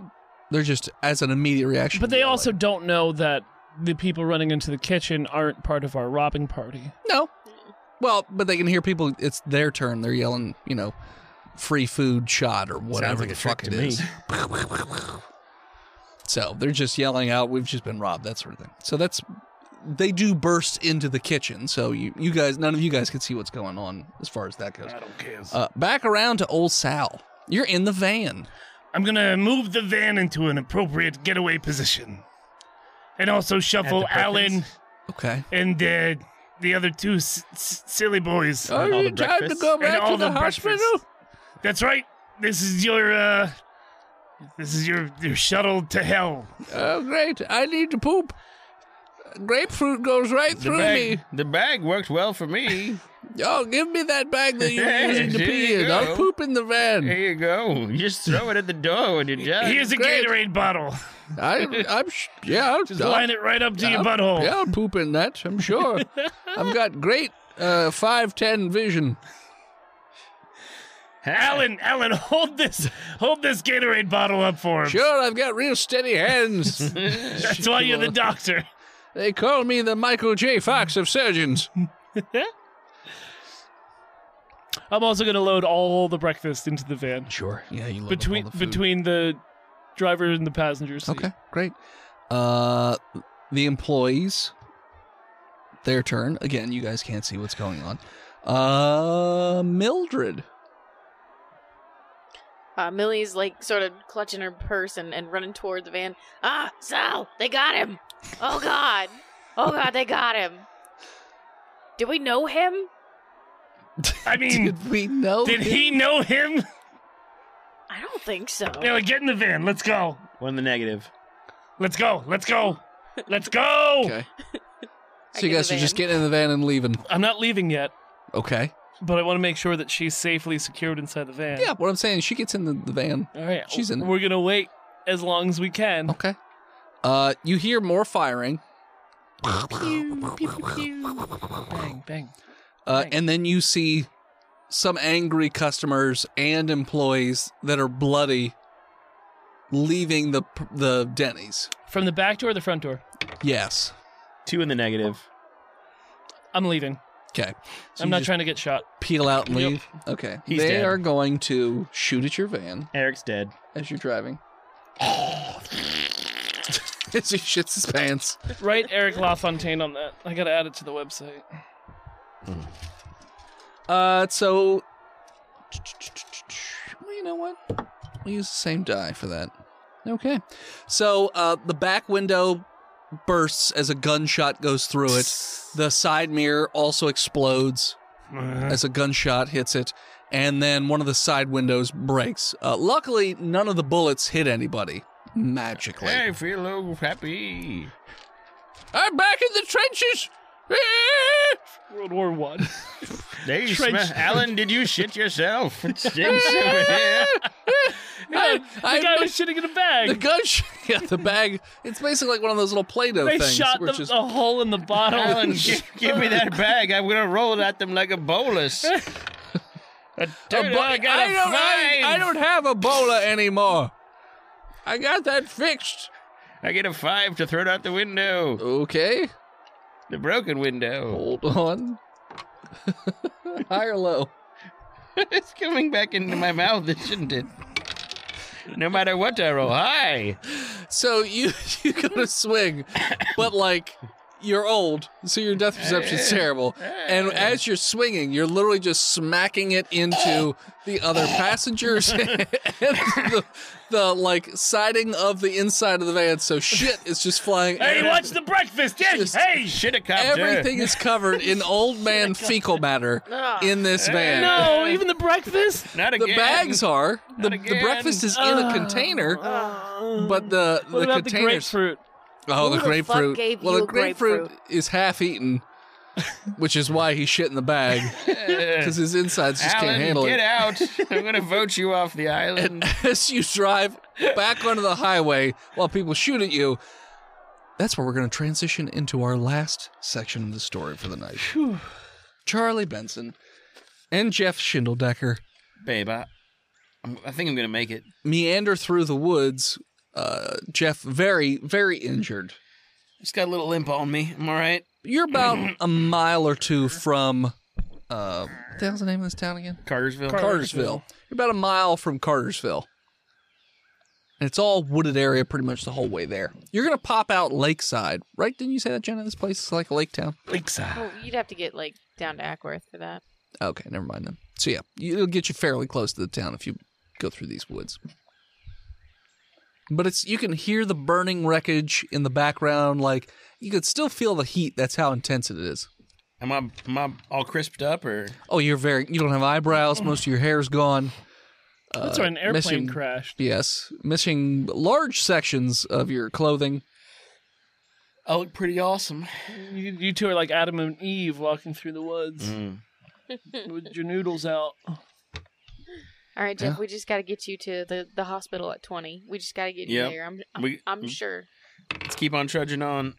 [SPEAKER 5] They're just as an immediate reaction.
[SPEAKER 9] But they
[SPEAKER 5] yelling.
[SPEAKER 9] also don't know that the people running into the kitchen aren't part of our robbing party.
[SPEAKER 5] No. Well, but they can hear people. It's their turn. They're yelling, you know, free food shot or whatever
[SPEAKER 3] like
[SPEAKER 5] the
[SPEAKER 3] a trick
[SPEAKER 5] fuck it
[SPEAKER 3] to me.
[SPEAKER 5] is. so they're just yelling out, "We've just been robbed," that sort of thing. So that's they do burst into the kitchen. So you you guys, none of you guys can see what's going on as far as that goes. I don't care. Uh, back around to old Sal. You're in the van.
[SPEAKER 2] I'm gonna move the van into an appropriate getaway position, and also shuffle Alan
[SPEAKER 5] Okay.
[SPEAKER 2] and uh, the other two s- s- silly boys
[SPEAKER 3] Oh, all the time to breakfasts? go
[SPEAKER 2] and all the, breakfast. That's right. This is your uh, this is your your shuttle to hell.
[SPEAKER 5] Oh, great! I need to poop. Grapefruit goes right
[SPEAKER 3] The
[SPEAKER 5] through me.
[SPEAKER 3] bag, the bag worked well for me.
[SPEAKER 5] Oh, give me that bag that you're
[SPEAKER 3] Yes,
[SPEAKER 5] using to
[SPEAKER 3] here
[SPEAKER 5] pee
[SPEAKER 3] you
[SPEAKER 5] in. I'll
[SPEAKER 3] go.
[SPEAKER 5] poop in the
[SPEAKER 3] Here
[SPEAKER 5] van.
[SPEAKER 3] you go. You just throw it at the door when you're done.
[SPEAKER 2] Here's a
[SPEAKER 5] great.
[SPEAKER 2] Gatorade bottle.
[SPEAKER 5] I, I'm sh- yeah, I'll,
[SPEAKER 2] Just line it right up to your butthole.
[SPEAKER 5] Yeah, I'll poop in that. I'm sure. I've got great uh, five ten vision.
[SPEAKER 2] Alan, Alan, hold this, hold this Gatorade bottle up for him.
[SPEAKER 5] Sure, I've got real steady hands.
[SPEAKER 2] That's why you're the doctor.
[SPEAKER 5] they call me the Michael J. Fox of surgeons.
[SPEAKER 9] I'm also going to load all the breakfast into the van
[SPEAKER 5] Sure. Yeah, you love
[SPEAKER 9] between between the driver and the passenger seat.
[SPEAKER 5] Okay, great. Uh, the employees, their turn. Again, you guys can't see what's going on. Uh, Mildred.
[SPEAKER 4] Uh, Millie's like sort of clutching her purse and, and running toward the van. Ah, Sal, they got him. Oh God, oh God, they got him. Do we know him?
[SPEAKER 2] I mean,
[SPEAKER 5] Did we know?
[SPEAKER 2] did
[SPEAKER 5] him?
[SPEAKER 2] he know him?
[SPEAKER 4] I don't think so.
[SPEAKER 2] Now get in the van. Let's go.
[SPEAKER 3] One the negative.
[SPEAKER 2] Let's go. Let's go. Let's go.
[SPEAKER 5] Okay.
[SPEAKER 4] I
[SPEAKER 5] So you
[SPEAKER 4] get
[SPEAKER 5] guys
[SPEAKER 4] the
[SPEAKER 5] are just
[SPEAKER 4] van.
[SPEAKER 5] getting in the van and leaving.
[SPEAKER 9] I'm not leaving yet,
[SPEAKER 5] Okay.
[SPEAKER 9] but I want to make sure that she's safely secured inside the van.
[SPEAKER 5] Yeah, what I'm saying, she gets in the, the van.
[SPEAKER 9] All right.
[SPEAKER 5] She's in Oh. it.
[SPEAKER 9] We're going to wait as long as we can.
[SPEAKER 5] Okay. Uh, you hear more firing,
[SPEAKER 9] Bang, bang.
[SPEAKER 5] uh,
[SPEAKER 9] Right.
[SPEAKER 5] and then you see some angry customers and employees that are bloody leaving the the Denny's.
[SPEAKER 9] From the back door or the front door?
[SPEAKER 5] Yes.
[SPEAKER 3] Two in the negative.
[SPEAKER 9] I'm leaving.
[SPEAKER 5] Okay. So
[SPEAKER 9] I'm
[SPEAKER 5] you
[SPEAKER 9] not
[SPEAKER 5] just
[SPEAKER 9] trying to get shot.
[SPEAKER 5] peel out and
[SPEAKER 9] Yep.
[SPEAKER 5] leave. Okay.
[SPEAKER 3] He's
[SPEAKER 5] they
[SPEAKER 3] dead.
[SPEAKER 5] are going to shoot at your van
[SPEAKER 3] Eric's dead.
[SPEAKER 5] as you're driving. as he shits his pants.
[SPEAKER 9] Write Eric LaFontaine on that. I got to add it to the website.
[SPEAKER 5] Uh, so well, you know what? We use the same die for that. Okay. So uh, the back window bursts as a gunshot goes through it. The side mirror also explodes as a gunshot hits it, and then one of the side windows breaks. Uh, luckily, none of the bullets hit anybody. Magically,
[SPEAKER 3] feel so happy.
[SPEAKER 5] I'm back in the trenches.
[SPEAKER 9] World War One.
[SPEAKER 3] They
[SPEAKER 9] Trench-
[SPEAKER 3] smell- Alan, did you shit yourself? It stinks over here.
[SPEAKER 5] I,
[SPEAKER 9] The guy
[SPEAKER 5] I
[SPEAKER 9] was shitting in a bag.
[SPEAKER 5] The gunshot, yeah, the bag. It's basically like one of those little Play-Doh
[SPEAKER 9] they
[SPEAKER 5] things,
[SPEAKER 9] shot
[SPEAKER 5] which
[SPEAKER 9] the,
[SPEAKER 5] is
[SPEAKER 9] a hole in the bottle.
[SPEAKER 3] Alan, gi- give me that bag. I'm gonna roll it at them like a bolus.
[SPEAKER 5] a bu-
[SPEAKER 3] I got a
[SPEAKER 5] don't, I,
[SPEAKER 3] fine.
[SPEAKER 5] I don't have Ebola anymore. I got that fixed.
[SPEAKER 3] I get a five to throw it out the window,
[SPEAKER 5] Okay,
[SPEAKER 3] the broken window.
[SPEAKER 5] hold on. High or low? Oh.
[SPEAKER 3] it's coming back into my mouth, isn't it? No matter what I roll, hi.
[SPEAKER 5] So you you go to swing, but like you're old, so your death perception's
[SPEAKER 9] Eh.
[SPEAKER 5] terrible. And as you're swinging, you're literally just smacking it into the other passengers and the, the like siding of the inside of the van. So shit is just flying.
[SPEAKER 9] Hey, watch the breakfast. Yeah,
[SPEAKER 5] Just-
[SPEAKER 9] hey.
[SPEAKER 3] Shit, a cop
[SPEAKER 5] Everything is covered in old man fecal matter in this van.
[SPEAKER 9] No, even the breakfast.
[SPEAKER 3] Not
[SPEAKER 5] The
[SPEAKER 3] again.
[SPEAKER 5] bags are the, the
[SPEAKER 3] again.
[SPEAKER 5] breakfast is in a container, but the the
[SPEAKER 9] What about the
[SPEAKER 5] containers.
[SPEAKER 9] grapefruit?
[SPEAKER 5] Oh,
[SPEAKER 4] Who
[SPEAKER 5] the
[SPEAKER 4] the fuck
[SPEAKER 5] grapefruit.
[SPEAKER 4] gave
[SPEAKER 5] well,
[SPEAKER 4] you
[SPEAKER 5] the
[SPEAKER 4] a grapefruit?
[SPEAKER 5] is half eaten, which is why he shit in the bag because his insides just
[SPEAKER 3] Alan,
[SPEAKER 5] can't handle
[SPEAKER 3] get
[SPEAKER 5] it.
[SPEAKER 3] out. I'm going to vote you off the island.
[SPEAKER 5] As you drive back onto the highway while people shoot at you, that's where we're going to transition into our last section of the story for the night. Charlie Benson and Jeff Schindeldecker
[SPEAKER 3] Babe, I, I'm, I think I'm going to make it.
[SPEAKER 5] meander through the woods. Uh, Jeff, very, very injured.
[SPEAKER 3] Just got a little limp on me. I'm all right.
[SPEAKER 5] You're about a mile or two from. Uh, what the hell's the name of this town again?
[SPEAKER 3] Cartersville.
[SPEAKER 5] Cartersville. You're about a mile from Cartersville. And it's all wooded area pretty much the whole way there. You're going to pop out lakeside, right? Didn't you say that, Jenna? This place is like a lake town?
[SPEAKER 4] Well, Oh, you'd have to get like down to Ackworth for that.
[SPEAKER 5] Okay, never mind then. So, yeah, you- it'll get you fairly close to the town if you go through these woods. But it's you can hear the burning wreckage in the background. Like, you could still feel the heat. That's how intense it is.
[SPEAKER 3] Am I, am I all crisped up or?
[SPEAKER 5] Oh, you're very, you don't have eyebrows. Most of your hair's gone.
[SPEAKER 9] That's
[SPEAKER 5] Uh,
[SPEAKER 9] right. An airplane
[SPEAKER 5] missing-
[SPEAKER 9] crashed.
[SPEAKER 5] Yes, missing large sections of your clothing.
[SPEAKER 3] I look Oh, pretty awesome.
[SPEAKER 9] You, you two are like Adam and Eve walking through the woods with your noodles out.
[SPEAKER 4] All right, Jeff, we just got to get you to the, the hospital at 20. We just got to get you
[SPEAKER 3] Yep.
[SPEAKER 4] there. I'm, I'm,
[SPEAKER 3] We-
[SPEAKER 4] I'm sure.
[SPEAKER 3] Let's keep on trudging on.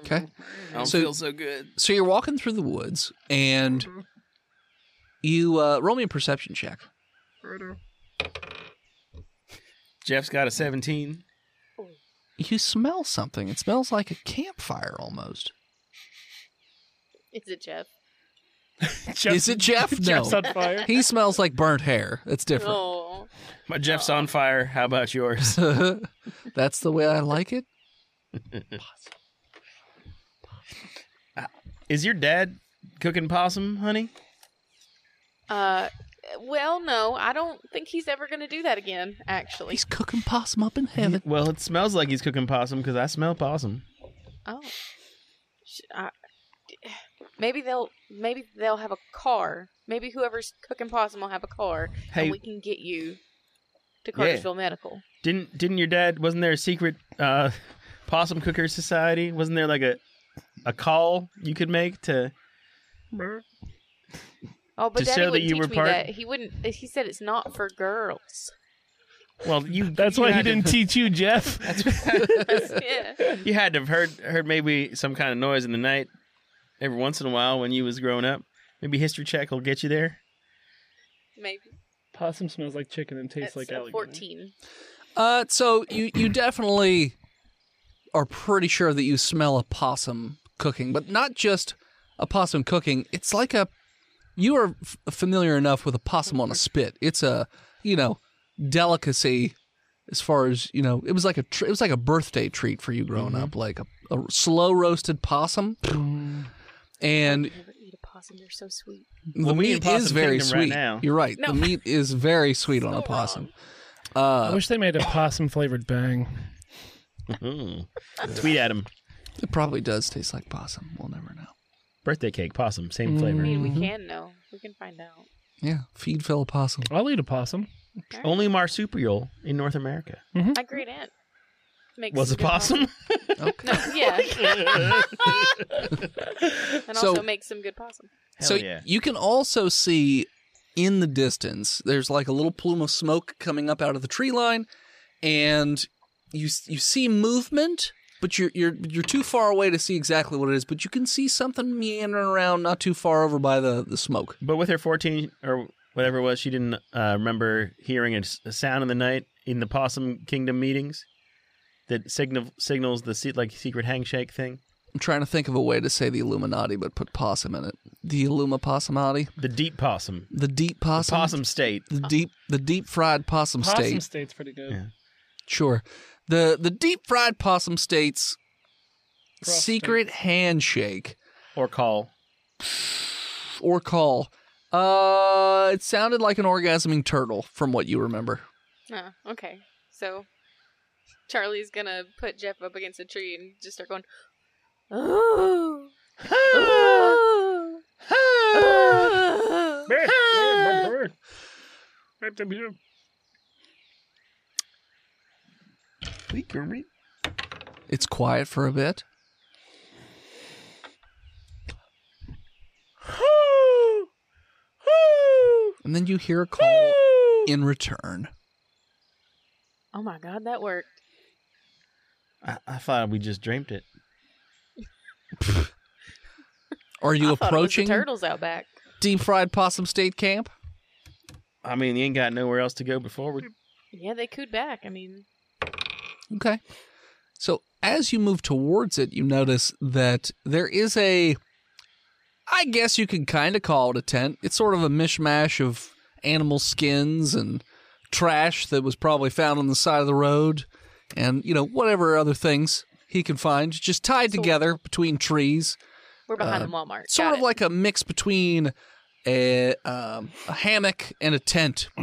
[SPEAKER 5] Okay.
[SPEAKER 3] I don't
[SPEAKER 5] So-
[SPEAKER 3] feel so good.
[SPEAKER 5] So you're walking through the woods and you uh, roll me a perception check.
[SPEAKER 3] Jeff's got a 17.
[SPEAKER 5] You smell something. It smells like a campfire almost.
[SPEAKER 4] Is it Jeff?
[SPEAKER 9] Jeff-
[SPEAKER 5] Is it Jeff? No.
[SPEAKER 9] Jeff's on fire.
[SPEAKER 5] He smells like burnt hair. That's different.
[SPEAKER 4] Oh.
[SPEAKER 3] My Jeff's on fire. How about yours?
[SPEAKER 5] That's the way I like it.
[SPEAKER 3] Is your dad cooking possum, honey?
[SPEAKER 4] Uh, well, no, I don't think he's ever going to do that again, actually.
[SPEAKER 5] He's cooking possum up in heaven.
[SPEAKER 3] Well, it smells like he's cooking possum because I smell possum.
[SPEAKER 4] Oh. Sh- I, maybe they'll maybe they'll have a car. Maybe whoever's cooking possum will have a car,
[SPEAKER 3] Hey.
[SPEAKER 4] and we can get you to Cartersville Medical.
[SPEAKER 3] Didn't didn't your dad? Wasn't there a secret uh, possum cooker society? Wasn't there like a a call you could make to?
[SPEAKER 4] Oh, but
[SPEAKER 3] To
[SPEAKER 4] Daddy
[SPEAKER 3] show that
[SPEAKER 4] wouldn't
[SPEAKER 3] you
[SPEAKER 4] teach
[SPEAKER 3] were
[SPEAKER 4] me
[SPEAKER 3] part-
[SPEAKER 4] that. He wouldn't. He said it's not for girls.
[SPEAKER 3] Well, you.
[SPEAKER 9] That's
[SPEAKER 3] you
[SPEAKER 9] why he
[SPEAKER 3] had to-
[SPEAKER 9] didn't teach you, Jeff.
[SPEAKER 4] yeah.
[SPEAKER 3] You had to have heard heard maybe some kind of noise in the night every once in a while when you was growing up. Maybe history check will get you there.
[SPEAKER 4] Maybe
[SPEAKER 9] Possum smells like chicken and tastes
[SPEAKER 4] it's
[SPEAKER 9] like eh?
[SPEAKER 4] a
[SPEAKER 9] alligator.
[SPEAKER 4] fourteen.
[SPEAKER 5] Uh, so you you definitely are pretty sure that you smell a possum cooking, but not just a possum cooking. It's like a you are f- familiar enough with a possum on a spit. It's a you know delicacy as far as you know. It was like a tr- it was like a birthday treat for you growing
[SPEAKER 3] Mm-hmm.
[SPEAKER 5] up, like a, a slow roasted possum. And
[SPEAKER 4] Never eat a possum. They're so sweet.
[SPEAKER 5] the
[SPEAKER 3] Well, we eat
[SPEAKER 5] meat
[SPEAKER 3] Possum
[SPEAKER 5] is very
[SPEAKER 3] Kingdom
[SPEAKER 5] sweet.
[SPEAKER 3] right now.
[SPEAKER 5] You're right. The
[SPEAKER 4] No.
[SPEAKER 5] meat is very sweet on a
[SPEAKER 4] So
[SPEAKER 5] possum.
[SPEAKER 4] wrong.
[SPEAKER 9] I wish they made a possum flavored bang. Mm.
[SPEAKER 3] Tweet at him.
[SPEAKER 5] It probably does taste like possum. We'll never know.
[SPEAKER 3] Birthday cake, possum, same flavor.
[SPEAKER 4] I mean, we can know. We can find out.
[SPEAKER 5] Yeah, feed Phil a possum.
[SPEAKER 9] I'll eat a possum.
[SPEAKER 3] Only marsupial in North America
[SPEAKER 4] My great aunt makes
[SPEAKER 3] Mm-hmm. was
[SPEAKER 4] some
[SPEAKER 3] a
[SPEAKER 4] good
[SPEAKER 3] possum.
[SPEAKER 5] Okay.
[SPEAKER 4] possum. Yeah. and
[SPEAKER 5] So-
[SPEAKER 4] also makes some good possum.
[SPEAKER 5] so
[SPEAKER 3] yeah.
[SPEAKER 5] you can also see in the distance there's like a little plume of smoke coming up out of the tree line and you you see movement but you're you're you're too far away to see exactly what it is but you can see something meandering around not too far over by the the smoke.
[SPEAKER 3] But with her 14 or whatever it was, she didn't uh, remember hearing a, s- a sound in the night in the Possum Kingdom meetings that signal signals the se- like secret handshake thing.
[SPEAKER 5] I'm trying to think of a way to say the Illuminati but put possum in it. The Illuma possumati,
[SPEAKER 3] The deep possum,
[SPEAKER 5] the deep possum,
[SPEAKER 3] possum state.
[SPEAKER 5] the deep the deep fried possum,
[SPEAKER 9] Possum
[SPEAKER 5] state.
[SPEAKER 9] state's pretty good.
[SPEAKER 5] Sure. The the deep fried possum states secret handshake
[SPEAKER 3] or call.
[SPEAKER 5] or call. Uh, it sounded like an orgasming turtle from what you remember.
[SPEAKER 11] Oh, okay. So Charlie's gonna put Jeff up against a tree and just start going.
[SPEAKER 4] Ooh. Ooh. Ooh.
[SPEAKER 5] It's quiet for a bit. And then you hear a call in return.
[SPEAKER 4] Oh my god, that worked.
[SPEAKER 3] I, I thought we just dreamed it.
[SPEAKER 5] Are you
[SPEAKER 4] I thought it was the
[SPEAKER 5] approaching
[SPEAKER 4] turtles out back.
[SPEAKER 5] Deep Fried Possum State Camp?
[SPEAKER 3] I mean, you ain't got nowhere else to go but forward.
[SPEAKER 4] Yeah, they cooed back. I mean,
[SPEAKER 5] Okay. So as you move towards it, you notice that there is a I guess you can kind of call it a tent. It's sort of a mishmash of animal skins and trash that was probably found on the side of the road and, you know, whatever other things he can find, just tied together between trees.
[SPEAKER 4] we're
[SPEAKER 3] Uh,
[SPEAKER 4] behind the Walmart.
[SPEAKER 5] Sort
[SPEAKER 4] Got
[SPEAKER 5] of
[SPEAKER 4] it.
[SPEAKER 5] like a mix between a, um, a hammock and a tent.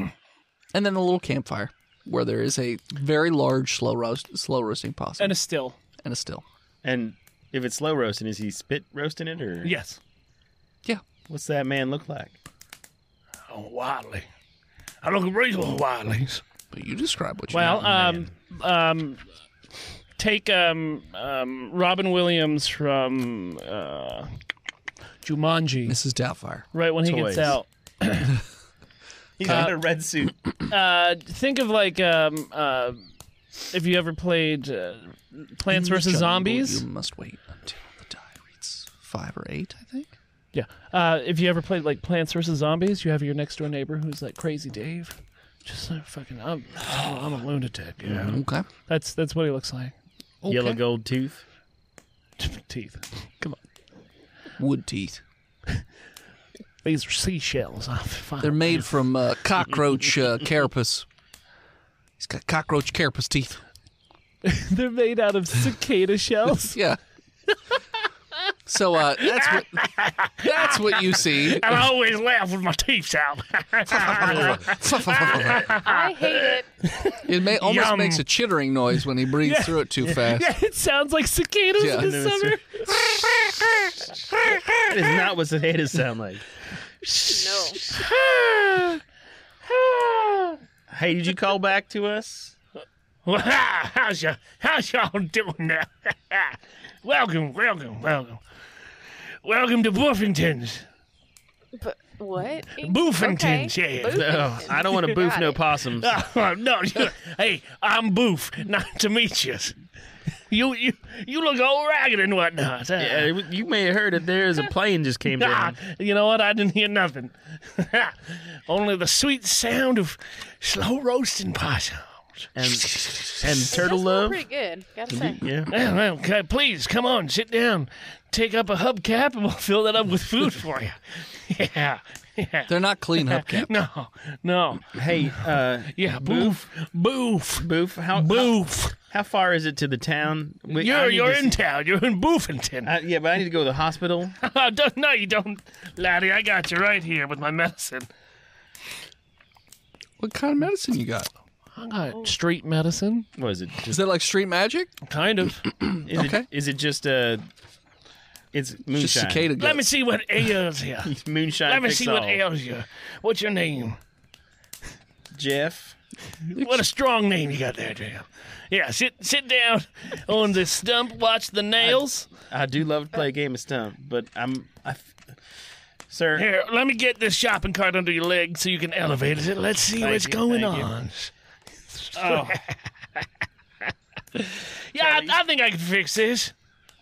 [SPEAKER 5] and then a little campfire where there is a very large slow roast, slow roasting possum
[SPEAKER 9] and a still.
[SPEAKER 5] and a still.
[SPEAKER 3] And if it's slow roasting, is he spit roasting it or?
[SPEAKER 9] Yes.
[SPEAKER 3] What's that man look like?
[SPEAKER 2] Oh, Wiley. I look at regular Wileys.
[SPEAKER 5] But you describe what you know.
[SPEAKER 9] Well, um, um, take um, um, Robin Williams from uh, Jumanji.
[SPEAKER 5] Mrs. Doubtfire.
[SPEAKER 9] Right when he
[SPEAKER 3] Toys.
[SPEAKER 9] gets out,
[SPEAKER 3] He's in a red suit.
[SPEAKER 9] uh, think of like um, uh, if you ever played uh, Plants
[SPEAKER 5] In the
[SPEAKER 9] vs
[SPEAKER 5] jungle,
[SPEAKER 9] Zombies.
[SPEAKER 5] You must wait until the die reads five or eight, I think.
[SPEAKER 9] Yeah. Uh, if you ever played like Plants vs Zombies, you have your next door neighbor who's like crazy Dave. Just like fucking, I'm, I'm a lunatic. Yeah.
[SPEAKER 5] Okay.
[SPEAKER 9] That's that's what he looks like.
[SPEAKER 3] Yellow gold tooth.
[SPEAKER 9] Teeth. Come on.
[SPEAKER 5] Wood teeth.
[SPEAKER 9] These are seashells. I'm fine.
[SPEAKER 5] They're made from uh, cockroach uh, carapace. He's got cockroach carapace teeth.
[SPEAKER 9] They're made out of cicada shells.
[SPEAKER 5] Yeah. So uh, that's what that's what you see.
[SPEAKER 2] And I always laugh with my teeth out.
[SPEAKER 5] it
[SPEAKER 11] I hate it.
[SPEAKER 5] may, almost
[SPEAKER 2] Yum.
[SPEAKER 5] makes a chittering noise when he breathes through it too fast.
[SPEAKER 9] yeah, it sounds like cicadas
[SPEAKER 5] Yeah.
[SPEAKER 9] in the summer.
[SPEAKER 3] That is not what cicadas sound like.
[SPEAKER 11] No.
[SPEAKER 3] Hey, did you call back to us?
[SPEAKER 2] Well, hi, how's y'all, how's y'all doing now? welcome, welcome, welcome. Welcome to Buffingtons.
[SPEAKER 11] But what?
[SPEAKER 2] Boofingtons, yeah.
[SPEAKER 3] No, I don't want to boof
[SPEAKER 11] Got
[SPEAKER 3] no
[SPEAKER 11] it.
[SPEAKER 3] possums.
[SPEAKER 2] Oh, no, you, hey, I'm Boof. Nice to meet you. You you you look all ragged and whatnot. huh?
[SPEAKER 3] Yeah, it- you may have heard that there is a plane just came
[SPEAKER 2] Ah,
[SPEAKER 3] down.
[SPEAKER 2] you know what? I didn't hear nothing. Only the sweet sound of slow roasting possums.
[SPEAKER 3] And, and turtle
[SPEAKER 11] That's
[SPEAKER 3] love.
[SPEAKER 11] pretty good. Gotta say.
[SPEAKER 3] Yeah.
[SPEAKER 2] Well, well, okay, please come on, sit down, take up a hubcap, and we'll fill that up with food for you. Yeah, yeah.
[SPEAKER 5] They're not clean hubcaps.
[SPEAKER 2] No, no.
[SPEAKER 3] Hey, uh,
[SPEAKER 2] Yeah, boof, boof,
[SPEAKER 3] Boof, how,
[SPEAKER 2] boof.
[SPEAKER 3] how how far is it to the town? We- I
[SPEAKER 2] You're
[SPEAKER 3] need
[SPEAKER 2] you're
[SPEAKER 3] to
[SPEAKER 2] in town. You're in Boofington.
[SPEAKER 3] I, yeah, but I need to go to the hospital.
[SPEAKER 2] Oh, don't, no, you don't, laddie. I got you right here with my medicine.
[SPEAKER 5] What kind of medicine you got?
[SPEAKER 9] I got street medicine,
[SPEAKER 3] What is it?
[SPEAKER 5] Is
[SPEAKER 3] Just,
[SPEAKER 5] that like street magic?
[SPEAKER 9] kind of.
[SPEAKER 3] is,
[SPEAKER 5] okay.
[SPEAKER 3] it is it just uh it's moonshine.
[SPEAKER 5] Just cicada.
[SPEAKER 2] Let me
[SPEAKER 5] guts.
[SPEAKER 2] see what ails you.
[SPEAKER 3] Moonshine.
[SPEAKER 2] Let me
[SPEAKER 3] fix
[SPEAKER 2] see what
[SPEAKER 3] all.
[SPEAKER 2] ails you. What's your name?
[SPEAKER 3] Jeff.
[SPEAKER 2] What a strong name you got there, Jam. Yeah, sit sit down on the stump, watch the nails.
[SPEAKER 3] I do love to play a game of stump, but I'm I f- sir.
[SPEAKER 2] Here, let me get this shopping cart under your leg so you can elevate it. Let's see
[SPEAKER 3] Thank
[SPEAKER 2] what's
[SPEAKER 3] you,
[SPEAKER 2] going
[SPEAKER 3] thank you.
[SPEAKER 2] on. Oh. yeah, I, I think I can fix this.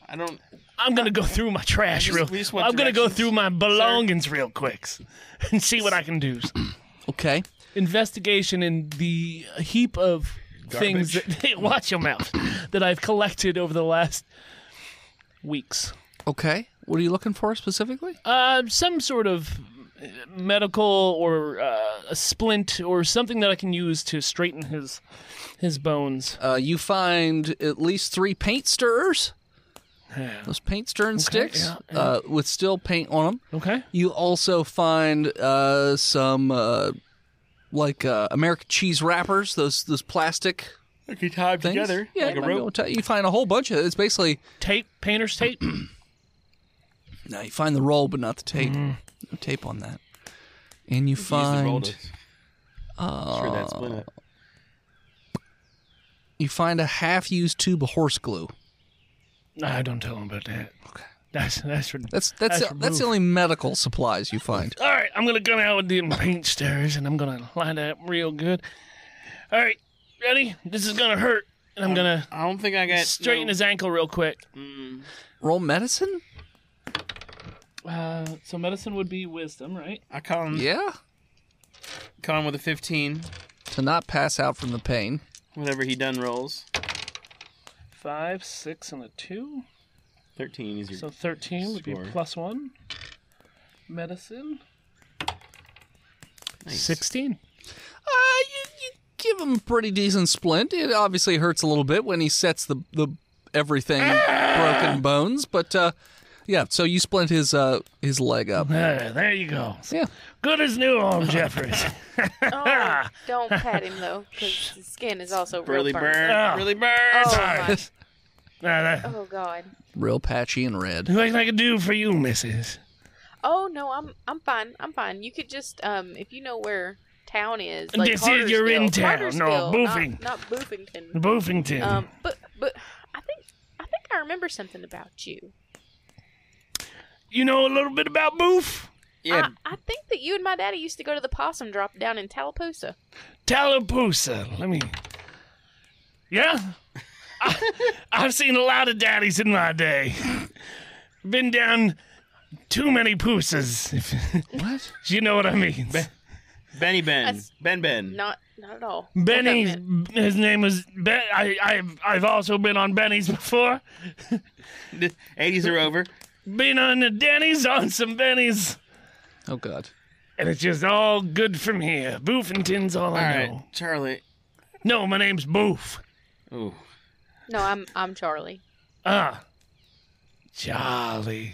[SPEAKER 3] I don't.
[SPEAKER 2] I'm gonna go through my trash
[SPEAKER 3] just-
[SPEAKER 2] real.
[SPEAKER 3] we just want
[SPEAKER 2] I'm gonna go
[SPEAKER 3] directions,
[SPEAKER 2] through my belongings real quick and see what I can do.
[SPEAKER 5] Okay.
[SPEAKER 9] Investigation in the heap of things that hey, watch your mouth that I've collected over the last weeks.
[SPEAKER 5] Okay. What are you looking for specifically?
[SPEAKER 9] Uh, some sort of medical or uh, a splint or something that I can use to straighten his his bones.
[SPEAKER 5] Uh, you find at least three paint stirrers Those paint stirring sticks Uh, with still paint on them.
[SPEAKER 9] Okay.
[SPEAKER 5] You also find uh, some uh, like uh, American cheese wrappers. Those those plastic.
[SPEAKER 3] Okay, tied
[SPEAKER 5] Things.
[SPEAKER 3] together
[SPEAKER 5] yeah,
[SPEAKER 3] like a
[SPEAKER 5] might be able
[SPEAKER 3] rope.
[SPEAKER 5] to- you find a whole bunch of. It's basically
[SPEAKER 9] Tape, painter's tape.
[SPEAKER 5] no, you find the roll, but not the tape. No tape on that. And
[SPEAKER 3] Mm-hmm.
[SPEAKER 5] you
[SPEAKER 3] Use the roll
[SPEAKER 5] find
[SPEAKER 3] to sure that's split it.
[SPEAKER 5] you find a half-used tube of horse glue.
[SPEAKER 9] No, I don't tell him about that. Okay. That's that's for.
[SPEAKER 5] That's that's
[SPEAKER 9] That's
[SPEAKER 5] that's, the
[SPEAKER 9] removed.
[SPEAKER 5] only medical supplies you find.
[SPEAKER 9] All right, I'm gonna go out with them paint stirrers and I'm gonna line it up real good. All right, ready? This is gonna hurt, and I'm gonna
[SPEAKER 3] I don't think I got
[SPEAKER 9] straighten
[SPEAKER 3] no-
[SPEAKER 9] his ankle real quick.
[SPEAKER 5] Roll medicine?
[SPEAKER 9] Uh, so medicine would be wisdom, right?
[SPEAKER 3] I caught him,
[SPEAKER 5] Yeah,
[SPEAKER 3] caught him with a 15.
[SPEAKER 5] to not pass out from the pain.
[SPEAKER 3] Whatever he done rolls.
[SPEAKER 9] Five, six, and a two.
[SPEAKER 3] 13 is your.
[SPEAKER 9] So thirteen would be
[SPEAKER 3] Score.
[SPEAKER 9] plus one. Medicine.
[SPEAKER 3] nice.
[SPEAKER 9] Sixteen.
[SPEAKER 5] Uh, you, you give him a pretty decent splint. It obviously hurts a little bit when he sets the the everything broken bones, but uh, yeah. So you splint his uh his leg up.
[SPEAKER 9] There, Uh, there you go.
[SPEAKER 5] Yeah.
[SPEAKER 9] Good as new, on Jeffries. Uh,
[SPEAKER 4] Oh,
[SPEAKER 9] Ah.
[SPEAKER 4] don't pat him though, because his skin is also
[SPEAKER 3] Really
[SPEAKER 4] real burnt.
[SPEAKER 3] burn.
[SPEAKER 9] Ah.
[SPEAKER 3] Really burn.
[SPEAKER 4] Oh, my.
[SPEAKER 9] Now that-
[SPEAKER 4] oh God.
[SPEAKER 5] Real patchy and red.
[SPEAKER 9] what can I do for you, Mrs.
[SPEAKER 4] Oh no, I'm I'm fine. I'm fine. You could just um if you know where town is. Like
[SPEAKER 9] This is- you're in
[SPEAKER 4] Cartersville-
[SPEAKER 9] town. No,
[SPEAKER 4] Cartersville,
[SPEAKER 9] Boofing.
[SPEAKER 4] Not, not Boofington.
[SPEAKER 9] Boofington?
[SPEAKER 4] Um, but but I think I think I remember something about you.
[SPEAKER 9] you know a little bit about Boof?
[SPEAKER 3] Yeah.
[SPEAKER 4] I, I think that you and my daddy used to go to the possum drop down in Tallapoosa.
[SPEAKER 9] Tallapoosa. Let me. Yeah? I, I've seen a lot of daddies in my day. Been down too many poosas, if
[SPEAKER 5] What?
[SPEAKER 9] you know what I mean.
[SPEAKER 3] Benny Ben.
[SPEAKER 4] That's-
[SPEAKER 3] Ben Ben.
[SPEAKER 4] Not not at all.
[SPEAKER 9] Benny's,
[SPEAKER 4] Okay,
[SPEAKER 9] his name was Ben. I, I've, I've also been on Benny's before.
[SPEAKER 3] 80s are over.
[SPEAKER 9] Been on the Denny's, on some Benny's.
[SPEAKER 5] Oh God.
[SPEAKER 9] And it's just all good from here. Boofington's all,
[SPEAKER 3] All
[SPEAKER 9] I
[SPEAKER 3] right,
[SPEAKER 9] know.
[SPEAKER 3] Charlie.
[SPEAKER 9] No, my name's Boof.
[SPEAKER 3] Ooh.
[SPEAKER 4] No, I'm I'm Charlie.
[SPEAKER 9] Ah. Charlie.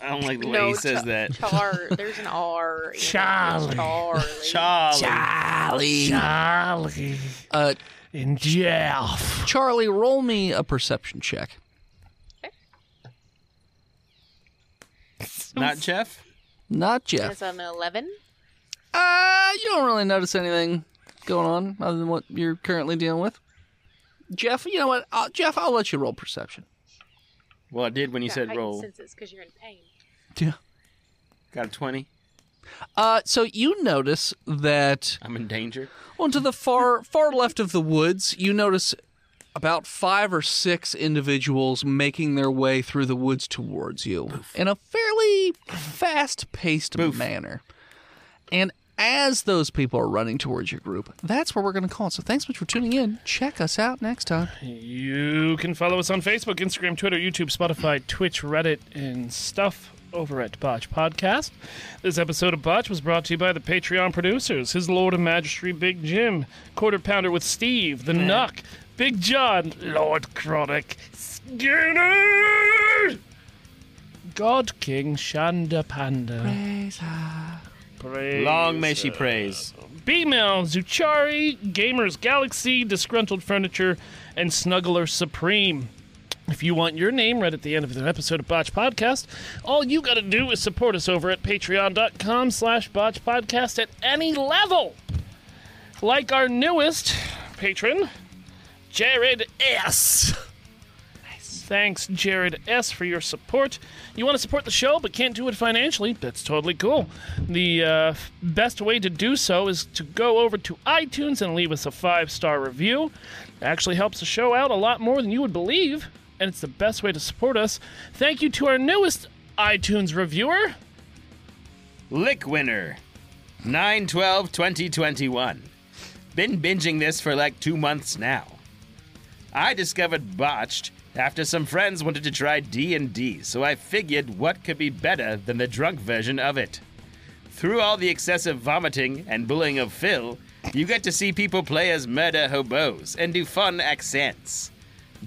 [SPEAKER 3] I don't like the way
[SPEAKER 4] No,
[SPEAKER 3] he says
[SPEAKER 4] Cha-
[SPEAKER 3] that.
[SPEAKER 4] Char. There's an R. in it. It's
[SPEAKER 9] Charlie.
[SPEAKER 4] Charlie.
[SPEAKER 3] Charlie.
[SPEAKER 5] Charlie.
[SPEAKER 9] Charlie.
[SPEAKER 5] Uh,
[SPEAKER 9] And Jeff.
[SPEAKER 5] Charlie, roll me a perception check.
[SPEAKER 3] Not Jeff.
[SPEAKER 5] Not Jeff.
[SPEAKER 4] That's an eleven.
[SPEAKER 5] Uh, you don't really notice anything going on other than what you're currently dealing with. Jeff, you know what? i Jeff, I'll let you roll perception.
[SPEAKER 3] Well, I did when you
[SPEAKER 4] Got
[SPEAKER 3] said
[SPEAKER 4] heightened
[SPEAKER 3] roll.
[SPEAKER 4] senses 'cause you're in pain.
[SPEAKER 5] Yeah.
[SPEAKER 3] Got a 20.
[SPEAKER 5] Uh, so you notice that
[SPEAKER 3] I'm in danger.
[SPEAKER 5] Well, to the far far left of the woods, you notice about five or six individuals making their way through the woods towards you in a fairly fast-paced manner. And as those people are running towards your group, that's where we're going to call it. So thanks so much for tuning in. Check us out next time.
[SPEAKER 9] You can follow us on Facebook, Instagram, Twitter, YouTube, Spotify, Twitch, Reddit, and stuff over at Botch Podcast. This episode of Botch was brought to you by the Patreon producers, His Lord and Majesty Big Jim, Quarter Pounder with Steve, The Nuck, Big John, Lord Chronic, Skinner, God King, Shanda Panda, Praise
[SPEAKER 3] Long may she praise.
[SPEAKER 9] Bmail, Zuchari, Gamers Galaxy, Disgruntled Furniture, and Snuggler Supreme. If you want your name read at the end of an episode of Botch Podcast, all you gotta do is support us over at patreon.com slash botch podcast at any level. Like our newest patron, Jared S. Thanks, Jared S., for your support. You want to support the show but can't do it financially? That's totally cool. The uh, f- best way to do so is to go over to iTunes and leave us a five star review. It actually helps the show out a lot more than you would believe, and it's the best way to support us. Thank you to our newest iTunes reviewer.
[SPEAKER 3] Lick winner. 9 12 2021. Been binging this for like two months now. I discovered Botched after some friends wanted to try D&D, so I figured what could be better than the drunk version of it. Through all the excessive vomiting and bullying of Phil, you get to see people play as murder hobos and do fun accents.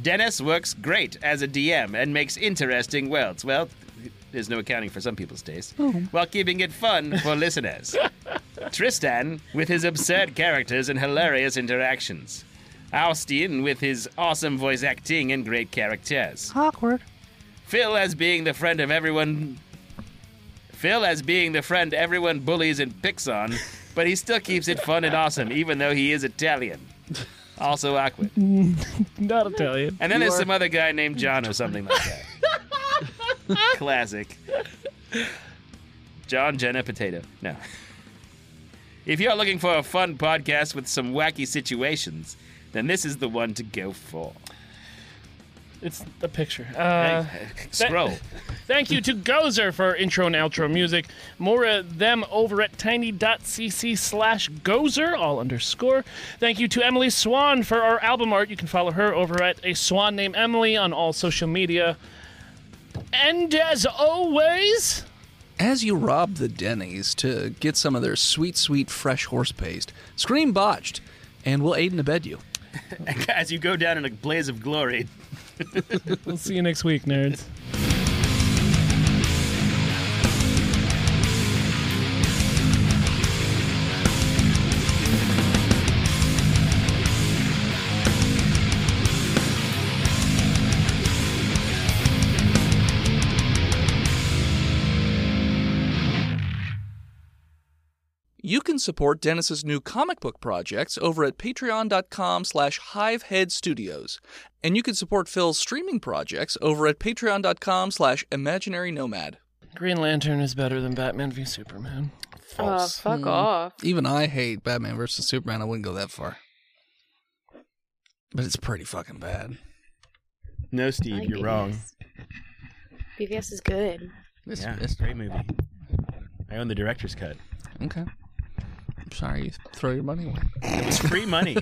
[SPEAKER 3] Dennis works great as a DM and makes interesting worlds. Well, there's no accounting for some people's taste. While keeping it fun for listeners. Tristan with his absurd characters and hilarious interactions. Austin with his awesome voice acting and great characters.
[SPEAKER 5] Awkward.
[SPEAKER 3] Phil as being the friend of everyone. Phil as being the friend everyone bullies and picks on, but he still keeps it fun and awesome, even though he is Italian. Also awkward.
[SPEAKER 9] Not Italian.
[SPEAKER 3] And then there's some other guy named John or something like that. Classic. John Jenna Potato. No. If you're looking for a fun podcast with some wacky situations, then this is the one to go for.
[SPEAKER 9] It's the picture. Uh,
[SPEAKER 3] Hey,
[SPEAKER 9] th-
[SPEAKER 3] scroll.
[SPEAKER 9] thank you to Gozer for intro and outro music. More of them over at tiny.cc slash Gozer, all underscore. Thank you to Emily Swan for our album art. You can follow her over at a swan named Emily on all social media. And as always,
[SPEAKER 5] As you rob the Denny's to get some of their sweet, sweet fresh horse paste, scream botched, and we'll aid and abet you.
[SPEAKER 3] As you go down in a blaze of glory.
[SPEAKER 9] we'll see you next week, nerds.
[SPEAKER 5] You can support Dennis's new comic book projects over at patreon.com slash hivehead studios. And you can support Phil's streaming projects over at patreon.com slash imaginary nomad.
[SPEAKER 9] Green Lantern is better than Batman v Superman.
[SPEAKER 4] Uh, Oh,
[SPEAKER 5] False.
[SPEAKER 12] fuck
[SPEAKER 5] Hmm.
[SPEAKER 12] off.
[SPEAKER 5] Even I hate Batman versus Superman. I wouldn't go that far. But it's pretty fucking bad.
[SPEAKER 2] No, Steve, you're wrong.
[SPEAKER 4] BVS is good.
[SPEAKER 2] yeah, it's a great movie. I own the director's cut.
[SPEAKER 5] Okay. I'm sorry you throw your money away.
[SPEAKER 2] It was free money.